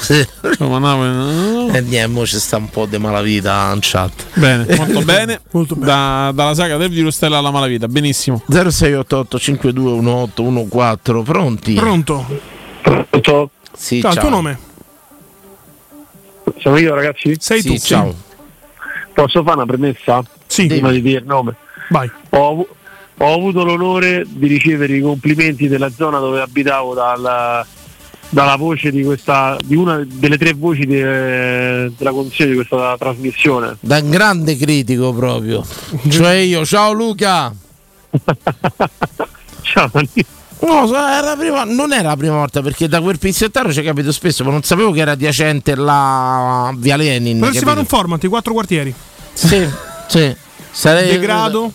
C: E niente, mo ci sta un po' di malavita in chat.
D: Bene, molto bene. Da- dalla saga del virus Stella alla malavita. Benissimo.
C: 0688 521814, pronti?
E: Pronto?
C: Pronto? Sì,
E: ciao,
C: ciao,
E: il tuo nome?
T: Sono io ragazzi?
E: Sei
C: Sì, tu, sì. ciao.
T: Posso fare una premessa?
E: Sì.
T: Prima di dire il nome.
E: Vai.
T: Ho, avu- ho avuto l'onore di ricevere i complimenti della zona dove abitavo dal- dalla voce di questa di una delle tre voci de- della conduzione di questa trasmissione.
C: Da un grande critico proprio. Cioè io, ciao Luca.
T: ciao
C: No, so- era la prima- non era la prima volta perché da quel pizzettaro ci capito spesso, ma non sapevo che era adiacente la via Lenin.
E: Potresti fare
C: capito?
E: un format, i quattro quartieri.
C: Sì, sì. Sarei,
E: Degrado,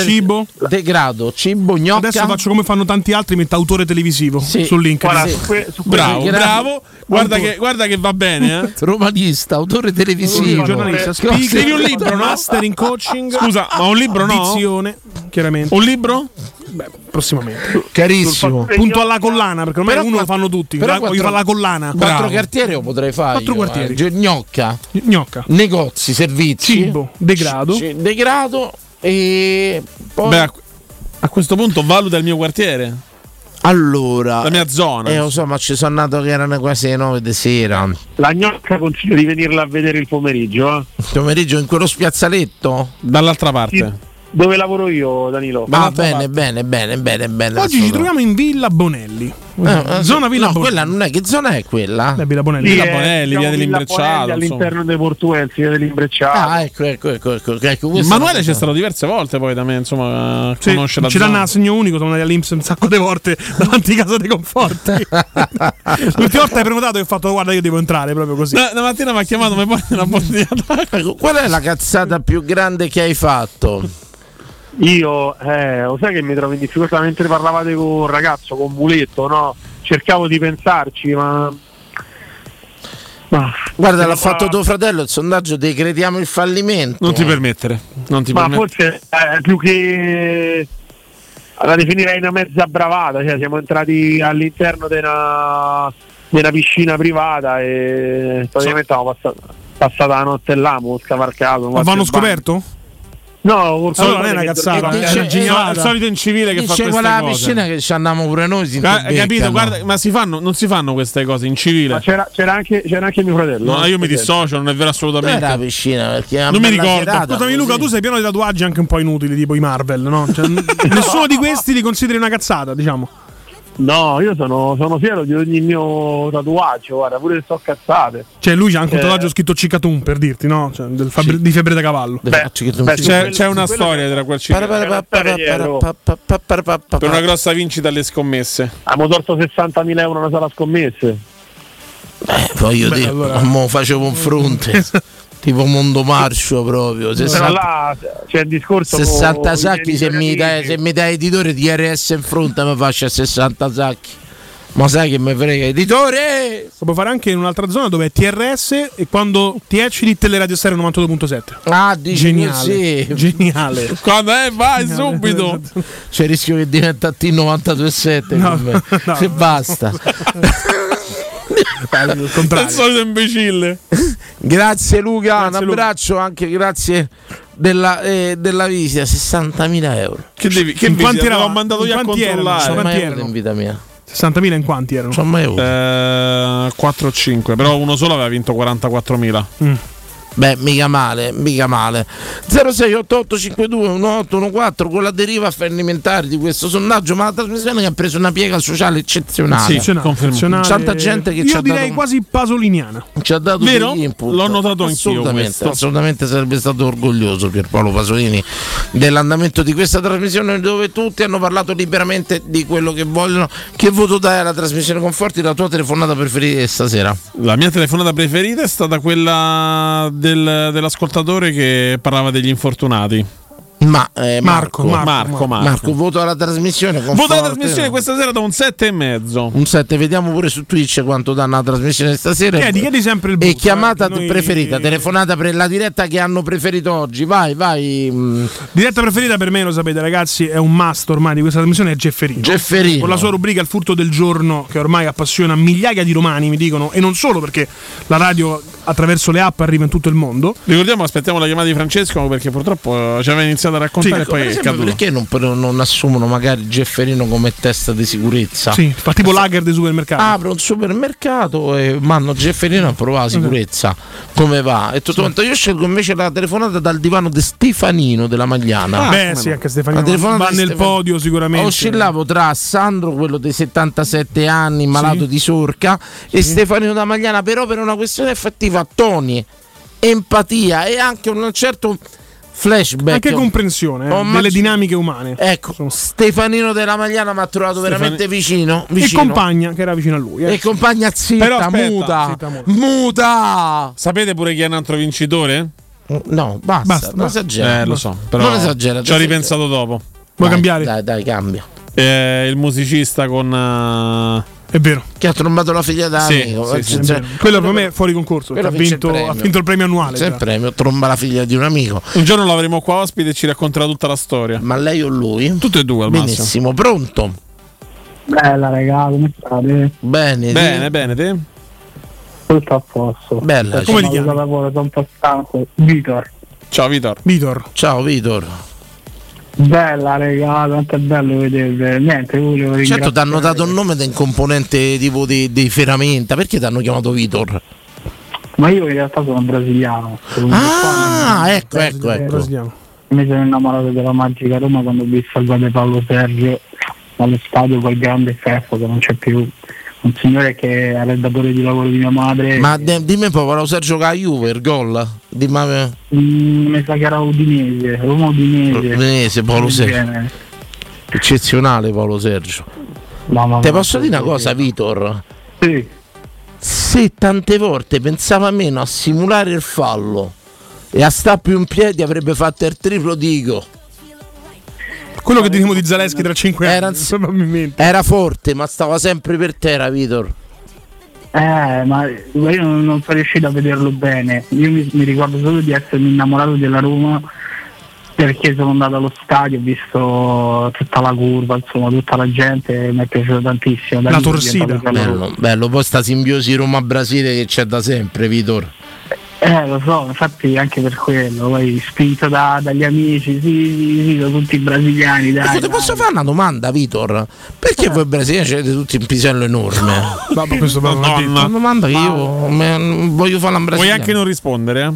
E: cibo.
C: Degrado, cibo, gnocca.
E: Adesso faccio come fanno tanti altri, metto autore televisivo su LinkedIn.
D: Guarda, su que- su Bravo, quelli- bravo. Guarda che- guarda che va bene, eh.
C: Romanista, autore televisivo.
E: giornalista,
C: Cose-
E: speaker, un libro, Eh, master in coaching.
D: Scusa, ma un libro no?
E: Dizione, chiaramente.
D: Un libro?
E: Beh, prossimamente.
C: Carissimo.
E: Punto alla collana, perché ormai uno lo fanno tutti.
C: però
E: Però voglio
C: quattro-
E: fare la collana.
C: Quattro
E: Bravo.
C: quartieri lo potrei fare.
E: Quattro
C: io,
E: quartieri.
C: eh. Gi- Gnocca.
E: Gnocca.
C: Negozi, servizi.
E: Cibo,
D: Boh,
E: degrado.
C: C- c- degrado e poi...
D: Beh, a, a questo punto valuta il mio quartiere.
C: Allora,
D: la mia zona.
C: Eh, lo so, ma ci sono nato che erano quasi le 9 di sera.
T: La gnocca consiglio di venirla a vedere il pomeriggio. eh.
C: Pomeriggio in quello spiazzaletto?
D: Dall'altra parte.
Y: dove lavoro io, Danilo.
C: Ma bene, bene, bene, bene, bene.
E: Oggi ci
C: assolutamente.
E: troviamo in Villa Bonelli.
C: Eh, eh,
E: zona Villa
C: no,
E: Bonelli.
C: quella non è che zona è quella?
E: Villa Bonelli.
C: Villa
Y: Sì, eh,
C: Bonelli,
Y: diciamo
C: via dell'Imbrecciato,
Y: Villa Bonelli
C: insomma.
Y: all'interno dei portuensi, via dell'Imbrecciato.
C: Ah, ecco, ecco, ecco, ecco, ecco questa è
D: Emanuele
C: una
D: c'è
C: cosa.
D: stato diverse volte poi da me, insomma, eh,
E: Sì,
D: conosce la
E: ci
D: zona.
E: danno l'assegno unico, sono andati all'Inps un sacco di volte davanti a casa dei conforti. L'ultima volta hai prenotato e ho fatto guarda io devo entrare proprio così.
D: No, la mattina mi ha chiamato, ma poi una
C: Ecco, Qual è la cazzata più grande che hai fatto?
Y: Io, eh, lo sai che mi trovo in difficoltà mentre parlavate con un ragazzo, con Muletto, no? Cercavo di pensarci, ma
C: Guarda, l'ha fatto tuo fratello il sondaggio, decretiamo il fallimento.
D: Non ti permettere, non ti
Y: ma
D: permettere.
Y: forse eh, più che la definirei una mezza bravata, cioè siamo entrati all'interno di una, di una piscina privata e praticamente avevamo passato- passata la notte là, abbiamo scavalcato.
E: Ma vanno scoperto?
Y: No, forse
E: Allora non è una cazzata,
C: E
E: è
C: dice-
E: una genialata.
C: eh,
D: incivile che
C: dice
D: fa queste
C: quella
D: cose.
C: piscina che ci andiamo pure noi. si
D: Guarda,
C: imbeccano.
D: capito, guarda, ma si fanno, non si fanno queste cose in civile.
Y: C'era, c'era anche, c'era anche mio fratello. eh,
D: No, io mi
Y: Presente.
D: dissocio, non è vero assolutamente.
C: Era la piscina, perché era
D: Non
C: una
D: mi
C: bella
D: ricordo.
C: serata,
E: Scusami Luca, tu sei pieno di tatuaggi anche un po' inutili, tipo i Marvel, no? Cioè, n- nessuno di questi li consideri una cazzata, diciamo.
Y: No, io sono, sono fiero di ogni mio tatuaggio, guarda, pure se sto cazzate.
E: Cioè, lui c'ha anche un
Y: Eh.
E: tatuaggio scritto Cicatun per dirti, no? Cioè, del fabbre- Di febbre da cavallo.
C: Ah,
D: Beh, c'è, c'è una storia oh. tra quel cinema. Per una grossa vincita alle scommesse.
Y: Abbiamo torto 60.000 euro una sala scommesse.
C: Poi io dico, Eh, mo facevo un fronte. tipo mondo marcio proprio.
Y: Però
C: 60
Y: là c'è il discorso
C: 60
Y: con-
C: sacchi se mi, dai, se mi dai editore di RS in fronte mi faccio 60 sacchi ma sai che mi frega editore
E: Lo puoi fare anche in un'altra zona dove è TRS e quando ti eccidi Teleradio Stereo 92.7.
C: Ah, dici
E: Geniale.
C: così.
E: Geniale.
D: Quando è, vai subito.
C: c'è il rischio che diventa T927
E: No,
C: con me.
E: no.
C: se basta
D: È il solito imbecille.
C: grazie Luca un abbraccio anche grazie della, eh, della visita 60.000 euro
D: Che devi- che In quanti visita? eravamo? L'ho mandato io a controllare.
C: Non c'ho mai
D: Quanti
C: avuto
D: erano?
C: in vita mia
E: 60.000 in quanti erano?
C: Insomma, io.
D: Eh, 4 o 5, però uno solo aveva vinto 44.000.
C: Beh, mica male, mica male. 0688521814 con la deriva fallimentare di questo sondaggio, ma la trasmissione che ha preso una piega sociale eccezionale.
E: Sì, confermo.
C: Tanta gente che
E: Io
C: ci ha
E: direi
C: dato
E: quasi pasoliniano.
C: ci ha dato
E: Vero?
C: degli input.
E: L'ho notato anch'io
C: assolutamente,
E: questo.
C: assolutamente sarebbe stato orgoglioso Pierpaolo Pasolini dell'andamento di questa trasmissione dove tutti hanno parlato liberamente di quello che vogliono. Che voto dai alla trasmissione Conforti la tua telefonata preferita stasera?
D: La mia telefonata preferita è stata quella del- dell'ascoltatore che parlava degli infortunati.
C: Ma, eh,
D: Marco, Marco, Marco, Marco.
C: voto alla trasmissione.
D: Voto
C: Conforti.
D: la trasmissione questa sera da un 7 e mezzo.
C: Un 7, vediamo pure su Twitch quanto danno la trasmissione stasera.
D: Chiedi, chiedi sempre il
C: E
D: voto,
C: chiamata
D: eh, che noi-
C: preferita, telefonata per la diretta che hanno preferito oggi. Vai, vai. mm.
E: Diretta preferita per me, lo sapete ragazzi, è un must ormai di questa trasmissione, è Gefferino.
C: Gefferino.
E: Con la sua rubrica Il furto del giorno, che ormai appassiona migliaia di romani, mi dicono, e non solo perché la radio attraverso le app arriva in tutto il mondo.
D: Ricordiamo, aspettiamo la chiamata di Francesco perché purtroppo eh, ci aveva iniziato a raccontare e
C: Ecco, per
D: poi è
C: esempio,
D: caduto.
C: perché non, pre- non assumono magari Gefferino come testa di sicurezza?
E: Sì, fa tipo lager dei supermercati.
C: Apro un supermercato e mando Gefferino a provare la sicurezza. Come va? E tutto quanto. Io scelgo invece la telefonata dal divano di Stefanino della Magliana.
E: Beh, sì, anche Stefano
C: La telefonata
E: Ah, va
C: di
E: nel
C: Stefano.
E: podio sicuramente.
C: Oscillavo tra Sandro, quello dei 77 anni, malato di sorca, e Stefano da Magliana, però per una questione effettiva, toni, empatia e anche un certo flashback.
E: Anche comprensione eh,
C: Oh, ma-
E: delle dinamiche umane.
C: Ecco, Stefanino della Magliana mi ha trovato veramente vicino,
E: E
C: vicino.
E: compagna, che era vicino a lui. eh.
C: E compagna zitta,
E: Però aspetta,
C: muta,
E: zitta, muta.
C: muta.
D: Sapete pure chi è un altro vincitore?
C: Mm, No, basta, non esagera.
D: Eh, lo so, però
C: Non esagera,
D: Ci ho
C: esagera.
D: ripensato dopo.
E: Vuoi cambiare?
C: Dai, dai, cambia.
D: Eh, il musicista con. eh,
E: È vero.
C: Che ha trombato la figlia da
D: Sì,
C: amico.
D: sì, sì,
C: Cioè,
D: è vero.
E: Quello per me è fuori concorso.
C: quello
E: perché Ha
C: vince
E: vinto,
C: il
E: ha
C: premio.
E: vinto il premio annuale.
C: c'è il
E: già.
C: premio, tromba la figlia di un amico.
D: Un giorno lo avremo qua ospite e ci racconterà tutta la storia.
C: Ma lei o lui?
D: Tutte e due al massimo.
C: Benissimo, pronto?
U: Bella raga, come state?
C: Bene,
D: Bene, bene, te?
U: Tutto a posto.
C: Bella,
U: Sono
C: come ti
U: andato da lavoro, sono un po' stanco. Vitor.
D: Ciao Vitor.
E: Vitor.
C: Ciao Vitor.
U: Bella raga, tanto è bello vedervi. Niente, io volevo
C: Certo, ti
U: ringraziare.
C: hanno dato il nome di un componente tipo di, di ferramenta. Perché ti hanno chiamato Vitor?
U: Ma io in realtà sono brasiliano.
C: Ah, ecco, ecco, ecco.
E: Brasiliano.
U: mi sono innamorato della magica Roma quando ho visto salvare Paolo Sergio allo stadio quel grande Feffo che non c'è più un signore che era il datore di lavoro di mia madre
C: Ma de- dimmi un po', Paolo Sergio che a Juve, il gol. Dimmi eh. a me.
U: Mm, mi sa che era Udinese Roma Udinese
C: Udinese, Paolo
U: Del
C: Sergio.
U: genere.
C: Eccezionale Paolo Sergio.
U: ma-
C: Te
U: ma-
C: posso dire una cosa, Vitor? Sì. Se tante volte pensava meno a simulare il fallo e a sta più in piedi avrebbe fatto il triplo dico.
E: Quello che diremo di Zaleschi tra 5 anni, probabilmente.
C: Era forte, ma stava sempre per terra, Vitor.
U: Eh, ma io non, non sono riuscito a vederlo bene. Io mi, mi ricordo solo di essermi innamorato della Roma perché sono andato allo stadio, ho visto tutta la curva, insomma, tutta la gente, mi è piaciuto tantissimo. Da lì è diventato giallo.
C: Bello, bello. Poi sta simbiosi Roma-Brasile che c'è da sempre, Vitor.
U: Eh, lo so, infatti anche per quello, poi spinto da- dagli amici, sì, sì, sì, sono tutti brasiliani, dai. Eh.
C: Ti posso fare una domanda, Vitor? Perché voi brasiliani avete tutti un pisello enorme?
E: Ma questo
C: Una domanda che
E: Ah.
C: io me- voglio fare un brasiliano.
D: rispondere?
E: eh?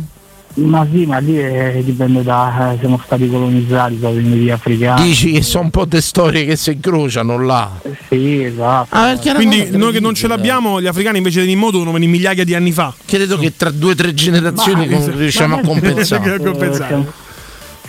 U: Ma sì, ma lì eh, dipende da... eh, siamo stati colonizzati da venivi africani.
C: Dici che sono un po' di storie che si incrociano là. Ah,
U: Sì, esatto.
E: Quindi noi che non ce l'abbiamo, gli africani invece di modo sono venuti migliaia di anni fa.
C: Credo che tra due o tre generazioni con- riusciamo a compensare.
U: Eh, siamo-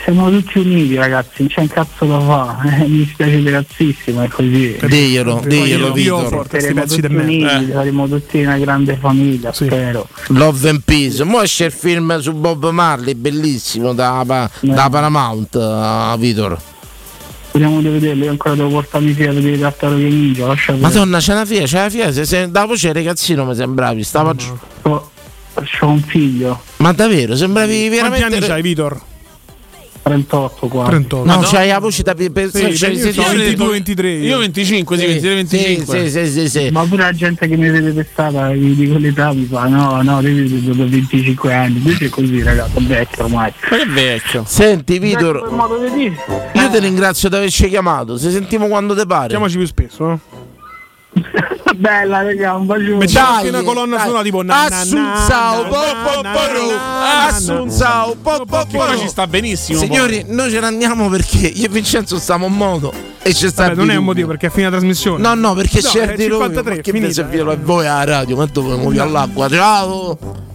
U: Siamo tutti uniti ragazzi, non c'è un cazzo da fare, mi spiace grazzissimo, è così.
C: Diglielo, diglielo, Vitor.
U: Saremo tutti uniti, saremo tutti una grande famiglia, spero.
C: Love and Peace. Mo esce il film su Bob Marley, bellissimo, da, pa- da Paramount, eh, Vitor.
U: Speriamo di vederlo, io ancora devo portarmi via a vedere i tartarughe ninja, lascia perdere.
C: Madonna, c'è una figlia, c'è una figlia. Se, se, da voce ragazzino mi sembravi, stava giù.
U: C'ho un figlio.
C: Ma davvero, sembravi veramente.
E: Quanti anni c'hai, Vitor?
U: 38 qua.
E: 38.
C: No, c'hai la voce da pensare.
E: Sì, io sono 22, 23.
D: Io 25, sì, 23,
C: Sì,
D: 25.
C: sì, sì, sì.
U: Ma pure la gente che mi vede testata, vi dico l'età, mi fa no, no, devi dopo 25 anni, invece è così ragazzi, vecchio ormai.
D: Ma che vecchio.
U: Ecco,
C: Senti, Vitor. Io ti ringrazio di averci chiamato. Se sentiamo quando te pare.
E: Chiamaci più spesso. Eh?
U: Bella, raga, un bacione.
E: Mettiamo anche una colonna sonora tipo na, na, na,
C: Assunzao,
E: na,
C: po, po,
E: na,
C: porro. Assunzao, po, po, porro.
D: ci sta benissimo.
C: Signori, noi ce ne andiamo perché io e Vincenzo stiamo a moto e c'è stato.
E: Vabbè, non è un motivo perché è finita la trasmissione.
C: No, no, perché c'è
E: è
C: di Roma.
E: 53,
C: ma Che
E: finita. eh.
C: pensa a voi alla radio? Ma dove muoio all'acqua? Ciao!